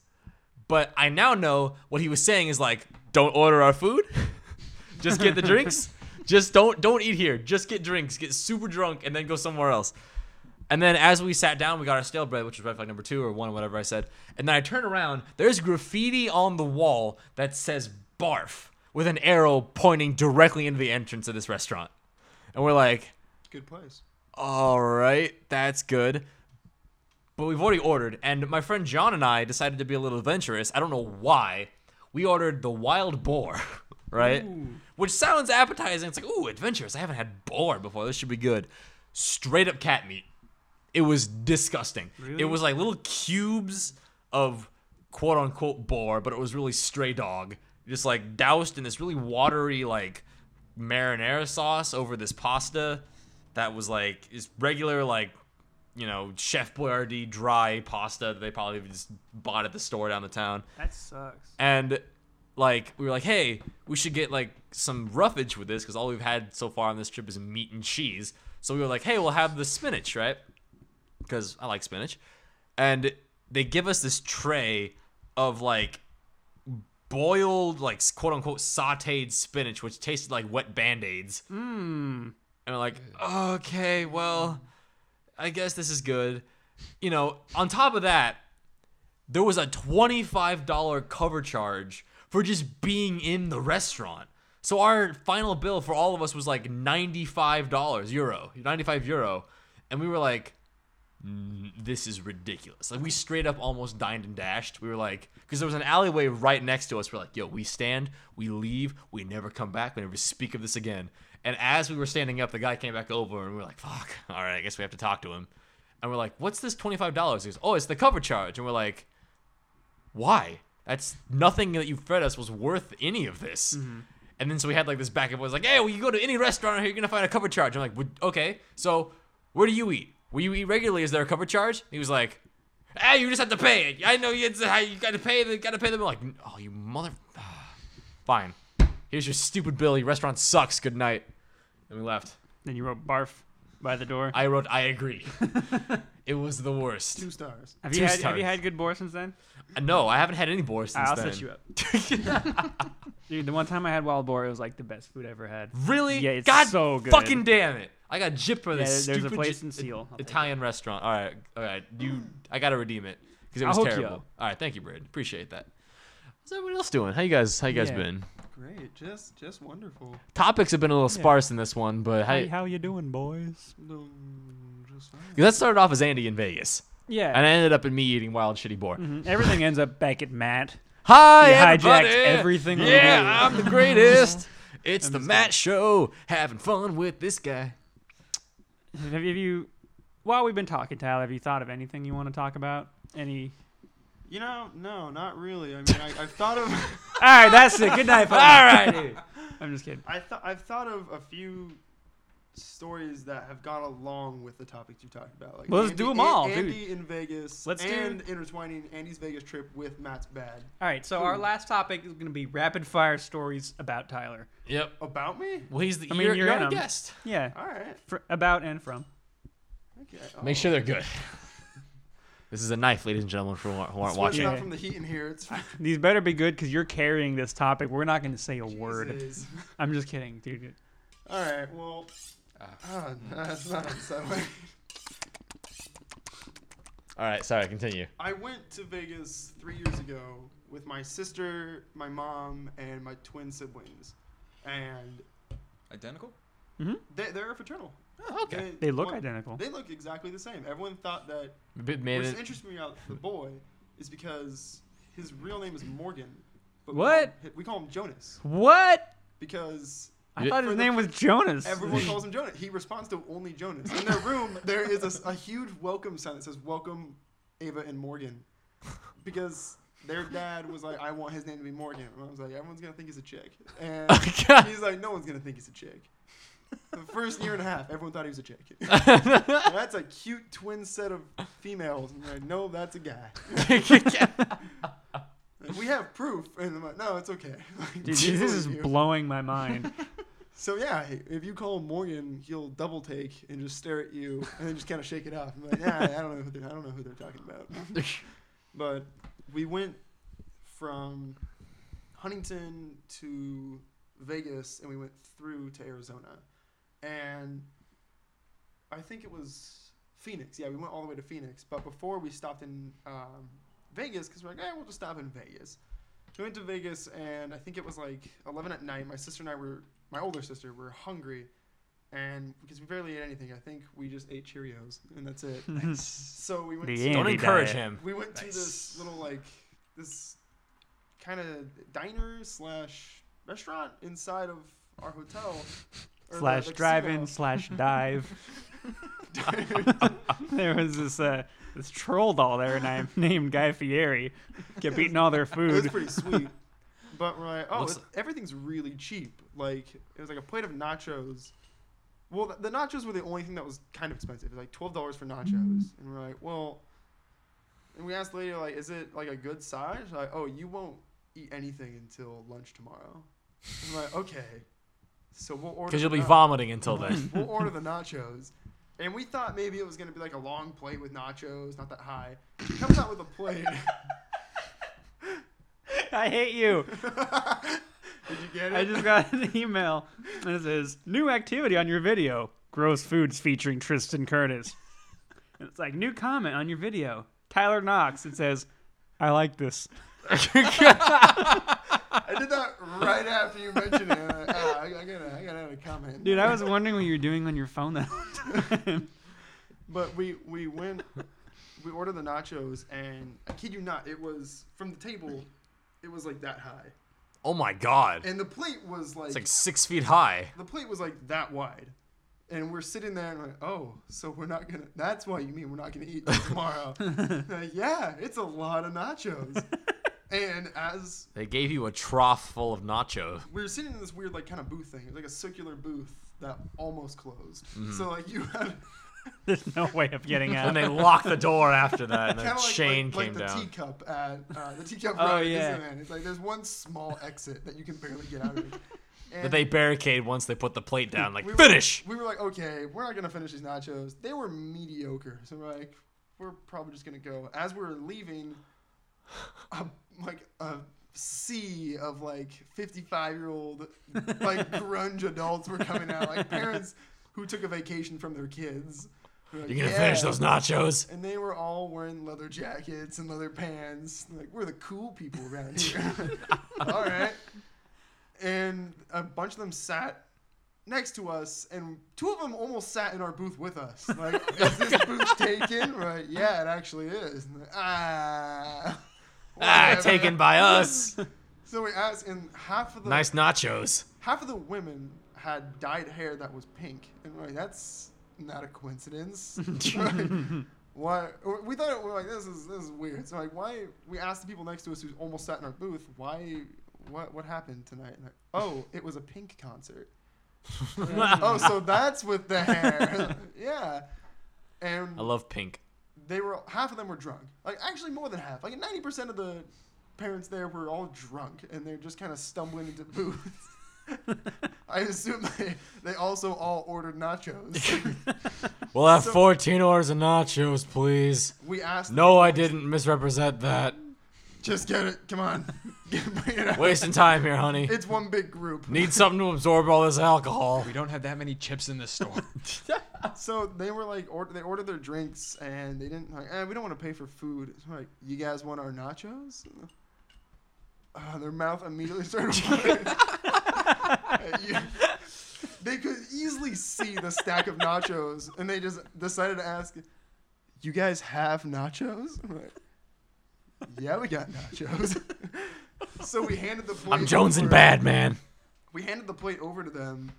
Speaker 1: But I now know what he was saying is like, "Don't order our food. just get the drinks. Just don't don't eat here. Just get drinks. Get super drunk and then go somewhere else." And then as we sat down, we got our stale bread, which was red flag number two or one, whatever I said. And then I turn around, there's graffiti on the wall that says barf with an arrow pointing directly into the entrance of this restaurant. And we're like,
Speaker 3: Good place.
Speaker 1: all right, that's good. But we've already ordered. And my friend John and I decided to be a little adventurous. I don't know why. We ordered the wild boar, right? Which sounds appetizing. It's like, ooh, adventurous. I haven't had boar before. This should be good. Straight up cat meat. It was disgusting. It was like little cubes of quote unquote boar, but it was really stray dog. Just like doused in this really watery like marinara sauce over this pasta that was like is regular like you know chef boyardee dry pasta that they probably just bought at the store down the town
Speaker 2: That sucks.
Speaker 1: and like we were like, hey, we should get like some roughage with this because all we've had so far on this trip is meat and cheese. So we were like, hey, we'll have the spinach, right? Because I like spinach, and they give us this tray of like boiled, like quote unquote sautéed spinach, which tasted like wet band aids. Mmm. And we're like, okay, well, I guess this is good. You know, on top of that, there was a $25 cover charge for just being in the restaurant. So our final bill for all of us was like $95 euro, 95 euro. And we were like, "N- this is ridiculous. Like we straight up almost dined and dashed. We were like, because there was an alleyway right next to us. We're like, yo, we stand, we leave, we never come back, we never speak of this again. And as we were standing up, the guy came back over and we were like, fuck, all right, I guess we have to talk to him. And we're like, what's this $25? He goes, oh, it's the cover charge. And we're like, why? That's nothing that you fed us was worth any of this.
Speaker 2: Mm-hmm.
Speaker 1: And then so we had like this back and forth, like, hey, well, you go to any restaurant out here, you're gonna find a cover charge. I'm like, "Would- okay, so where do you eat? Where you eat regularly? Is there a cover charge? He was like, ah, you just have to pay it. I know you, it's, you gotta pay the gotta pay the bill. Like, oh, you mother, fine. Here's your stupid bill. Your restaurant sucks. Good night. And we left.
Speaker 2: Then you wrote barf by the door.
Speaker 1: I wrote, I agree. it was the worst.
Speaker 3: Two stars.
Speaker 2: have you
Speaker 1: two
Speaker 2: had Have
Speaker 1: stars.
Speaker 2: you had good boar since then?
Speaker 1: No, I haven't had any boar since
Speaker 2: I'll
Speaker 1: then.
Speaker 2: set you up. Dude, the one time I had wild boar, it was like the best food I ever had.
Speaker 1: Really?
Speaker 2: Yeah, it's
Speaker 1: God
Speaker 2: so good.
Speaker 1: fucking damn it. I got gypped for
Speaker 2: Yeah,
Speaker 1: this
Speaker 2: there's a
Speaker 1: stupid
Speaker 2: place
Speaker 1: Gy-
Speaker 2: in Seal. I'll take it.
Speaker 1: Italian restaurant. All right, all right. You, I gotta redeem it because it
Speaker 2: I'll
Speaker 1: was
Speaker 2: hook you
Speaker 1: terrible.
Speaker 2: up.
Speaker 1: All right, thank you, Brad. Appreciate that. How's everyone else doing? How you guys? How you guys
Speaker 2: Yeah.
Speaker 1: been?
Speaker 3: Great. Just just wonderful.
Speaker 1: Topics have been a little sparse in this one, but how,
Speaker 7: how you doing, boys?
Speaker 3: No, just fine.
Speaker 1: 'cause that started off as Andy in Vegas,
Speaker 2: Yeah.
Speaker 1: and I ended up in me eating wild shitty boar.
Speaker 2: Mhm. Everything ends up back at Matt.
Speaker 1: Hi,
Speaker 2: He hijacked
Speaker 1: everybody!
Speaker 2: everything we do.
Speaker 1: Yeah, I'm the greatest. It's the Matt Show. Having fun with this guy.
Speaker 2: Have you, have you, while we've been talking, Tyler, have you thought of anything you want to talk about? Any?
Speaker 3: You know, no, not really. I mean, I, I've thought of
Speaker 2: All right, that's it. Good night.
Speaker 1: All
Speaker 2: folks.
Speaker 1: right.
Speaker 2: I'm just kidding.
Speaker 3: I th- I've thought of a few stories that have gone along with the topics you talked about. Like
Speaker 2: Well, let's do 'em all,
Speaker 3: An-
Speaker 2: dude.
Speaker 3: Andy in Vegas.
Speaker 2: Let's do-
Speaker 3: and intertwining Andy's Vegas trip with Matt's bad
Speaker 2: All right, so our last topic is going to be rapid fire stories about Tyler.
Speaker 1: Yep.
Speaker 3: about me.
Speaker 1: Well, he's the.
Speaker 2: I mean,
Speaker 1: you're,
Speaker 2: you're
Speaker 1: you're
Speaker 2: in
Speaker 1: our
Speaker 2: 'em.
Speaker 1: guest.
Speaker 2: Yeah,
Speaker 3: All right.
Speaker 2: fr- about and from.
Speaker 3: Okay.
Speaker 1: Make sure they're good. This is a knife, ladies and gentlemen, for who aren't who aren't
Speaker 3: Watch
Speaker 1: watching.
Speaker 3: out from the heat in here. It's
Speaker 2: These better be good because you're carrying this topic. We're not going to say a word.
Speaker 3: Jesus.
Speaker 2: I'm just kidding, dude.
Speaker 3: All right. Well,
Speaker 1: Ah.
Speaker 3: oh, no, that's not unsettling.
Speaker 1: All right, sorry, continue.
Speaker 3: I went to Vegas three years ago with my sister, my mom, and my twin siblings, and
Speaker 4: Identical?
Speaker 3: they, they're fraternal.
Speaker 1: Oh, okay.
Speaker 2: They look identical.
Speaker 3: They look exactly the same. Everyone thought that.
Speaker 1: Bit made
Speaker 3: What's
Speaker 1: it.
Speaker 3: interesting about the boy is because his real name is Morgan. But
Speaker 2: What?
Speaker 3: We call, him, we call him Jonas
Speaker 2: What?
Speaker 3: because
Speaker 2: I
Speaker 1: Yeah.
Speaker 2: thought
Speaker 3: For
Speaker 2: his
Speaker 3: the
Speaker 2: name was Jonas.
Speaker 3: everyone calls him Jonas. He responds to only Jonas. In their room, there is a s- a, huge welcome sign that says "Welcome, Ava and Morgan," because their dad was like, "I want his name to be Morgan," and I was like, "Everyone's gonna think he's a chick," and
Speaker 1: Oh, God.
Speaker 3: he's like, "No one's gonna think he's a chick." The first year and a half, everyone thought he was a chick. And that's a cute twin set of females. And they're like, no, that's a guy. And we have proof. And I'm like, no, it's okay. Like,
Speaker 2: Dude, this
Speaker 3: believe
Speaker 2: is
Speaker 3: you.
Speaker 2: blowing my mind.
Speaker 3: So yeah, if you call Morgan, he'll double take and just stare at you, and then just kind of shake it off. I'm like, yeah, I don't know who they're, I don't know who they're talking about. but we went from Huntington to Vegas, and we went through to Arizona, and I think it was Phoenix. Yeah, we went all the way to Phoenix, but before we stopped in um, Vegas because we're like, eh, we'll just stop in Vegas. We went to Vegas, and I think it was like 11 at night. My sister and I were, my older sister, were hungry, and because we barely ate anything, I think we just ate Cheerios, and that's it. So we went.
Speaker 2: The
Speaker 3: to-
Speaker 2: end.
Speaker 1: Don't
Speaker 2: Andy
Speaker 1: encourage
Speaker 2: diet.
Speaker 1: him.
Speaker 3: we went to this little like this kind of diner slash restaurant inside of our hotel. or the-
Speaker 2: slash
Speaker 3: the
Speaker 2: drive-in
Speaker 3: casino.
Speaker 2: slash dive. there was this uh, this troll doll there, and I named Guy Fieri. Kept eating all their
Speaker 3: It was
Speaker 2: food.
Speaker 3: pretty sweet. But we're like, oh,
Speaker 1: Looks
Speaker 3: it's, everything's really cheap. Like it was like a plate of nachos. Well, th- the nachos were the only thing that was kind of expensive. It was like twelve dollars for nachos, and we're like, well. And we asked the lady like, is it like a good size? She's Like, oh, you won't eat anything until lunch tomorrow. I'm like, okay. So we'll order.
Speaker 1: Because you'll
Speaker 3: the
Speaker 1: be
Speaker 3: na-
Speaker 1: vomiting until then.
Speaker 3: we'll order the nachos. And we thought maybe it was gonna be like a long plate with nachos, not that high. She comes out with a plate.
Speaker 2: I hate you.
Speaker 3: Did you get it?
Speaker 2: I just got an email. This is new activity on your video. Gross foods featuring Tristan Curtis. And it's like new comment on your video. Tyler Knox. It says, "I like this."
Speaker 3: I did that right after you mentioned it. I'm like, "Ah, I, I gotta, I gotta add a comment.
Speaker 2: Dude, I was wondering what you were doing on your phone that whole time.
Speaker 3: But we we went, we ordered the nachos, and I kid you not, it was from the table, it was like that high,
Speaker 1: Oh my god.
Speaker 3: and the plate was like,
Speaker 1: It's like six feet high.
Speaker 3: the plate was like that wide, and we're sitting there and like, oh, so we're not gonna. That's why you mean we're not gonna eat till tomorrow? Like, yeah, it's a lot of nachos. And as
Speaker 1: They gave you a trough full of nacho.
Speaker 3: we were sitting in this weird like kind of booth thing. It was like a circular booth that almost closed. So like you had
Speaker 2: There's no way of getting out.
Speaker 1: And they locked the door after that, and the
Speaker 3: kind of like,
Speaker 1: chain
Speaker 3: like, like
Speaker 1: came
Speaker 3: the
Speaker 1: down.
Speaker 3: teacup at uh, the teacup.
Speaker 2: Oh,
Speaker 3: ride at
Speaker 2: yeah.
Speaker 3: Disneyland. It's like there's one small exit that you can barely get out of.
Speaker 1: That
Speaker 3: And
Speaker 1: they barricade once they put the plate down. Like
Speaker 3: we were-
Speaker 1: finish.
Speaker 3: We were like, okay, we're not gonna finish these nachos. They were mediocre, so we're like, we're probably just gonna go. As we we're leaving, a, like a sea of like 55 year old like grunge adults were coming out, like parents who took a vacation from their kids. We're like,
Speaker 1: You're gonna finish
Speaker 3: "Yeah."
Speaker 1: those nachos.
Speaker 3: And they were all wearing leather jackets and leather pants. Like, we're the cool people around here. all right. And a bunch of them sat next to us, and two of them almost sat in our booth with us. Like, is this booth taken? Right? Yeah, it actually is. And like, ah.
Speaker 1: Ah,
Speaker 3: whatever.
Speaker 1: taken by us.
Speaker 3: So we asked, and half of the
Speaker 1: Nice nachos.
Speaker 3: half of the women had dyed hair that was pink, and we're like, that's not a coincidence. Like, why? or We thought we were like, this is this is weird. So like, why? We asked the people next to us who almost sat in our booth, why? What what happened tonight? And like, oh, it was a pink concert. oh, so that's with the hair. yeah. And
Speaker 1: I love pink.
Speaker 3: they were half of them were drunk. Like actually more than half. Like ninety percent of the parents there were all drunk and they're just kind of stumbling into booths. I assume they, they also all ordered nachos.
Speaker 1: We'll have
Speaker 3: So-
Speaker 1: 14 orders of nachos, please.
Speaker 3: we asked.
Speaker 1: No, I didn't misrepresent that.
Speaker 3: Just get it. Come on. Get, bring it out.
Speaker 1: Wasting time here, honey.
Speaker 3: It's one big group.
Speaker 1: Need something to absorb all this alcohol.
Speaker 4: We don't have that many chips in the store.
Speaker 3: So they were like, order, they ordered their drinks and they didn't like. Eh, we don't want to pay for food. So we're like, you guys want our nachos? Uh, their mouth immediately started. watering. Uh, you- they could easily see the stack of nachos, and they just decided to ask, "You guys have nachos?" I'm like, yeah, we got nachos. so we handed the.
Speaker 1: I'm
Speaker 3: plate
Speaker 1: Jones and
Speaker 3: over-
Speaker 1: bad, man.
Speaker 3: We handed the plate over to them,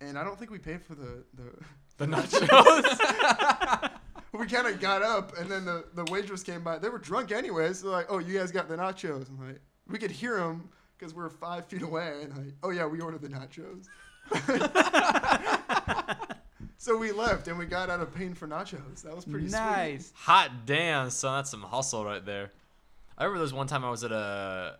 Speaker 3: and I don't think we paid for the the.
Speaker 1: The nachos.
Speaker 3: we kind of got up, and then the, the waitress came by. They were drunk anyways. So they're like, oh, you guys got the nachos. I'm like, we could hear them because we're five feet away. And like, oh, yeah, we ordered the nachos. so we left, and we got out of pain for nachos. That was pretty sweet.
Speaker 2: nice.
Speaker 1: Hot damn, son. That's some hustle right there. I remember there was one time I was at a.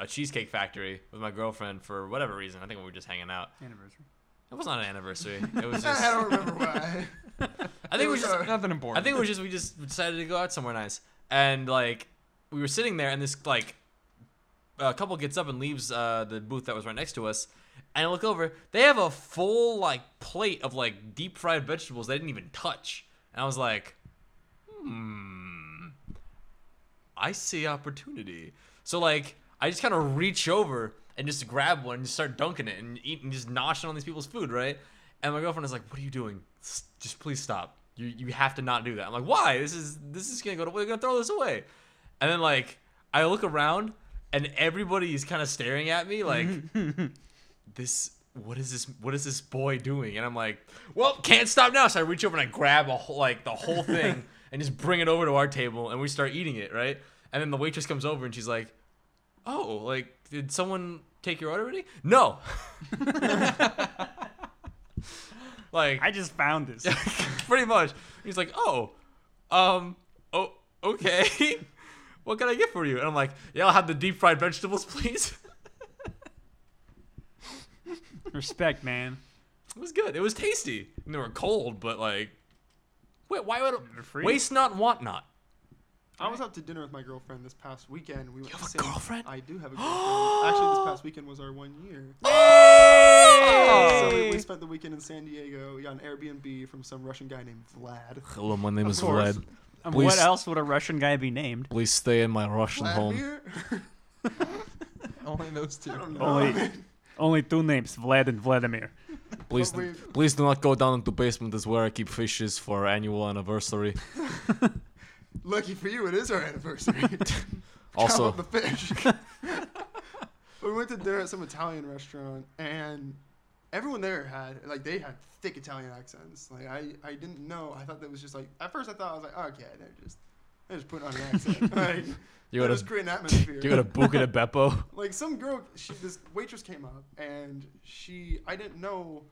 Speaker 1: a cheesecake factory with my girlfriend for whatever reason. I think we were just hanging out.
Speaker 2: Anniversary.
Speaker 1: It was not an anniversary. It was just.
Speaker 3: I
Speaker 1: I
Speaker 3: don't remember why.
Speaker 1: think it was just.
Speaker 4: Nothing
Speaker 1: I
Speaker 4: important.
Speaker 1: think it was just we just decided to go out somewhere nice, and like we were sitting there, and this like a couple gets up and leaves uh, the booth that was right next to us, and I look over, they have a full like plate of like deep fried vegetables they didn't even touch, and I was like, hmm, I see opportunity. So like I just kind of reach over and just grab one and just start dunking it and eating, just noshing on these people's food, right? And my girlfriend is like, "What are you doing? S- Just please stop. You you have to not do that." I'm like, "Why? This is this is gonna go. To, we're gonna throw this away." And then like I look around and everybody is kind of staring at me like, "This." What is this? What is this boy doing? And I'm like, well, can't stop now. So I reach over and I grab a whole, like the whole thing and just bring it over to our table and we start eating it, right? And then the waitress comes over and she's like, oh, like did someone take your order already? No. like
Speaker 2: I just found this.
Speaker 1: pretty much. He's like, oh, um, oh, okay. what can I get for you? And I'm like, yeah, I'll have the deep fried vegetables, please.
Speaker 2: Respect, man.
Speaker 1: it was good. It was tasty. And they were cold, but like, wait, why would
Speaker 2: They're free.
Speaker 1: waste not, want not?
Speaker 3: I was out to dinner with my girlfriend this past weekend. We went
Speaker 1: have
Speaker 3: to
Speaker 1: a
Speaker 3: San-
Speaker 1: girlfriend?
Speaker 3: I do have a girlfriend. Actually, this past weekend was our one year. So we, we spent the weekend in San Diego. We got an Airbnb from some Russian guy named Vlad.
Speaker 1: Hello, my name is
Speaker 3: course.
Speaker 1: Vlad.
Speaker 2: Um,
Speaker 1: Please-
Speaker 2: what else would a Russian guy be named?
Speaker 1: Please stay in my Russian
Speaker 3: Vladimir?
Speaker 4: Only those two.
Speaker 3: I don't know.
Speaker 2: Only, only two names, Vlad and Vladimir.
Speaker 1: Please,
Speaker 3: But we-
Speaker 1: please do not go down into basement. Is where I keep fishes for annual anniversary.
Speaker 3: Lucky for you, it is our anniversary. Count
Speaker 1: Also,
Speaker 3: up the fish. we went to dinner at some Italian restaurant, and everyone there had like they had thick Italian accents. Like I, I didn't know. I thought that was just like at first I thought I was like, oh, okay, they're just they're just putting on an accent. like,
Speaker 1: you
Speaker 3: they're
Speaker 1: got
Speaker 3: just
Speaker 1: a
Speaker 3: creating an atmosphere.
Speaker 1: you got a book at a Beppo.
Speaker 3: like some girl, she, this waitress came up, and she I didn't know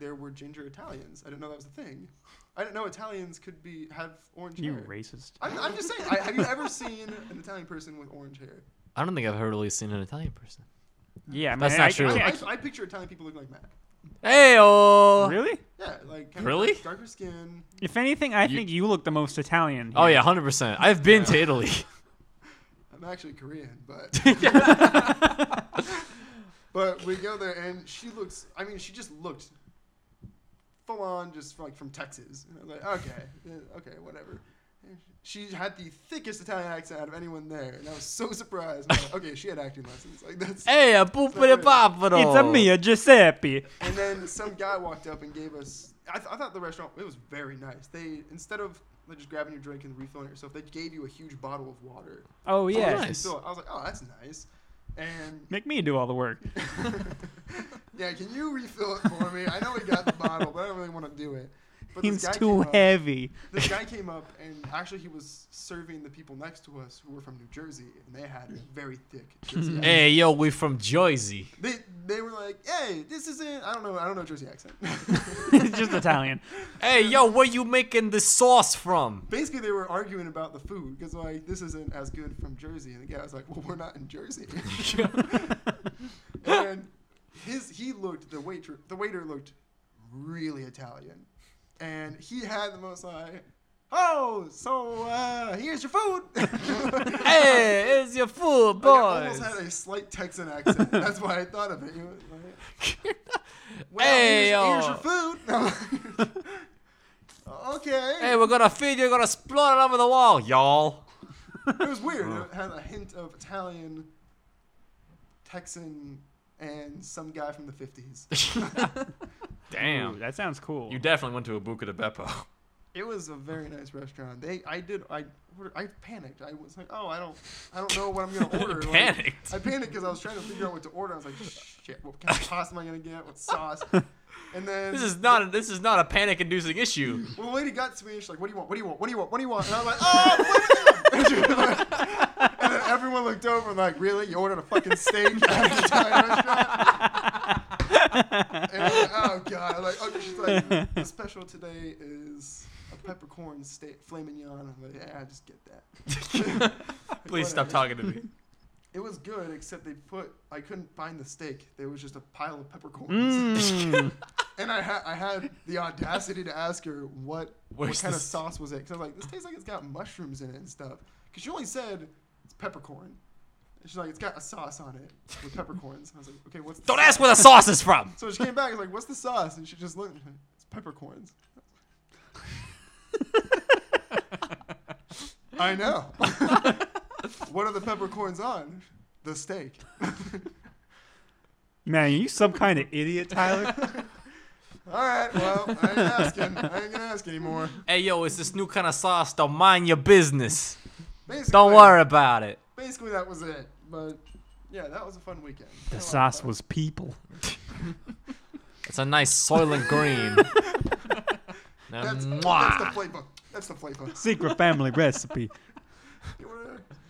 Speaker 3: there were ginger Italians. I didn't know that was a thing. I didn't know Italians could be have orange
Speaker 2: You
Speaker 3: hair.
Speaker 2: racist.
Speaker 3: I'm, I'm just saying. I, have you ever seen an Italian person with orange hair?
Speaker 1: I don't think I've ever really seen an Italian person.
Speaker 2: Yeah, I mean,
Speaker 1: That's
Speaker 2: I-
Speaker 1: not
Speaker 2: I
Speaker 1: true.
Speaker 2: can't- I
Speaker 3: I,
Speaker 2: can't-
Speaker 3: I picture Italian people looking like Matt.
Speaker 1: Hey, oh,
Speaker 2: really?
Speaker 3: Yeah, like kind
Speaker 1: Really?
Speaker 3: of darker skin.
Speaker 2: If anything, I
Speaker 1: You-
Speaker 2: think you look the most Italian.
Speaker 1: oh
Speaker 2: here.
Speaker 1: yeah, hundred percent. I've been to Italy.
Speaker 3: I'm actually Korean, but but we go there and she looks. I mean, she just looked full on, just like from Texas. And I was like, okay, yeah, okay, whatever. And She had the thickest Italian accent out of anyone there, and I was so surprised. I'm like, okay, she had acting lessons. Like that's.
Speaker 1: Hey, a poopity papero.
Speaker 2: It's a Mia Giuseppe.
Speaker 3: And then some guy walked up and gave us. I, th- I thought the restaurant it was very nice. They instead of like, just grabbing your drink and refilling it yourself, they gave you a huge bottle of water.
Speaker 2: Oh
Speaker 1: yeah.
Speaker 2: yeah.
Speaker 1: nice.
Speaker 3: And so I was like, oh, that's nice. And
Speaker 2: Make me do all the work.
Speaker 3: yeah, can you refill it for me? I know we got the bottle, but I don't really want to do it. But this
Speaker 2: It's
Speaker 3: guy
Speaker 2: too
Speaker 3: came up-
Speaker 2: heavy.
Speaker 3: this guy came up and actually he was serving the people next to us who were from New Jersey, and they had very thick. Jersey accents.
Speaker 1: Hey, yo, we from Jersey.
Speaker 3: They they were like, hey, this isn't. I don't know. I don't know Jersey accent.
Speaker 2: it's just Italian.
Speaker 1: Hey, yo, where you making this sauce from?
Speaker 3: basically they were arguing about the food because like this isn't as good from Jersey, and the guy was like, "Well, we're not in Jersey." and his he looked the waiter the waiter looked really Italian, and he had the most like, "Oh, so uh, here's your food." Like,
Speaker 1: Hey, it's your food,
Speaker 3: I almost
Speaker 1: boys.
Speaker 3: had a slight Texan accent. That's why I thought of it. You know, like, well,
Speaker 1: Hey,
Speaker 3: here's, here's
Speaker 1: yo.
Speaker 3: your food. I'm like, okay.
Speaker 1: Hey, we're gonna feed you. We're gonna split it over the wall, y'all.
Speaker 3: It was weird. It had a hint of Italian, Texan, and some guy from the 50s.
Speaker 2: Ooh, that sounds cool.
Speaker 1: You definitely went to a Buca de Beppo.
Speaker 3: It was a very nice restaurant. They, I did, I, I panicked. I was like, oh, I don't, I don't know what I'm gonna order. Like,
Speaker 1: Panicked.
Speaker 3: I panicked because I was trying to figure out what to order. I was like, shit, what kind of pasta am I gonna get? What sauce? And then
Speaker 1: This is not a, this is not a panic-inducing issue.
Speaker 3: Well, the lady got to me and she's like, "What do you want? What do you want? What do you want? What do you want?" And I'm like, "Oh, what do you want?" and then everyone looked over and like, "Really? You ordered a fucking steak at an Italian restaurant?" and I'm like, "Oh god!" I'm like, "Oh," she's like, "The special today is a peppercorn steak, filet mignon." I'm like, "Yeah, I just get that."
Speaker 1: Please stop
Speaker 3: Whatever.
Speaker 1: talking to me.
Speaker 3: It was good, except they put I couldn't find the steak. There was just a pile of peppercorns,
Speaker 1: Mm.
Speaker 2: Mm.
Speaker 3: and I had I had the audacity to ask her what what
Speaker 1: Where's
Speaker 3: kind of
Speaker 1: this?
Speaker 3: sauce was it because I was like, this tastes like it's got mushrooms in it and stuff. Because she only said it's peppercorn. And she's like, it's got a sauce on it with peppercorns. And I was like, okay, what's the
Speaker 1: Don't
Speaker 3: sauce?"
Speaker 1: ask where the sauce is from.
Speaker 3: So she came back. I was like, "What's the sauce?" And she just looked. at me, It's peppercorns. I know. what are the peppercorns on? The steak.
Speaker 2: Man, you some kind of idiot, Tyler.
Speaker 3: All right. Well, I ain't asking. I ain't gonna ask anymore.
Speaker 1: Hey yo, it's this new kind of sauce. Don't mind your business.
Speaker 3: Basically,
Speaker 1: Don't worry about it.
Speaker 3: Basically, that was it. But yeah, that was a fun weekend.
Speaker 2: the sauce was people.
Speaker 1: It's a nice soylent green. Now,
Speaker 3: That's,
Speaker 1: mwah.
Speaker 3: that's the flavor. That's the flavor.
Speaker 2: Secret family recipe.
Speaker 3: You wanna,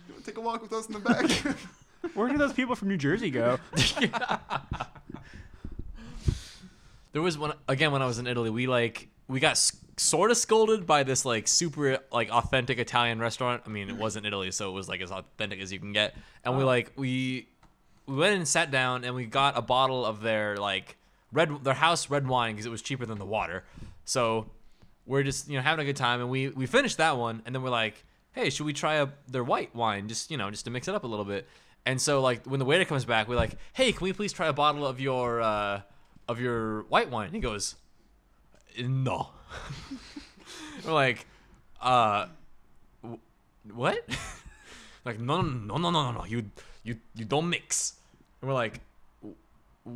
Speaker 3: you wanna take a walk with us in the back?
Speaker 2: Where do those people from New Jersey go?
Speaker 1: There was one again when I was in Italy. We like we got s- sort of scolded by this like super like authentic Italian restaurant. I mean, it wasn't Italy, so it was like as authentic as you can get. And
Speaker 3: Uh-huh.
Speaker 1: we like we we went and sat down and we got a bottle of their like red their house red wine because it was cheaper than the water. So we're just you know having a good time and we we finished that one and then we're like hey should we try a, their white wine just you know just to mix it up a little bit and so like when the waiter comes back we're like hey can we please try a bottle of your uh of your white wine he goes no we're like uh w- what like no no no no no no you you you don't mix and we're like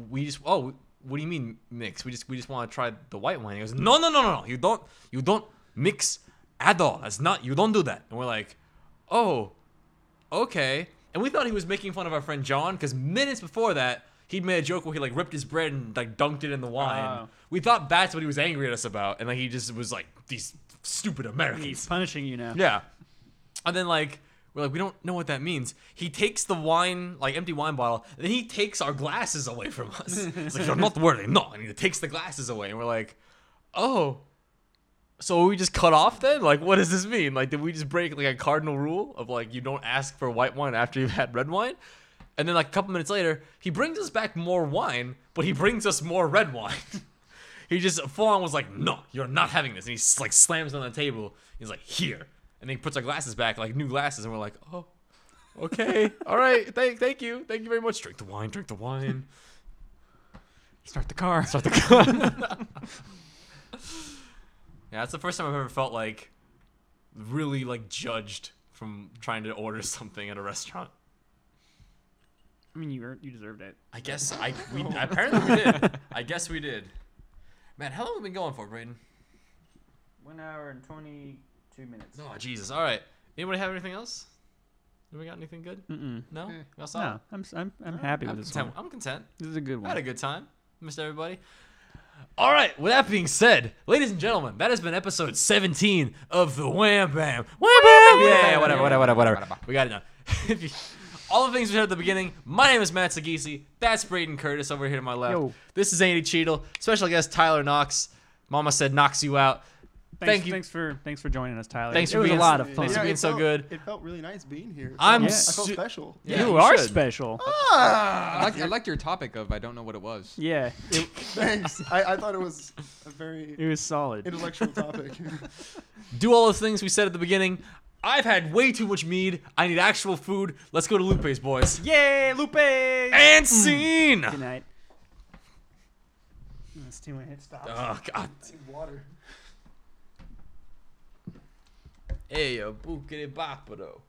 Speaker 1: we just oh what do you mean mix we just we just want to try the white wine he goes no no no no no you don't you don't mix at all that's not you don't do that and we're like oh okay and we thought he was making fun of our friend john because minutes before that he'd made a joke where he like ripped his bread and like dunked it in the wine
Speaker 2: Oh.
Speaker 1: we thought that's what he was angry at us about and like he just was like these stupid americans
Speaker 2: He's punishing you now.
Speaker 1: yeah. And then like we're like, we don't know what that means. He takes the wine, like empty wine bottle, and then he takes our glasses away from us. It's like, you're not worthy. No. And he takes the glasses away. And we're like, oh. So we just cut off then? Like, what does this mean? Like, did we just break like a cardinal rule of like you don't ask for white wine after you've had red wine? And then like a couple minutes later, he brings us back more wine, but he brings us more red wine. He just full on was like, "No, you're not having this," and he s- like slams it on the table. He's like, "Here," and then he puts our glasses back, like new glasses, and we're like, "Oh, okay, all right, thank, thank you, thank you very much. Drink the wine, drink the wine,
Speaker 2: Start the car.
Speaker 1: start the gun." yeah, that's the first time I've ever felt like really like judged from trying to order something at a restaurant.
Speaker 2: I mean, you earned, you deserved it.
Speaker 1: I guess I we apparently we did. I guess we did. Man, how long have we been going for, Braden?
Speaker 2: One hour and twenty-two minutes.
Speaker 1: Oh Jesus! All right. Anybody have anything else? Do we got anything good?
Speaker 2: Mm-mm.
Speaker 1: No. Y'all solid?
Speaker 2: No, I'm s- I'm I'm happy
Speaker 1: I'm
Speaker 2: with this one.
Speaker 1: content. I'm content.
Speaker 2: This is a good
Speaker 1: I had a
Speaker 2: one.
Speaker 1: good time. Missed everybody. All right. With that being said, ladies and gentlemen, that has been episode 17 of the Wham Bam. Wham Bam. Yeah. Whatever. Whatever. Whatever. Whatever. We got it done. If you- All the things we said at the beginning. My name is Matt Sagisi. That's Braden Curtis over here to my left.
Speaker 2: Yo.
Speaker 1: This is Andy Cheadle. Special guest Tyler Knox. Mama said knocks you out.
Speaker 2: Thanks,
Speaker 1: Thank you.
Speaker 2: Thanks for thanks for joining us, Tyler.
Speaker 1: Thanks
Speaker 2: it
Speaker 1: for
Speaker 2: was
Speaker 1: being-
Speaker 2: a lot of fun.
Speaker 1: Thanks for
Speaker 3: it
Speaker 1: being so
Speaker 3: felt-
Speaker 1: good.
Speaker 3: It felt really nice being here.
Speaker 1: I'm
Speaker 3: I
Speaker 1: su-
Speaker 3: felt special.
Speaker 1: Yeah,
Speaker 2: you
Speaker 1: you
Speaker 2: are
Speaker 1: should.
Speaker 2: special.
Speaker 4: I like, I like your topic of I don't know what it was.
Speaker 2: Yeah, it,
Speaker 3: Thanks. I, I thought it was a very
Speaker 2: it was solid.
Speaker 3: intellectual topic.
Speaker 1: do all those things we said at the beginning. I've had way too much mead. I need actual food. Let's go to Lupe's, boys.
Speaker 2: Yay, Lupe!
Speaker 1: And scene.
Speaker 2: Good night. Let's do my hit stop.
Speaker 1: Oh God.
Speaker 3: Water.
Speaker 1: Hey, yo, bookity boppado.